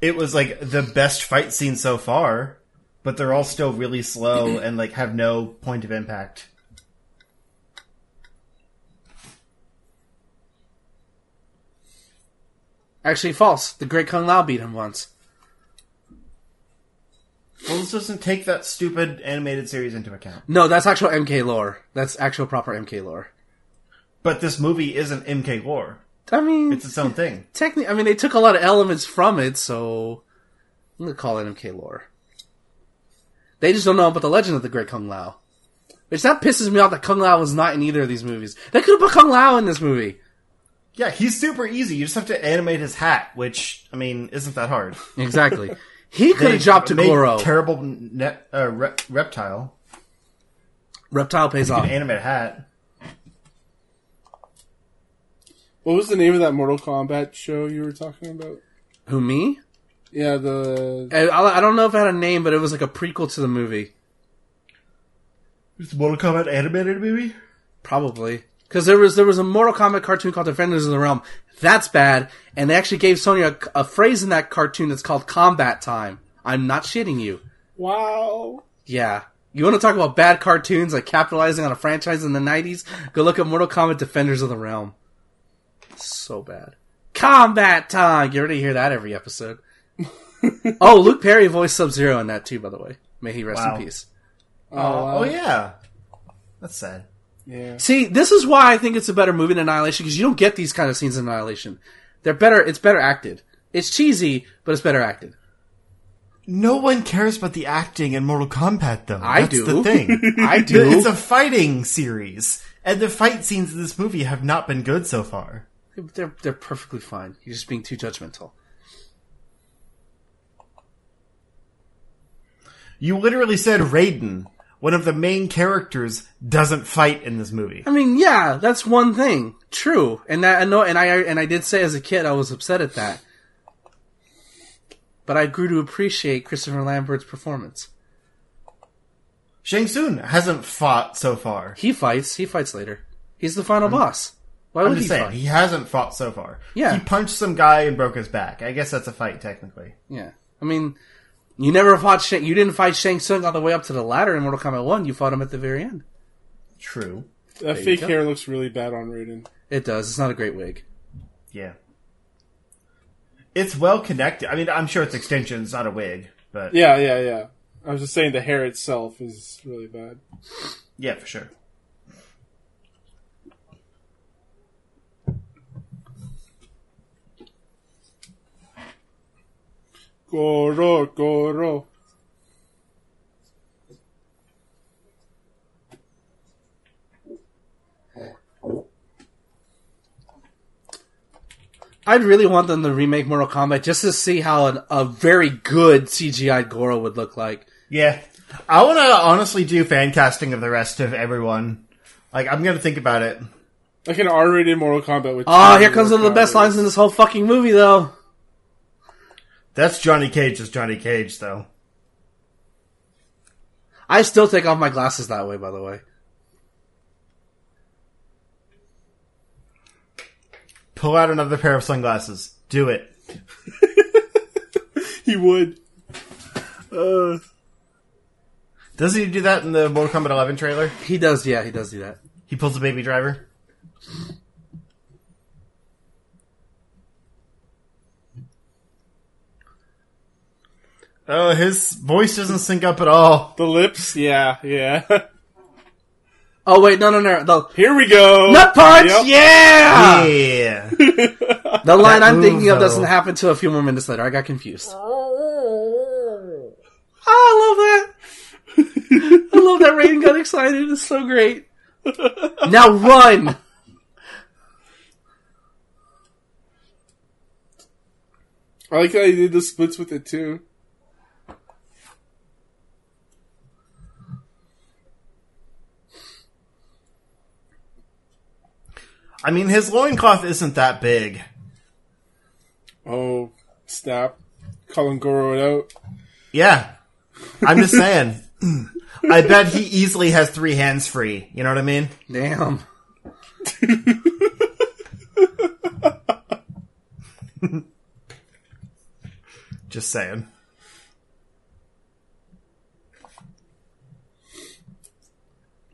[SPEAKER 2] It was like the best fight scene so far, but they're all still really slow
[SPEAKER 3] Mm-hmm.
[SPEAKER 2] and like have no point of impact.
[SPEAKER 3] Actually, false. The Great Kung Lao beat him once.
[SPEAKER 2] Well, this doesn't take that stupid animated series into account.
[SPEAKER 3] No, that's actual MK lore. That's actual proper MK lore.
[SPEAKER 2] But this movie isn't MK lore.
[SPEAKER 3] I mean,
[SPEAKER 2] It's its own thing.
[SPEAKER 3] technically, I mean, they took a lot of elements from it, so I'm gonna call it MK lore. They just don't know about the legend of the Great Kung Lao, which that pisses me off that Kung Lao was not in either of these movies. They could have put Kung Lao in this movie.
[SPEAKER 2] Yeah, he's super easy. You just have to animate his hat, which, I mean, isn't that hard.
[SPEAKER 3] Exactly. He could
[SPEAKER 2] They
[SPEAKER 3] have dropped to
[SPEAKER 2] made
[SPEAKER 3] Goro.
[SPEAKER 2] Terrible ne- uh, rep- reptile.
[SPEAKER 3] Reptile pays off.
[SPEAKER 2] An animate hat.
[SPEAKER 1] What was the name of that Mortal Kombat show you were talking about?
[SPEAKER 3] Who me?
[SPEAKER 1] Yeah, the
[SPEAKER 3] I, I I don't know if it had a name, but it was like a prequel to the movie,
[SPEAKER 2] It's Mortal Kombat animated movie.
[SPEAKER 3] probably. Because there was there was a Mortal Kombat cartoon called Defenders of the Realm. That's bad, and they actually gave Sony a, a phrase in that cartoon that's called combat time. I'm not shitting you.
[SPEAKER 1] wow.
[SPEAKER 3] Yeah. You want to talk about bad cartoons like capitalizing on a franchise in the 90s? Go look at Mortal Kombat Defenders of the Realm. So bad. Combat time! You already hear that every episode. oh, Luke Perry voiced Sub Zero in that too, by the way. May he rest
[SPEAKER 2] Wow.
[SPEAKER 3] in peace.
[SPEAKER 1] Oh,
[SPEAKER 2] oh yeah, that's sad.
[SPEAKER 1] yeah.
[SPEAKER 3] See, this is why I think it's a better movie than Annihilation because you don't get these kind of scenes in Annihilation. They're better, it's better acted. It's cheesy, but it's better acted.
[SPEAKER 2] No one cares about the acting in Mortal Kombat, though.
[SPEAKER 3] I
[SPEAKER 2] that's
[SPEAKER 3] do.
[SPEAKER 2] the thing.
[SPEAKER 3] I do.
[SPEAKER 2] it's a fighting series, and the fight scenes in this movie have not been good so far.
[SPEAKER 3] They're they're perfectly fine. You're just being too judgmental.
[SPEAKER 2] You literally said Raiden, one of the main characters, doesn't fight in this movie.
[SPEAKER 3] I mean, yeah, that's one thing. True, and that I know, and I and I did say as a kid I was upset at that, but I grew to appreciate Christopher Lambert's performance.
[SPEAKER 2] Shang Tsung hasn't fought so far.
[SPEAKER 3] He fights. He fights later. He's the final boss. Why
[SPEAKER 2] I'm
[SPEAKER 3] would he
[SPEAKER 2] just saying,
[SPEAKER 3] fight?
[SPEAKER 2] he hasn't fought so far.
[SPEAKER 3] Yeah.
[SPEAKER 2] He punched some guy and broke his back. I guess that's a fight, technically.
[SPEAKER 3] Yeah, I mean, you never fought. Shang, you didn't fight Shang Tsung all the way up to the ladder in Mortal Kombat One. You fought him at the very end.
[SPEAKER 2] True.
[SPEAKER 1] That
[SPEAKER 3] you
[SPEAKER 1] fake
[SPEAKER 3] go.
[SPEAKER 1] hair looks really bad on Raiden.
[SPEAKER 3] It does. It's not a great wig.
[SPEAKER 2] Yeah. It's well connected. I mean, I'm sure it's extensions, not a wig, but yeah,
[SPEAKER 1] Yeah, yeah, yeah. I was just saying the hair itself is really bad.
[SPEAKER 2] for sure.
[SPEAKER 1] Goro, Goro.
[SPEAKER 3] I'd really want them to remake Mortal Kombat just to see how an, a very good CGI Goro would look like.
[SPEAKER 2] Yeah. I want to honestly do fan casting of the rest of everyone. Like, I'm going to think about it.
[SPEAKER 1] Like an R-rated Mortal Kombat with.
[SPEAKER 3] Ah,
[SPEAKER 1] two
[SPEAKER 3] here comes one of the best
[SPEAKER 1] Mortal
[SPEAKER 3] lines in this whole fucking movie, though.
[SPEAKER 2] That's Johnny Cage as Johnny Cage, though.
[SPEAKER 3] I still take off my glasses that way, by the way.
[SPEAKER 2] Pull out another pair of sunglasses. Do it.
[SPEAKER 1] Kombat. He would.
[SPEAKER 2] Doesn't he do that in the Mortal Kombat 11 trailer?
[SPEAKER 3] He does, yeah, he does do that.
[SPEAKER 2] He pulls a baby driver. Oh, his voice doesn't sync up at all.
[SPEAKER 1] The lips, yeah, yeah.
[SPEAKER 3] Oh wait, no, no, no, the
[SPEAKER 1] here we go.
[SPEAKER 3] nut punch,
[SPEAKER 1] Yep.
[SPEAKER 3] yeah.
[SPEAKER 2] Yeah.
[SPEAKER 3] The line I'm
[SPEAKER 2] move,
[SPEAKER 3] thinking of
[SPEAKER 2] though.
[SPEAKER 3] doesn't happen till a few more minutes later. I got confused. Ah, I love that. I love that Raiden got excited. It's so great. Now run!
[SPEAKER 1] I like how they did the splits with it too.
[SPEAKER 2] I mean, his loincloth isn't that big.
[SPEAKER 1] Oh, snap. Colin Goro it out.
[SPEAKER 2] Yeah. I'm just saying. I bet he easily has three hands free. You know what I mean?
[SPEAKER 3] Damn.
[SPEAKER 2] Just saying.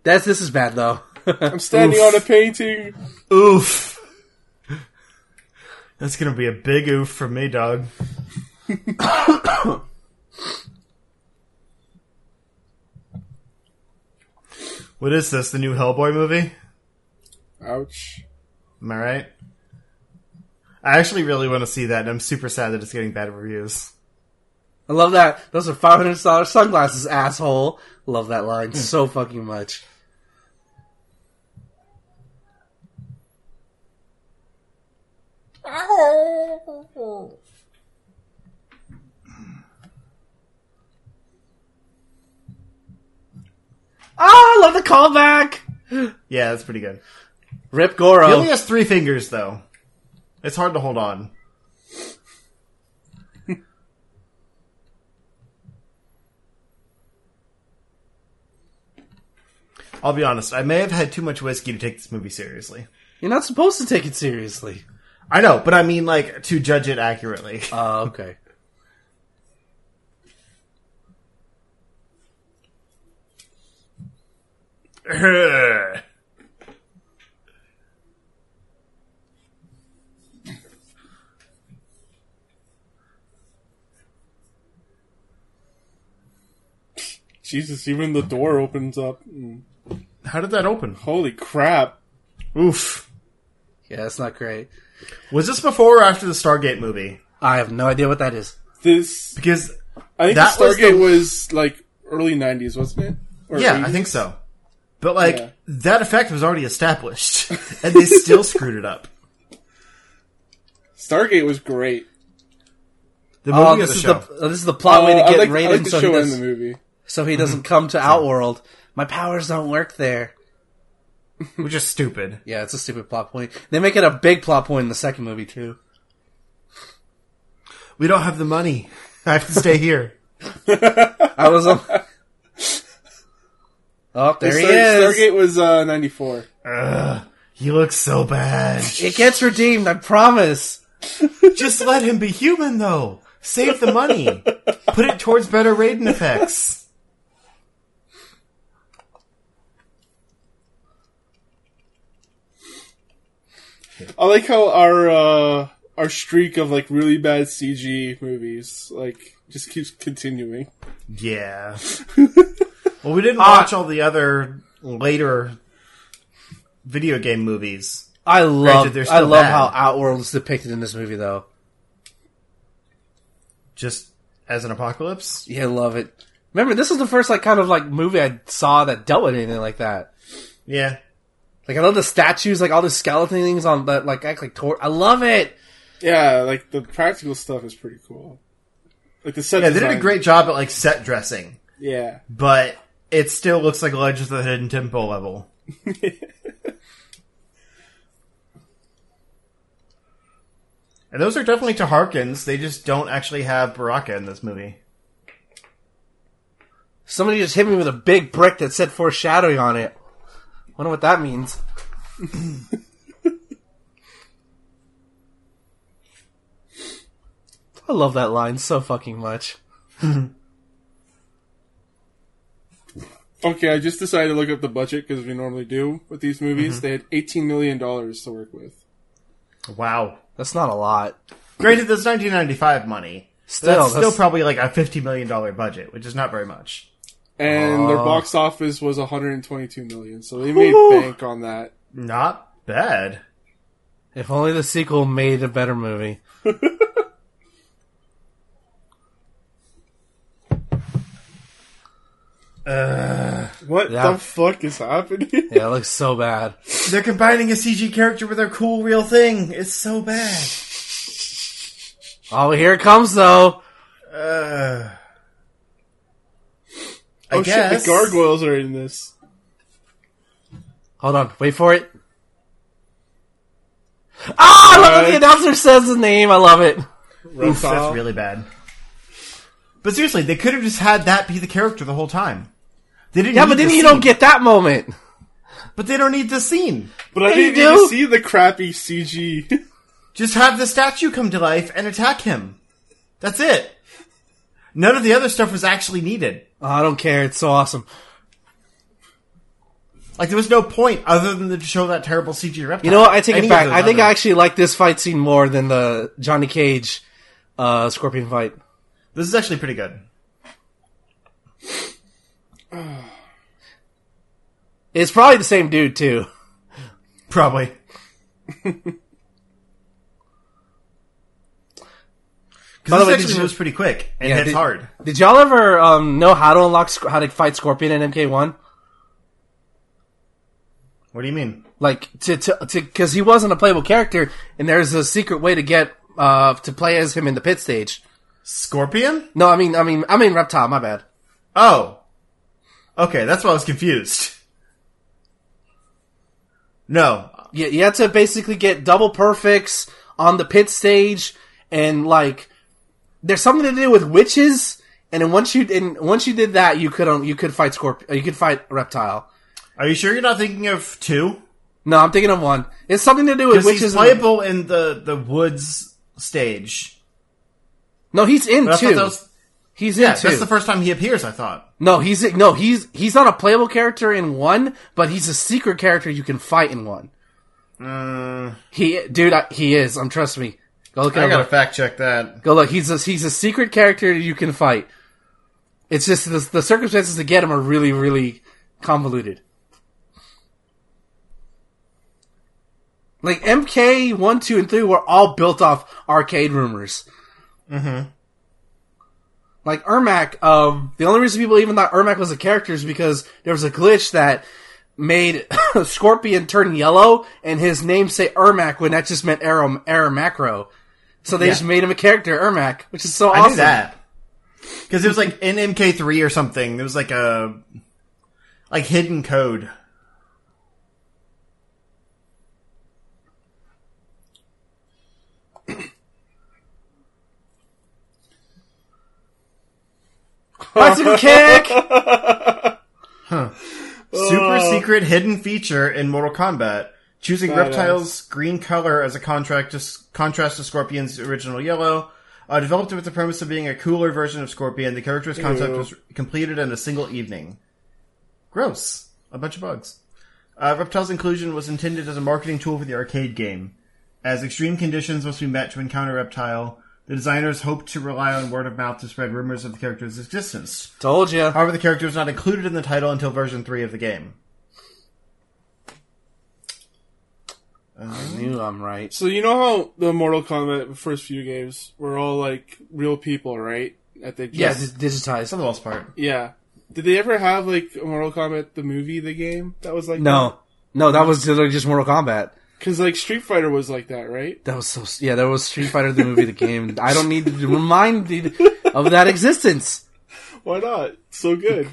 [SPEAKER 3] That's this is bad though.
[SPEAKER 1] I'm standing on a painting.
[SPEAKER 2] Oof. That's gonna be a big oof for me, dog. what is this? The new Hellboy movie?
[SPEAKER 1] Ouch.
[SPEAKER 2] Am I right? I actually really want to see that, and I'm super sad that it's getting bad reviews.
[SPEAKER 3] I love that. Those are five hundred dollars sunglasses, asshole. Love that line so fucking much. Ah, Ah, I love the callback.
[SPEAKER 2] Yeah, that's pretty good.
[SPEAKER 3] Rip
[SPEAKER 2] He only
[SPEAKER 3] Goro.
[SPEAKER 2] has three fingers, though. It's hard to hold on. I'll be honest, I may have had too much whiskey to take this movie seriously.
[SPEAKER 3] You're not supposed to take it seriously.
[SPEAKER 2] I know, but I mean, like, to judge it accurately.
[SPEAKER 3] Oh, okay.
[SPEAKER 1] Jesus, even the door opens up. Mm.
[SPEAKER 2] How did that open?
[SPEAKER 1] Holy crap.
[SPEAKER 2] Oof.
[SPEAKER 3] Yeah, that's not great.
[SPEAKER 2] Was this before or after the Stargate movie?
[SPEAKER 3] I have no idea what that is.
[SPEAKER 1] This,
[SPEAKER 2] Because,
[SPEAKER 1] I think
[SPEAKER 2] That
[SPEAKER 1] the
[SPEAKER 2] was
[SPEAKER 1] Stargate
[SPEAKER 2] the-
[SPEAKER 1] was, like early 90s, wasn't it? Or
[SPEAKER 2] yeah, I
[SPEAKER 1] 80s?
[SPEAKER 2] think so. But, like,
[SPEAKER 1] Yeah.
[SPEAKER 2] that effect was already established, and they still screwed it up.
[SPEAKER 1] Stargate was great.
[SPEAKER 2] The movie
[SPEAKER 3] Oh,
[SPEAKER 2] or
[SPEAKER 3] this
[SPEAKER 2] the
[SPEAKER 3] is
[SPEAKER 2] show?
[SPEAKER 3] the oh, this is the plot way to
[SPEAKER 1] Uh, I
[SPEAKER 3] get
[SPEAKER 1] like, I
[SPEAKER 3] Raiden
[SPEAKER 1] like the
[SPEAKER 3] so, he
[SPEAKER 1] show and
[SPEAKER 3] does,
[SPEAKER 1] the movie.
[SPEAKER 3] so he doesn't come to Outworld. My powers don't work there.
[SPEAKER 2] Which is stupid.
[SPEAKER 3] Yeah, it's a stupid plot point. They make it a big plot point in the second movie too.
[SPEAKER 2] We don't have the money. I have to stay here.
[SPEAKER 3] I was on. oh, there he
[SPEAKER 1] Star-
[SPEAKER 3] is.
[SPEAKER 1] Stargate was uh, 94.
[SPEAKER 2] Ugh, he looks so bad.
[SPEAKER 3] It gets redeemed. I promise.
[SPEAKER 2] Just let him be human, though. Save the money. Put it towards better Raiden effects.
[SPEAKER 1] I like how our uh, our streak of like really bad CG movies like just keeps continuing.
[SPEAKER 2] Yeah. Well, we didn't watch all the other later video game movies.
[SPEAKER 3] I love.
[SPEAKER 2] they're
[SPEAKER 3] I
[SPEAKER 2] still
[SPEAKER 3] love
[SPEAKER 2] bad.
[SPEAKER 3] how Outworld is depicted in this movie, though.
[SPEAKER 2] Just as an apocalypse?
[SPEAKER 3] Yeah, I love it. Remember, this is the first like kind of like movie I saw that dealt with anything like that.
[SPEAKER 2] Yeah.
[SPEAKER 3] Like I love the statues, like all the skeleton things on that like act like tor- I love it.
[SPEAKER 1] Yeah, like the practical stuff is pretty cool. Like the set
[SPEAKER 2] Yeah, they did a
[SPEAKER 1] design-
[SPEAKER 2] great job at, like, set dressing,
[SPEAKER 1] yeah.
[SPEAKER 2] but it still looks like Legends of the Hidden Temple level. And those are definitely Taharkins. They just don't actually have Baraka in this movie.
[SPEAKER 3] Somebody just hit me with a big brick that said foreshadowing on it. Wonder what that means. I love that line so fucking much.
[SPEAKER 1] Okay, I just decided to look up the budget because we normally do with these movies. They had 18 million dollars to work with.
[SPEAKER 2] Wow.
[SPEAKER 3] That's not a lot.
[SPEAKER 2] Granted, that's 1995 money. but
[SPEAKER 3] Still,
[SPEAKER 2] that's, still
[SPEAKER 3] that's-
[SPEAKER 2] probably like a 50 million dollar budget, which is not very much.
[SPEAKER 1] And their
[SPEAKER 3] Oh.
[SPEAKER 1] box office was 122 million, so they made
[SPEAKER 3] Woo.
[SPEAKER 1] bank on that.
[SPEAKER 2] Not bad.
[SPEAKER 3] If only the sequel made a better movie.
[SPEAKER 1] What
[SPEAKER 3] Yeah.
[SPEAKER 1] the fuck is happening?
[SPEAKER 3] Yeah, it looks so bad.
[SPEAKER 2] They're combining a CG character with a cool real thing. It's so bad.
[SPEAKER 3] Oh, here it comes though.
[SPEAKER 2] Uh, I
[SPEAKER 1] oh shit,
[SPEAKER 2] guess
[SPEAKER 1] the gargoyles are in this.
[SPEAKER 3] Hold on, wait for it. Ah, I love that the
[SPEAKER 1] Right.
[SPEAKER 3] announcer says the name. I love it.
[SPEAKER 2] Oof,
[SPEAKER 1] Reptile.
[SPEAKER 2] that's really bad. But seriously, they could have just had that be the character the whole time. They didn't.
[SPEAKER 3] Yeah,
[SPEAKER 2] need
[SPEAKER 3] but then
[SPEAKER 2] the
[SPEAKER 3] you don't
[SPEAKER 2] scene.
[SPEAKER 3] get that moment.
[SPEAKER 2] But they don't need the scene.
[SPEAKER 1] but I
[SPEAKER 3] Yeah, you
[SPEAKER 1] didn't even
[SPEAKER 3] do.
[SPEAKER 1] see the crappy CG.
[SPEAKER 2] Just have the statue come to life and attack him. That's it. None of the other stuff was actually needed.
[SPEAKER 3] Oh, I don't care. It's so awesome.
[SPEAKER 2] Like there was no point other than to show that terrible CG reptile.
[SPEAKER 3] You know what? I take it back. I think I actually like this fight scene more than the Johnny Cage uh, Scorpion fight.
[SPEAKER 2] This is actually pretty good.
[SPEAKER 3] It's probably the same dude too.
[SPEAKER 2] Probably.
[SPEAKER 3] By the
[SPEAKER 2] Because
[SPEAKER 3] way,
[SPEAKER 2] this
[SPEAKER 3] did
[SPEAKER 2] actually
[SPEAKER 3] you-
[SPEAKER 2] moves pretty quick and
[SPEAKER 3] Yeah,
[SPEAKER 2] hits
[SPEAKER 3] did-
[SPEAKER 2] hard.
[SPEAKER 3] Did y'all ever um, know how to unlock Sc- how to fight Scorpion in MK1?
[SPEAKER 2] What do you mean?
[SPEAKER 3] Like to to because he wasn't a playable character, and there's a secret way to get uh, to play as him in the pit stage.
[SPEAKER 2] Scorpion?
[SPEAKER 3] No, I mean, I mean, I mean Reptile. My bad.
[SPEAKER 2] Oh. Okay, that's why I was confused. No.
[SPEAKER 3] You, you had to basically get double perfects on the pit stage, and like, there's something to do with witches. And then once you and once you did that, you could um, you could fight Scorp- uh, you could fight Reptile.
[SPEAKER 2] Are you sure you're not thinking of two?
[SPEAKER 3] No, I'm thinking of one. It's something to do with
[SPEAKER 2] Because he's
[SPEAKER 3] witches. and-
[SPEAKER 2] playable in the, the woods stage.
[SPEAKER 3] no, he's in
[SPEAKER 2] But I thought
[SPEAKER 3] two.
[SPEAKER 2] that was,
[SPEAKER 3] he's in
[SPEAKER 2] yeah,
[SPEAKER 3] two.
[SPEAKER 2] that's the first time he appears, I thought.
[SPEAKER 3] No, he's no, he's he's not a playable character in one, but he's a secret character you can fight in one.
[SPEAKER 2] Mm,
[SPEAKER 3] He, dude, I, he is. Um, trust me. Go look at him. up.
[SPEAKER 2] fact check that.
[SPEAKER 3] Go look. He's a, he's a secret character you can fight. It's just the, the circumstances to get him are really really convoluted. Like MK one, two, and three were all built off arcade rumors.
[SPEAKER 2] Mm-hmm.
[SPEAKER 3] like Ermac, um, the only reason people even thought Ermac was a character is because there was a glitch that made Scorpion turn yellow and his name say Ermac when that just meant Arrow, Arrow Macro. So they
[SPEAKER 2] Yeah.
[SPEAKER 3] just made him a character, Ermac, which is so
[SPEAKER 2] I
[SPEAKER 3] awesome.
[SPEAKER 2] knew that. Because it was like in MK3 or something, there was like a like hidden code.
[SPEAKER 3] Bicycle kick!
[SPEAKER 2] Super secret hidden feature in Mortal Kombat. Choosing
[SPEAKER 1] Badass.
[SPEAKER 2] Reptile's green color as a contract to, contrast to Scorpion's original yellow. Uh, developed with the premise of being a cooler version of Scorpion, the character's concept
[SPEAKER 1] Ew.
[SPEAKER 2] was completed in a single evening. Gross. A bunch of bugs. Uh, Reptile's inclusion was intended as a marketing tool for the arcade game. As extreme conditions must be met to encounter Reptile, the designers hoped to rely on word of mouth to spread rumors of the character's existence.
[SPEAKER 3] Told you.
[SPEAKER 2] However, the character was not included in the title until version 3 of the game.
[SPEAKER 3] I knew I'm right.
[SPEAKER 1] So you know how the Mortal Kombat first few games were all like real people, right? That they
[SPEAKER 3] Yeah,
[SPEAKER 1] just
[SPEAKER 3] it's digitized.
[SPEAKER 2] For the most part.
[SPEAKER 1] yeah. Did they ever have like a Mortal Kombat the movie, the game that was like
[SPEAKER 3] No. No, that was literally just Mortal Kombat.
[SPEAKER 1] Because like Street Fighter was like that, right?
[SPEAKER 3] That was so. Yeah, that was Street Fighter the movie, the game. I don't need to be reminded of that existence.
[SPEAKER 1] Why not? So good.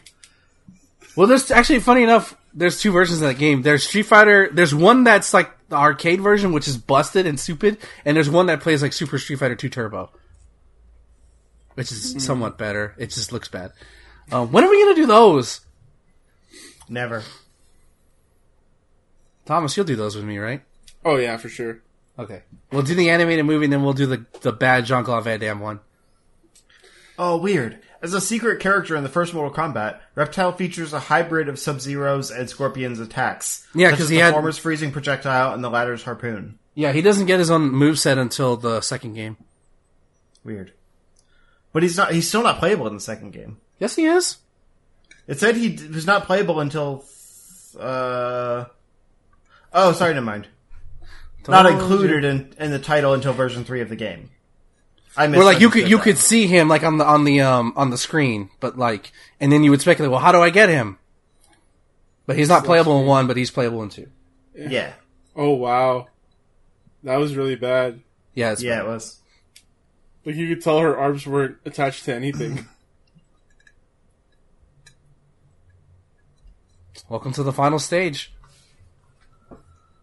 [SPEAKER 3] Well, there's actually funny enough. There's two versions of that game. There's Street Fighter. There's one that's like the arcade version, which is busted and stupid, and there's one that plays like Super Street Fighter Two Turbo, which is somewhat better. It just looks bad. Um, when are we gonna do those,
[SPEAKER 2] Never.
[SPEAKER 3] Thomas? You'll do those with me, right?
[SPEAKER 1] oh yeah, for sure.
[SPEAKER 3] Okay. We'll do the animated movie, and then we'll do the the bad Jean Claude Van Damme one.
[SPEAKER 2] Oh, weird. As a secret character in the first Mortal Kombat, Reptile features a hybrid of Sub Zero's and Scorpion's attacks.
[SPEAKER 3] Yeah,
[SPEAKER 2] such
[SPEAKER 3] 'cause
[SPEAKER 2] as
[SPEAKER 3] he
[SPEAKER 2] the
[SPEAKER 3] had-
[SPEAKER 2] former's freezing projectile and the latter's harpoon.
[SPEAKER 3] Yeah, he doesn't get his own moveset until the second game.
[SPEAKER 2] Weird. But he's not. He's still not playable in the second game.
[SPEAKER 3] Yes, he is.
[SPEAKER 2] It said he d- was not playable until. Uh. Oh, sorry. Never mind. Not
[SPEAKER 3] Told
[SPEAKER 2] included in, in the title until version three of the game. I
[SPEAKER 3] Where like you could you
[SPEAKER 2] misunderstood
[SPEAKER 3] could see him like on the on the um on the screen, but like and then you would speculate, well, how do I get him? But he's not playable in one, but he's playable in two.
[SPEAKER 2] Yeah,
[SPEAKER 1] Oh wow, that was really bad.
[SPEAKER 3] Yeah, it's
[SPEAKER 2] yeah, it was.
[SPEAKER 1] Like you could tell her arms weren't attached to anything.
[SPEAKER 3] Welcome to the final stage.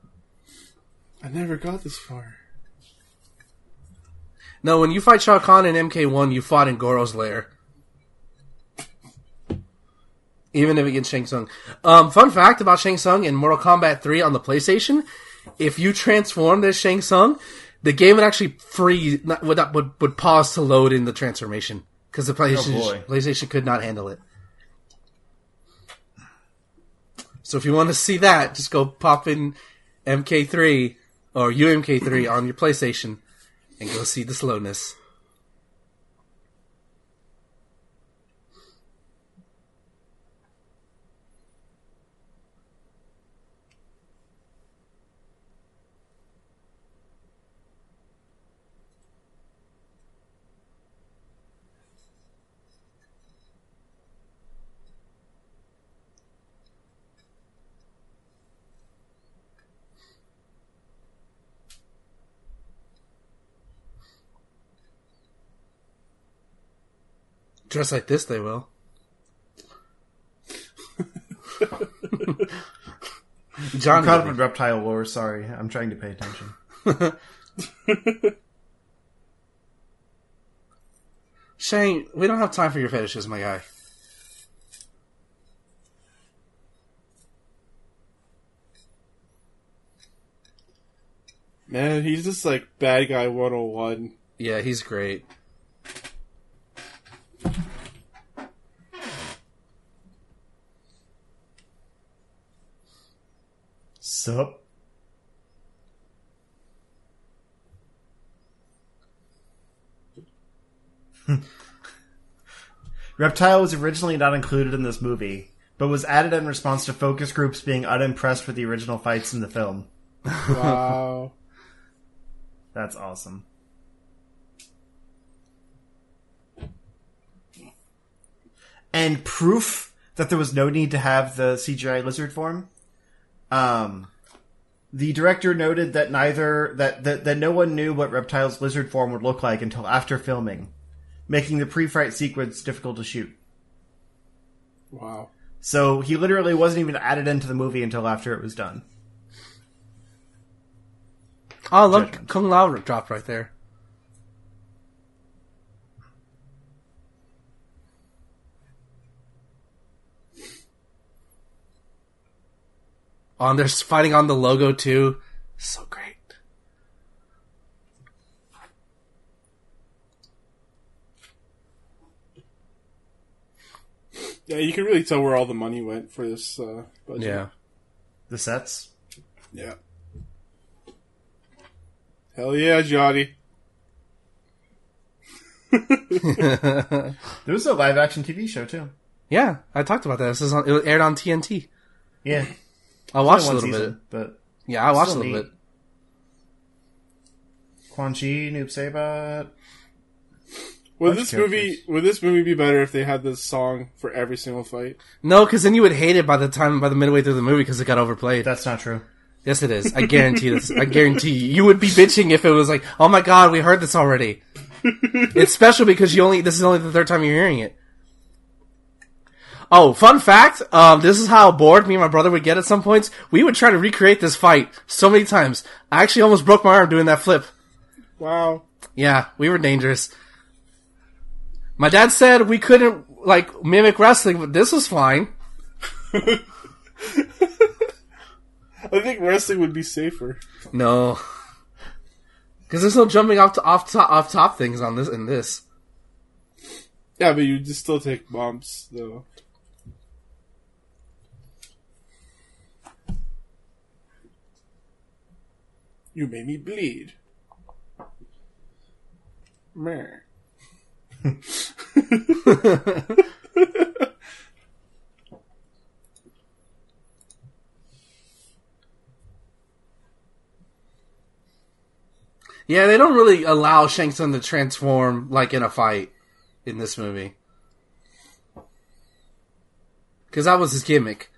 [SPEAKER 1] I never got this far.
[SPEAKER 3] No, when you fight Shao Kahn in MK1, you fought in Goro's lair. Even if against Shang Tsung. Um, fun fact about Shang Tsung in Mortal Kombat 3 on the PlayStation: if you transformed as Shang Tsung, the game would actually freeze, not, would, would would pause to load in the transformation because the PlayStation
[SPEAKER 2] boy.
[SPEAKER 3] PlayStation could not handle it. So if you want to see that, just go pop in MK3 or UMK3 on your PlayStation and go see the slowness. Dress like this, they will. John,
[SPEAKER 2] Caught up in reptile lore. Sorry, I'm trying to pay attention.
[SPEAKER 3] Shane, we don't have time for your fetishes, my guy.
[SPEAKER 1] Man, he's just like bad guy 101.
[SPEAKER 3] Yeah, he's great.
[SPEAKER 2] Sup? Reptile was originally not included in this movie, but was added in response to focus groups being unimpressed with the original fights in the film.
[SPEAKER 1] Wow.
[SPEAKER 2] That's awesome. And proof that there was no need to have the CGI lizard form. Um, the director noted that neither that, that that no one knew what Reptile's lizard form would look like until after filming, making the pre-fight sequence difficult to shoot.
[SPEAKER 1] wow.
[SPEAKER 2] So he literally wasn't even added into the movie until after it was done.
[SPEAKER 3] Oh, look,
[SPEAKER 2] Judgment.
[SPEAKER 3] Kung Lao dropped right there. On Oh, they're fighting on the logo too. So great.
[SPEAKER 1] Yeah, you can really tell where all the money went for this uh, budget.
[SPEAKER 3] Yeah.
[SPEAKER 2] The sets.
[SPEAKER 1] Yeah. Hell yeah, Johnny.
[SPEAKER 2] There was a live action TV show too.
[SPEAKER 3] Yeah, I talked about that. This is on, it aired on TNT.
[SPEAKER 2] Yeah,
[SPEAKER 3] I watched a
[SPEAKER 2] Only
[SPEAKER 3] little bit.
[SPEAKER 2] one season, but
[SPEAKER 3] Yeah, I watched
[SPEAKER 2] Still
[SPEAKER 3] a little
[SPEAKER 2] neat.
[SPEAKER 3] bit.
[SPEAKER 2] Quan Chi, Noob Saibot.
[SPEAKER 1] Would
[SPEAKER 2] Bunch
[SPEAKER 1] this
[SPEAKER 2] of
[SPEAKER 1] movie
[SPEAKER 2] characters.
[SPEAKER 1] would this movie be better if they had this song for every single fight?
[SPEAKER 3] No, because then you would hate it by the time by the midway through the movie because it got overplayed.
[SPEAKER 2] That's not true.
[SPEAKER 3] yes, it is. I guarantee this. I guarantee you. You would be bitching if it was like, "Oh my god, we heard this already." it's special because you only this is only the third time you're hearing it. Oh, fun fact! Um, this is how bored me and my brother would get at some points. We would try to recreate this fight so many times. I actually almost broke my arm doing that flip.
[SPEAKER 1] Wow.
[SPEAKER 3] Yeah, we were dangerous. My dad said we couldn't like mimic wrestling, but this was fine.
[SPEAKER 1] I think wrestling would be safer.
[SPEAKER 3] No, because there's no jumping off to, off top off top things on this in this.
[SPEAKER 1] Yeah, but you just still take bumps though. You made me bleed. Meh.
[SPEAKER 3] Yeah, they don't really allow Shang Tsung to transform like in a fight in this movie because that was his gimmick.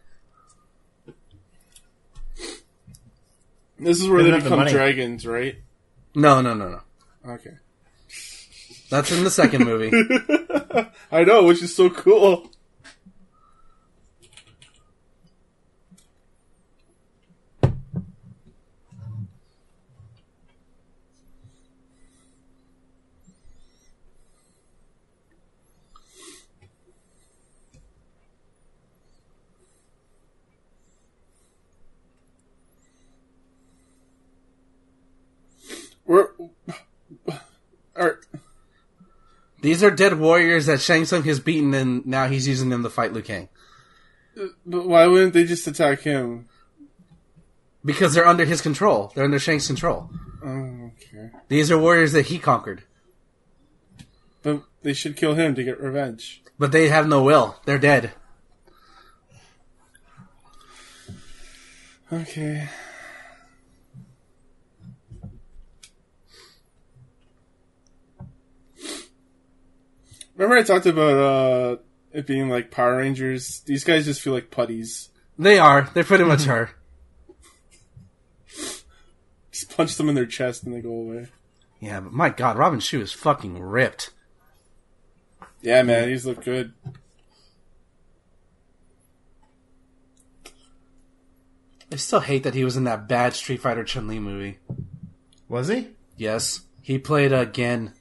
[SPEAKER 1] This is where
[SPEAKER 2] They
[SPEAKER 1] they,
[SPEAKER 2] don't have the
[SPEAKER 1] become
[SPEAKER 2] money.
[SPEAKER 1] dragons, right?
[SPEAKER 3] No, no, no, no.
[SPEAKER 1] Okay.
[SPEAKER 3] That's in the second movie.
[SPEAKER 1] I know, which is so cool. We're, are,
[SPEAKER 3] These are dead warriors that Shang Tsung has beaten, and now he's using them to fight Liu Kang
[SPEAKER 1] but why wouldn't they just attack him?
[SPEAKER 3] because they're under his control. They're under Shang's control.
[SPEAKER 1] Oh, okay.
[SPEAKER 3] These are warriors that he conquered,
[SPEAKER 1] But they should kill him to get revenge.
[SPEAKER 3] but they have no will. They're dead.
[SPEAKER 1] Okay. Remember I talked about uh it being like Power Rangers? These guys just feel like putties.
[SPEAKER 3] They are. They pretty much are.
[SPEAKER 1] Just punch them in their chest and they go away.
[SPEAKER 3] Yeah, but my God, Robin Shu is fucking ripped.
[SPEAKER 1] Yeah, man, these look good.
[SPEAKER 3] I still hate that he was in that bad Street Fighter Chun Li movie.
[SPEAKER 2] Was he?
[SPEAKER 3] Yes, he played again.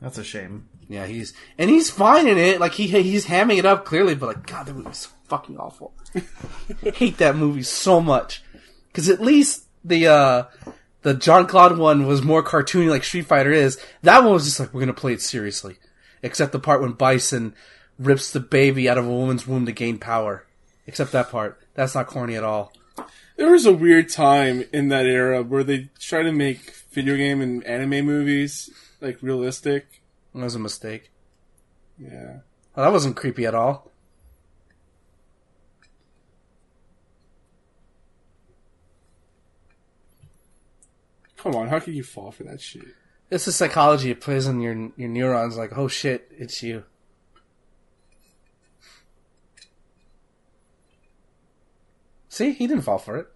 [SPEAKER 2] That's a shame.
[SPEAKER 3] Yeah, he's and he's fine in it. Like he he's hamming it up clearly, but like God, that movie was fucking awful. I hate that movie so much because at least the uh the John Claude one was more cartoony, like Street Fighter is. That one was just like we're gonna play it seriously, except the part when Bison rips the baby out of a woman's womb to gain power. Except that part, that's not corny at all.
[SPEAKER 1] There was a weird time in that era where they try to make video game and anime movies like realistic.
[SPEAKER 3] That was a mistake.
[SPEAKER 1] Yeah.
[SPEAKER 3] Oh, that wasn't creepy at all.
[SPEAKER 1] Come on, how can you fall for that shit?
[SPEAKER 3] It's the psychology it plays on your your neurons. Like, oh shit, it's you. See, he didn't fall for it.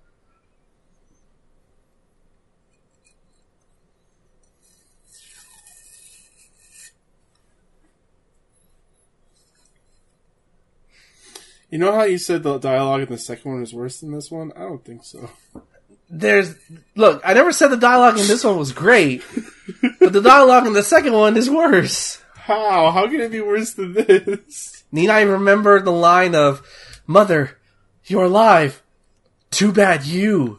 [SPEAKER 1] You know how you said the dialogue in the second one is worse than this one? I don't think so.
[SPEAKER 3] There's look. I never said the dialogue in this one was great, but the dialogue in the second one is worse.
[SPEAKER 1] How? How can it be worse than this?
[SPEAKER 3] Need I remember the line of "Mother, you're alive. Too bad you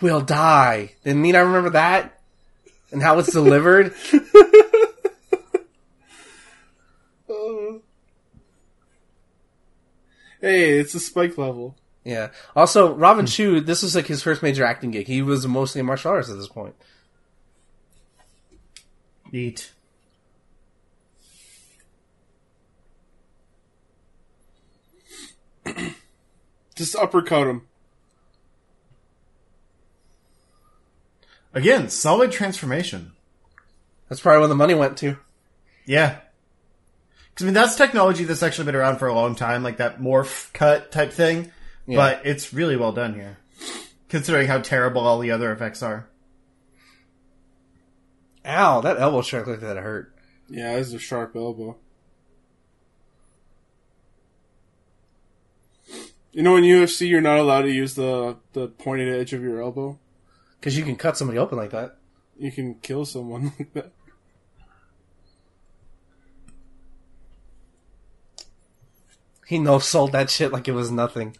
[SPEAKER 3] will die." Then need I remember that and how it's delivered?
[SPEAKER 1] Uh. Hey, it's a spike level.
[SPEAKER 3] Yeah. Also, Robin Chu, this was like his first major acting gig. He was mostly a martial artist at this point.
[SPEAKER 2] Neat.
[SPEAKER 1] Just uppercut him.
[SPEAKER 2] Again, solid transformation.
[SPEAKER 3] That's probably where the money went to.
[SPEAKER 2] Yeah. 'Cause, I mean, that's technology that's actually been around for a long time, like that morph cut type thing. But it's really well done here, considering how terrible all the other effects are.
[SPEAKER 3] Ow, that elbow strike like that hurt.
[SPEAKER 1] Yeah, this is a sharp elbow. You know, in UFC, you're not allowed to use the the pointed edge of your elbow.
[SPEAKER 3] Because you can cut somebody open like that.
[SPEAKER 1] You can kill someone like that.
[SPEAKER 3] He no sold that shit like it was nothing.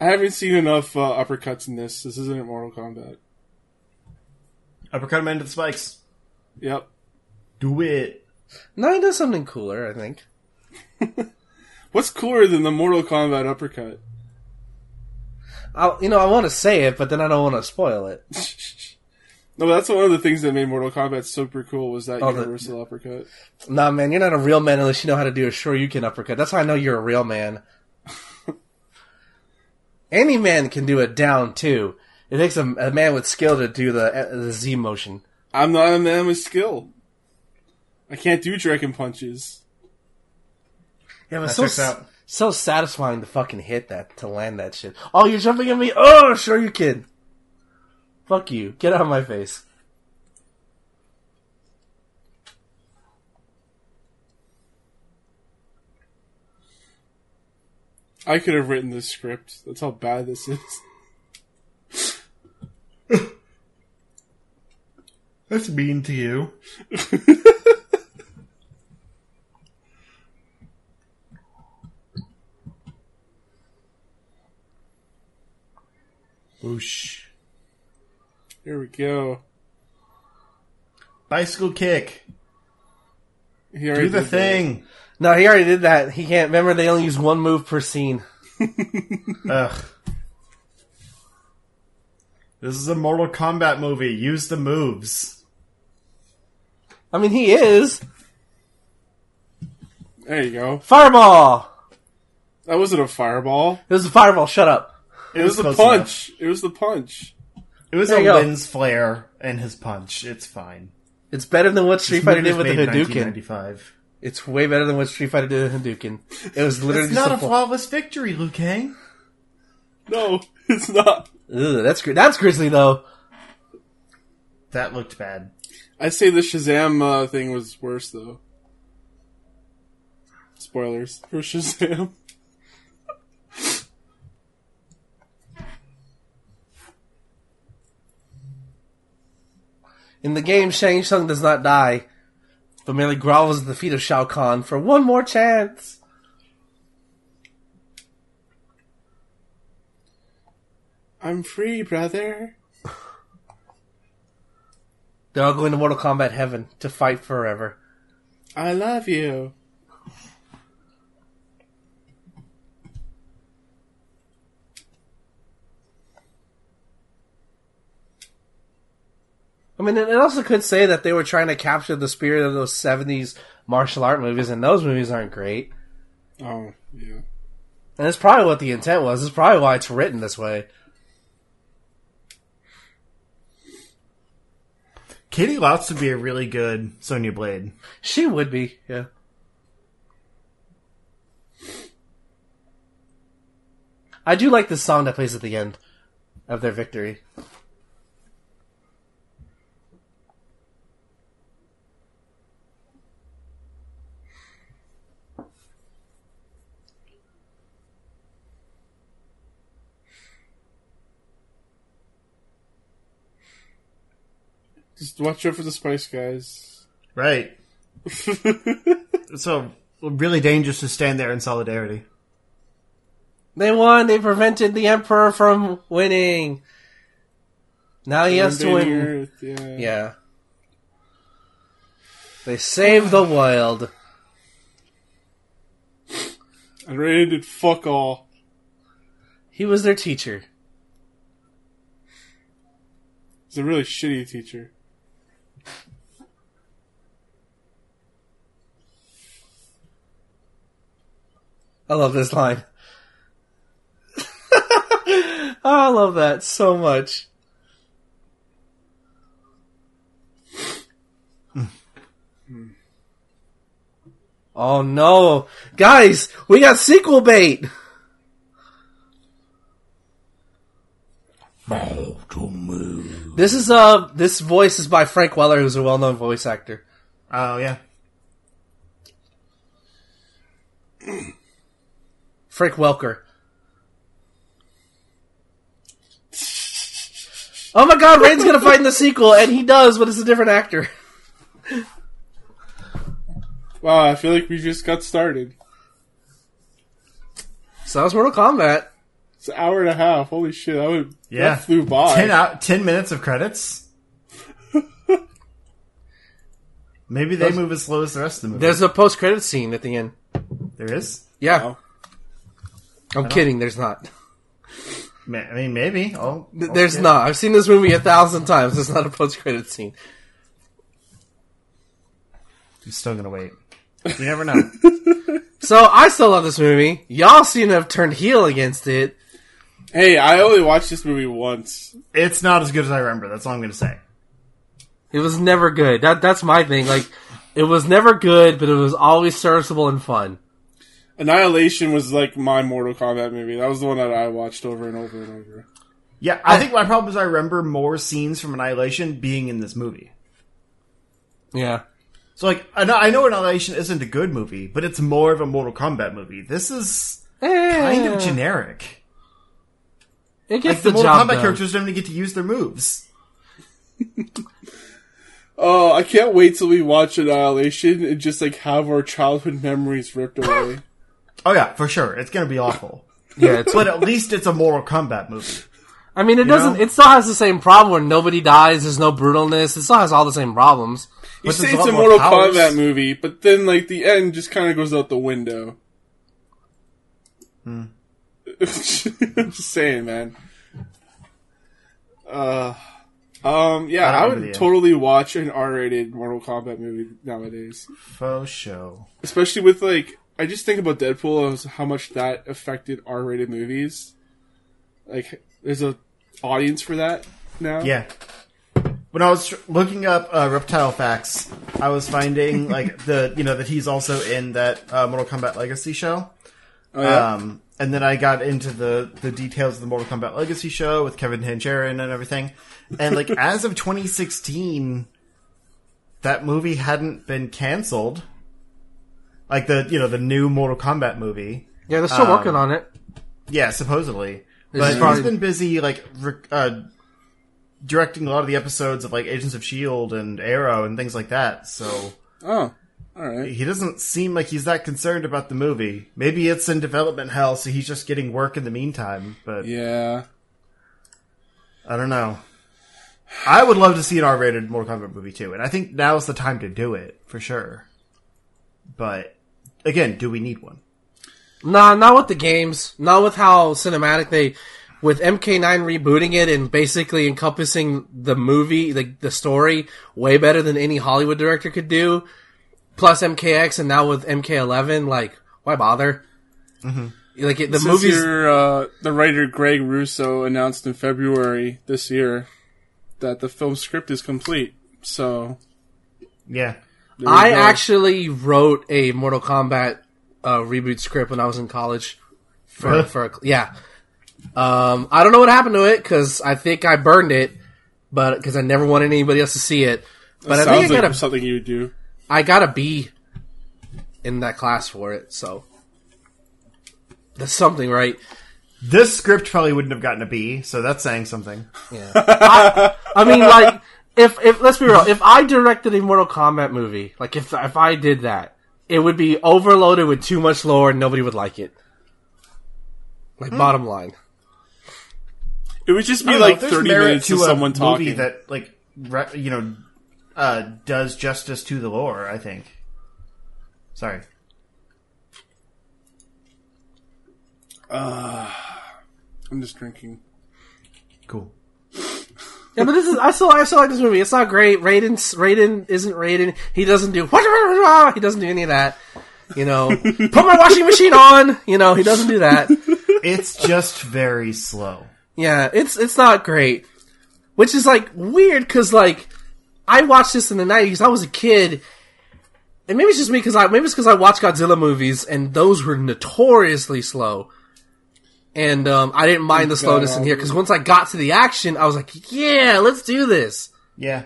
[SPEAKER 1] I haven't seen enough uh, uppercuts in this. This isn't Mortal Kombat.
[SPEAKER 2] Uppercut him into the spikes.
[SPEAKER 1] Yep.
[SPEAKER 2] Do it.
[SPEAKER 3] No, he does something cooler, I think.
[SPEAKER 1] What's cooler than the Mortal Kombat uppercut?
[SPEAKER 3] I, you know, I want to say it, but then I don't want to spoil it.
[SPEAKER 1] No, that's one of the things that made Mortal Kombat super cool was that
[SPEAKER 3] Oh, the-
[SPEAKER 1] universal uppercut.
[SPEAKER 3] Nah, man, you're not a real man unless you know how to do a shoryuken uppercut. That's how I know you're a real man. Any man can do a down too. It takes a, a man with skill to do the the Z motion.
[SPEAKER 1] I'm not a man with skill. I can't do dragon punches.
[SPEAKER 3] Yeah, but
[SPEAKER 2] That
[SPEAKER 3] so
[SPEAKER 2] checks out.
[SPEAKER 3] So satisfying to fucking hit that to land that shit. Oh, you're jumping at me. Oh, sure you can. Fuck you. Get out of my face.
[SPEAKER 1] I could have written this script. That's how bad this is.
[SPEAKER 2] That's mean to you. Whoosh.
[SPEAKER 1] Here we go.
[SPEAKER 2] Bicycle kick.
[SPEAKER 1] He already
[SPEAKER 2] Do the
[SPEAKER 1] did that.
[SPEAKER 2] thing.
[SPEAKER 3] No, he already did that. He can't. Remember, they only use one move per scene.
[SPEAKER 2] Ugh. This is a Mortal Kombat movie. Use the moves.
[SPEAKER 3] I mean, he is
[SPEAKER 1] There you go.
[SPEAKER 3] fireball.
[SPEAKER 1] That wasn't a fireball.
[SPEAKER 3] It was a fireball. Shut up.
[SPEAKER 1] It was the
[SPEAKER 2] close
[SPEAKER 1] punch. It was the punch.
[SPEAKER 2] enough. It was
[SPEAKER 3] There
[SPEAKER 2] a
[SPEAKER 3] you go.
[SPEAKER 2] lens flare and his punch. It's fine.
[SPEAKER 3] It's better than what Street Fighter
[SPEAKER 2] Movie
[SPEAKER 3] did with the
[SPEAKER 2] was made in
[SPEAKER 3] Hadouken.
[SPEAKER 2] 1995.
[SPEAKER 3] It's way better than what Street Fighter did with the Hadouken. It was literally
[SPEAKER 2] It's
[SPEAKER 3] just
[SPEAKER 2] not
[SPEAKER 3] a,
[SPEAKER 2] a
[SPEAKER 3] fl-
[SPEAKER 2] flawless victory, Liu Kang.
[SPEAKER 1] No, it's not.
[SPEAKER 3] Ugh, that's gri- that's grizzly though.
[SPEAKER 2] That looked bad.
[SPEAKER 1] I say the Shazam uh, thing was worse though. Spoilers for Shazam.
[SPEAKER 3] In the game, Shang Tsung does not die, but merely grovels at the feet of Shao Kahn for one more chance.
[SPEAKER 1] I'm free, brother.
[SPEAKER 3] They're all going to Mortal Kombat Heaven to fight forever.
[SPEAKER 1] I love you.
[SPEAKER 3] I mean, it it also could say that they were trying to capture the spirit of those 70s martial art movies, and those movies aren't great.
[SPEAKER 1] Oh yeah.
[SPEAKER 3] And that's probably what the intent was. It's probably why it's written this way.
[SPEAKER 2] Katie Louts would be a really good Sonya Blade.
[SPEAKER 3] She would be, yeah. I do like this song that plays at the end of their victory.
[SPEAKER 1] Just watch out for the Spice Guys.
[SPEAKER 2] Right. so really dangerous to stand there in solidarity.
[SPEAKER 3] They won. They prevented the emperor from winning. Now he has to
[SPEAKER 1] Invading
[SPEAKER 3] win.
[SPEAKER 1] Earth, yeah.
[SPEAKER 3] Yeah. They saved the world.
[SPEAKER 1] And Raiden did fuck all.
[SPEAKER 3] He was their teacher.
[SPEAKER 1] He's a really shitty teacher.
[SPEAKER 3] I love this line. I love that so much. oh no. Guys, we got sequel bait. This is uh this voice is by Frank Weller, who's a well known voice actor.
[SPEAKER 2] Oh yeah.
[SPEAKER 3] Frank Welker. Oh my god, Raiden's gonna fight in the sequel, and he does, but it's a different actor.
[SPEAKER 1] Wow, I feel like we just got started.
[SPEAKER 3] So that's Mortal Kombat.
[SPEAKER 1] It's an hour and a half. Holy shit, I would
[SPEAKER 2] Yeah.
[SPEAKER 1] that flew by.
[SPEAKER 2] Ten out ten minutes of credits. Maybe they move as slow as the rest of the movie.
[SPEAKER 3] There's a post credit scene at the end.
[SPEAKER 2] There is.
[SPEAKER 3] Yeah.
[SPEAKER 1] Oh.
[SPEAKER 3] I'm kidding, there's not.
[SPEAKER 2] Ma- I mean, maybe. Oh, I'll,
[SPEAKER 3] Th-
[SPEAKER 2] I'll
[SPEAKER 3] There's
[SPEAKER 2] get-
[SPEAKER 3] not. I've seen this movie a thousand times. There's not a post credit scene.
[SPEAKER 2] I'm still gonna wait. You never know.
[SPEAKER 3] So I still love this movie. Y'all seem to have turned heel against it.
[SPEAKER 1] Hey, I only watched this movie once.
[SPEAKER 2] it's not as good as I remember. That's all I'm gonna say.
[SPEAKER 3] It was never good. That that's my thing. Like it was never good, but it was always serviceable and fun.
[SPEAKER 1] Annihilation was like my Mortal Kombat movie. That was the one that I watched over and over and over.
[SPEAKER 2] Yeah, I think my problem is I remember more scenes from Annihilation being in this movie.
[SPEAKER 3] Yeah.
[SPEAKER 2] So like I know, I know Annihilation isn't a good movie, but it's more of a Mortal Kombat movie. This is kind of generic.
[SPEAKER 3] Eh. It gets
[SPEAKER 2] Like the,
[SPEAKER 3] the,
[SPEAKER 2] Mortal
[SPEAKER 3] job
[SPEAKER 2] Kombat
[SPEAKER 3] done.
[SPEAKER 2] characters don't even get to use their moves.
[SPEAKER 1] Oh, I can't wait till we watch Annihilation and just like have our childhood memories ripped away.
[SPEAKER 2] Oh yeah, for sure, it's gonna be awful.
[SPEAKER 3] Yeah, it's,
[SPEAKER 2] but at least it's a Mortal Kombat movie.
[SPEAKER 3] I mean, it doesn't.
[SPEAKER 2] know?
[SPEAKER 3] It still has the same problem where nobody dies. There's no brutalness. It still has all the same problems.
[SPEAKER 1] you
[SPEAKER 2] But
[SPEAKER 1] say
[SPEAKER 2] there's a
[SPEAKER 1] it's
[SPEAKER 2] lot
[SPEAKER 1] a
[SPEAKER 2] more
[SPEAKER 1] Mortal
[SPEAKER 2] powers.
[SPEAKER 1] Kombat movie, but then like the end just kind of goes out the window.
[SPEAKER 2] Hmm.
[SPEAKER 1] I'm just saying, man. Uh, um, yeah,
[SPEAKER 2] I
[SPEAKER 1] I,
[SPEAKER 2] don't
[SPEAKER 1] would
[SPEAKER 2] know the end.
[SPEAKER 1] totally watch an R-rated Mortal Kombat movie nowadays,
[SPEAKER 2] Faux show.
[SPEAKER 1] especially with like I just think about Deadpool as how much that affected R-rated movies. Like, there's a audience for that now.
[SPEAKER 2] Yeah. When I was tr- looking up uh, reptile facts, I was finding like the you know that he's also in that uh, Mortal Kombat Legacy show.
[SPEAKER 1] Oh, yeah?
[SPEAKER 2] Um, and then I got into the, the details of the Mortal Kombat Legacy show with Kevin Hancharin and everything. And like as of 2016, that movie hadn't been canceled. Like the you know the new Mortal Kombat movie,
[SPEAKER 3] Yeah, they're still
[SPEAKER 2] Um,
[SPEAKER 3] working on it.
[SPEAKER 2] yeah, supposedly.
[SPEAKER 3] is
[SPEAKER 2] But
[SPEAKER 3] probably-
[SPEAKER 2] he's been busy like re- uh, directing a lot of the episodes of like Agents of Shield E and Arrow and things like that. So
[SPEAKER 1] oh, all right.
[SPEAKER 2] he doesn't seem like he's that concerned about the movie. Maybe it's in development hell, so he's just getting work in the meantime. But
[SPEAKER 1] Yeah.
[SPEAKER 2] I don't know. I would love to see an R-rated Mortal Kombat movie too, and I think now's the time to do it for sure. But again, do we need one?
[SPEAKER 3] Nah, not with the games. Not with how cinematic they. With MK9 rebooting it and basically encompassing the movie, the, the story, way better than any Hollywood director could do. Plus MKX and now with MK11, like, why bother? Mm-hmm. Like, it, the
[SPEAKER 1] Since
[SPEAKER 3] movies.
[SPEAKER 1] your, uh, the writer Greg Russo announced in February this year that the film script is complete. So
[SPEAKER 2] Yeah.
[SPEAKER 1] there we
[SPEAKER 3] I
[SPEAKER 1] go.
[SPEAKER 3] actually wrote a Mortal Kombat uh, reboot script when I was in college. For,
[SPEAKER 2] Really?
[SPEAKER 3] for a, yeah, um, I don't know what happened to it because I think I burned it, but because I never wanted anybody else to see it. But I
[SPEAKER 1] sounds
[SPEAKER 3] think I
[SPEAKER 1] like
[SPEAKER 3] got a
[SPEAKER 1] something you would do.
[SPEAKER 3] I got a B in that class for it, so that's something, right?
[SPEAKER 2] This script probably wouldn't have gotten a B, so that's saying something.
[SPEAKER 3] I mean, like, if if let's be real, if I directed a Mortal Kombat movie, like if if I did that, it would be overloaded with too much lore and nobody would like it. Like, bottom line,
[SPEAKER 1] It would just
[SPEAKER 2] I
[SPEAKER 1] be
[SPEAKER 2] don't know,
[SPEAKER 1] like
[SPEAKER 2] if there's
[SPEAKER 1] thirty
[SPEAKER 2] merit
[SPEAKER 1] minutes of
[SPEAKER 2] a
[SPEAKER 1] someone
[SPEAKER 2] movie
[SPEAKER 1] talking.
[SPEAKER 2] that like re- you know uh, does justice to the lore. I think. Sorry,
[SPEAKER 1] I'm just drinking.
[SPEAKER 2] cool.
[SPEAKER 3] yeah, but this is I still I still like this movie. It's not great. Raiden's Raiden isn't Raiden. He doesn't do he doesn't do any of that. You know, put my washing machine on. You know, he doesn't do that.
[SPEAKER 2] It's just very slow.
[SPEAKER 3] Yeah, it's it's not great, which is like weird because like I watched this in the nineties. I was a kid, and maybe it's just me because I maybe it's because I watched Godzilla movies and those were notoriously slow, and um, I didn't mind the slowness in here because once I got to the action, I was like, yeah, let's do this.
[SPEAKER 2] Yeah,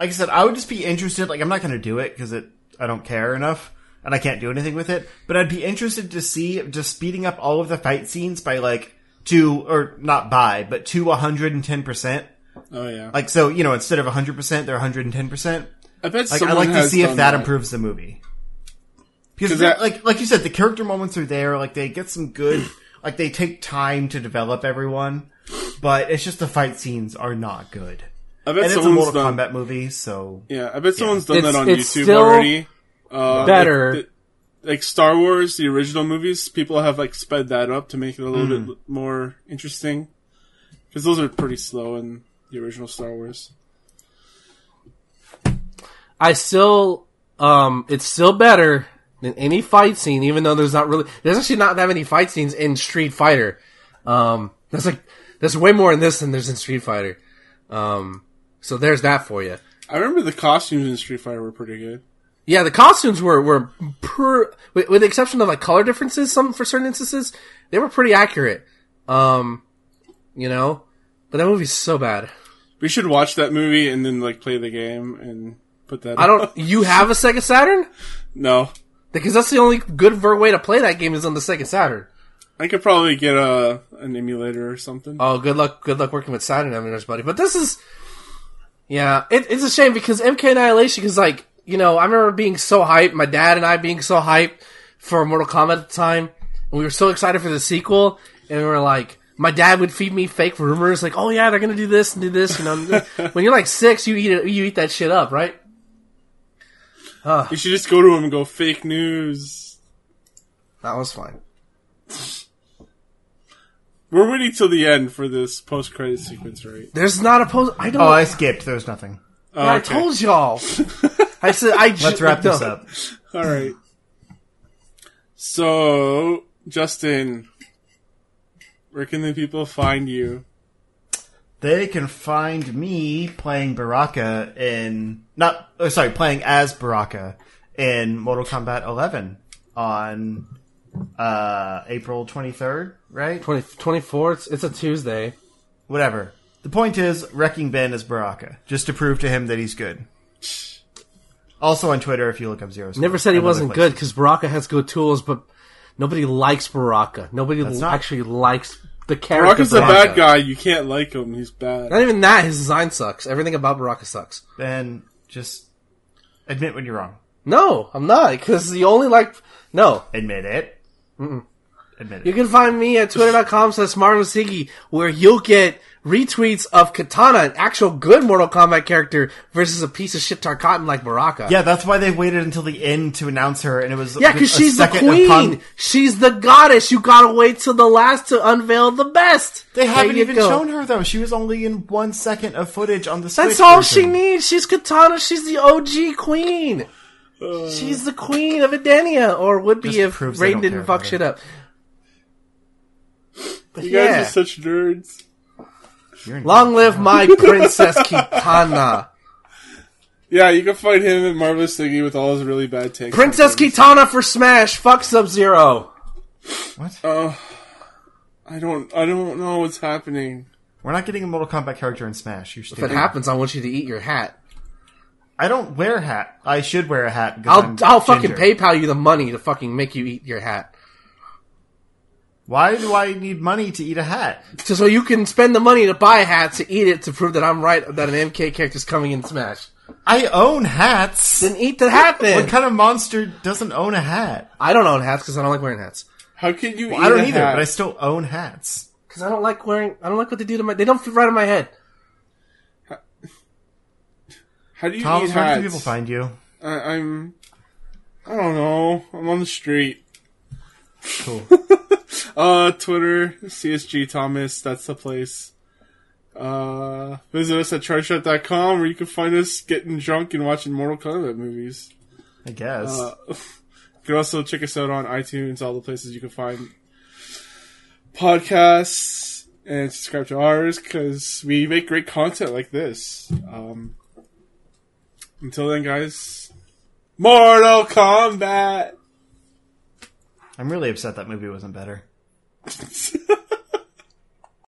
[SPEAKER 2] like I said, I would just be interested. Like I'm not going to do it because it I don't care enough, and I can't do anything with it. But I'd be interested to see just speeding up all of the fight scenes by like two or not by, but to 110 percent.
[SPEAKER 1] Oh yeah,
[SPEAKER 2] Like so, you know, instead of 100 percent, they're 110 percent.
[SPEAKER 1] I bet
[SPEAKER 2] Like,
[SPEAKER 1] someone
[SPEAKER 2] I like to
[SPEAKER 1] has
[SPEAKER 2] see if
[SPEAKER 1] done
[SPEAKER 2] that, improves the movie. Because,
[SPEAKER 1] 'Cause that-
[SPEAKER 2] like, like you said, the character moments are there. Like, they get some good. like, they take time to develop everyone, but it's just the fight scenes are not good.
[SPEAKER 1] I bet
[SPEAKER 2] And it's a
[SPEAKER 1] someone's
[SPEAKER 2] Mortal
[SPEAKER 1] done.
[SPEAKER 2] Kombat movie, so
[SPEAKER 1] Yeah, I bet someone's done
[SPEAKER 3] It's-
[SPEAKER 1] that on
[SPEAKER 3] it's
[SPEAKER 1] YouTube
[SPEAKER 3] still
[SPEAKER 1] already. Uh,
[SPEAKER 3] better.
[SPEAKER 1] Like, the- like Star Wars, the original movies, people have like sped that up to make it a
[SPEAKER 2] Mm-hmm.
[SPEAKER 1] little bit more interesting because those are pretty slow in the original Star Wars.
[SPEAKER 3] I still, um, it's still better than any fight scene, even though there's not really, there's actually not that many fight scenes in Street Fighter. Um, there's like, there's way more in this than there's in Street Fighter. Um, so there's that for you.
[SPEAKER 1] I remember the costumes in Street Fighter were pretty good.
[SPEAKER 3] Yeah, the costumes were were per, with, with the exception of like color differences, some for certain instances, they were pretty accurate. Um, you know, but that movie's so bad.
[SPEAKER 1] We should watch that movie and then like play the game and put that.
[SPEAKER 3] I don't. You have a Sega Saturn?
[SPEAKER 1] no,
[SPEAKER 3] Because that's the only good ver- way to play that game is on the Sega Saturn.
[SPEAKER 1] I could probably get a an emulator or something.
[SPEAKER 3] Oh, good luck. Good luck working with Saturn emulators, buddy. But this is, yeah, it, it's a shame because MK Annihilation is like, you know, I remember being so hyped, my dad and I being so hyped for Mortal Kombat at the time, and we were so excited for the sequel, and we were like, my dad would feed me fake rumors like, oh yeah, they're gonna do this and do this, you know. when you're like six, you eat it, you eat that shit up, right?
[SPEAKER 1] You should just go to him and go fake news.
[SPEAKER 3] That was fine.
[SPEAKER 1] We're waiting till the end for this post credit sequence, right?
[SPEAKER 3] There's not a post. I don't.
[SPEAKER 2] Oh, I skipped. There was nothing.
[SPEAKER 1] Oh,
[SPEAKER 3] I
[SPEAKER 1] okay.
[SPEAKER 3] told y'all. I said I. ju-
[SPEAKER 2] Let's wrap this
[SPEAKER 3] no.
[SPEAKER 2] up.
[SPEAKER 1] All right. So, Justin, where can the people find you?
[SPEAKER 2] They can find me playing Baraka in not oh, sorry, playing as Baraka in Mortal Kombat 11 on uh April 23rd, right?
[SPEAKER 3] 20, 24th. It's a Tuesday.
[SPEAKER 2] Whatever. The point is Wrecking Ben is Baraka, just to prove to him that he's good. Also on Twitter if you look up Zero. Score
[SPEAKER 3] Never said he
[SPEAKER 2] and other
[SPEAKER 3] wasn't
[SPEAKER 2] places.
[SPEAKER 3] good because Baraka has good tools, but nobody likes Baraka. Nobody l-
[SPEAKER 2] not-
[SPEAKER 3] actually likes the character.
[SPEAKER 1] Rock is a
[SPEAKER 3] Baraka.
[SPEAKER 1] bad guy. You can't like him. He's bad.
[SPEAKER 3] Not even that. His design sucks. Everything about Baraka sucks.
[SPEAKER 2] Then just admit when you're wrong.
[SPEAKER 3] No, I'm not because you only like. No,
[SPEAKER 2] Admit it. Admit
[SPEAKER 3] you
[SPEAKER 2] it.
[SPEAKER 3] can find me at twitter.com slash marvelsiggy where you'll get retweets of Katana, an actual good Mortal Kombat character, versus a piece of shit Tarkatan like Baraka.
[SPEAKER 2] Yeah, that's why they waited until the end to announce her, and it was
[SPEAKER 3] Yeah, because
[SPEAKER 2] a
[SPEAKER 3] she's the
[SPEAKER 2] second of
[SPEAKER 3] queen.
[SPEAKER 2] con-
[SPEAKER 3] she's the goddess. You gotta wait till the last to unveil the best.
[SPEAKER 2] They
[SPEAKER 3] There
[SPEAKER 2] haven't
[SPEAKER 3] you
[SPEAKER 2] even
[SPEAKER 3] go.
[SPEAKER 2] shown her though. She was only in one second of footage on the.
[SPEAKER 3] That's
[SPEAKER 2] Switch
[SPEAKER 3] all
[SPEAKER 2] version.
[SPEAKER 3] she needs. She's Katana. She's the OG queen. She's the queen of Edenia, or would be
[SPEAKER 2] Uh, Just
[SPEAKER 3] if
[SPEAKER 2] proves they
[SPEAKER 3] Raiden
[SPEAKER 2] don't care
[SPEAKER 3] didn't fuck
[SPEAKER 2] about
[SPEAKER 3] shit
[SPEAKER 2] her.
[SPEAKER 3] up. But
[SPEAKER 1] You
[SPEAKER 3] yeah.
[SPEAKER 1] guys are such nerds.
[SPEAKER 2] You're in-
[SPEAKER 3] Long live my princess Kitana.
[SPEAKER 1] Yeah, you can find him in Marvelous Thingy with all his really bad takes.
[SPEAKER 3] Princess
[SPEAKER 1] sometimes.
[SPEAKER 3] Kitana for Smash. Fuck Sub Zero.
[SPEAKER 2] What?
[SPEAKER 3] Uh,
[SPEAKER 1] I don't. I don't know what's happening.
[SPEAKER 2] We're not getting a Mortal Kombat character in Smash. You're
[SPEAKER 3] If it
[SPEAKER 2] stupid.
[SPEAKER 3] happens, I want you to eat your hat.
[SPEAKER 2] I don't wear a hat. I should wear a hat. because
[SPEAKER 3] I'll
[SPEAKER 2] I'm
[SPEAKER 3] I'll fucking
[SPEAKER 2] ginger.
[SPEAKER 3] PayPal you the money to fucking make you eat your hat.
[SPEAKER 2] Why do I need money to eat a hat?
[SPEAKER 3] So, so you can spend the money to buy a hat to eat it to prove that I'm right that an MK character's coming in Smash.
[SPEAKER 2] I own hats.
[SPEAKER 3] Then eat the hat then.
[SPEAKER 2] What kind of monster doesn't own a hat?
[SPEAKER 3] I don't own hats because I don't like wearing hats.
[SPEAKER 1] How can you?
[SPEAKER 2] I don't either,
[SPEAKER 1] Hat?
[SPEAKER 2] but I still own hats.
[SPEAKER 3] Because I don't like wearing. I don't like what they do to my. They don't fit right in my head.
[SPEAKER 1] How do you
[SPEAKER 2] Tom,
[SPEAKER 1] eat
[SPEAKER 2] where
[SPEAKER 1] hats?
[SPEAKER 2] can people find you?
[SPEAKER 1] I, I'm. I don't know. I'm on the street.
[SPEAKER 2] Cool.
[SPEAKER 1] Uh, Twitter, CSG Thomas, that's the place. Uh, visit us at tryshot.com where you can find us getting drunk and watching Mortal Kombat movies.
[SPEAKER 2] I guess.
[SPEAKER 1] Uh, you can also check us out on iTunes, all the places you can find podcasts, and subscribe to ours because we make great content like this. Um, until then, guys, Mortal Kombat!
[SPEAKER 2] I'm really upset that movie wasn't better.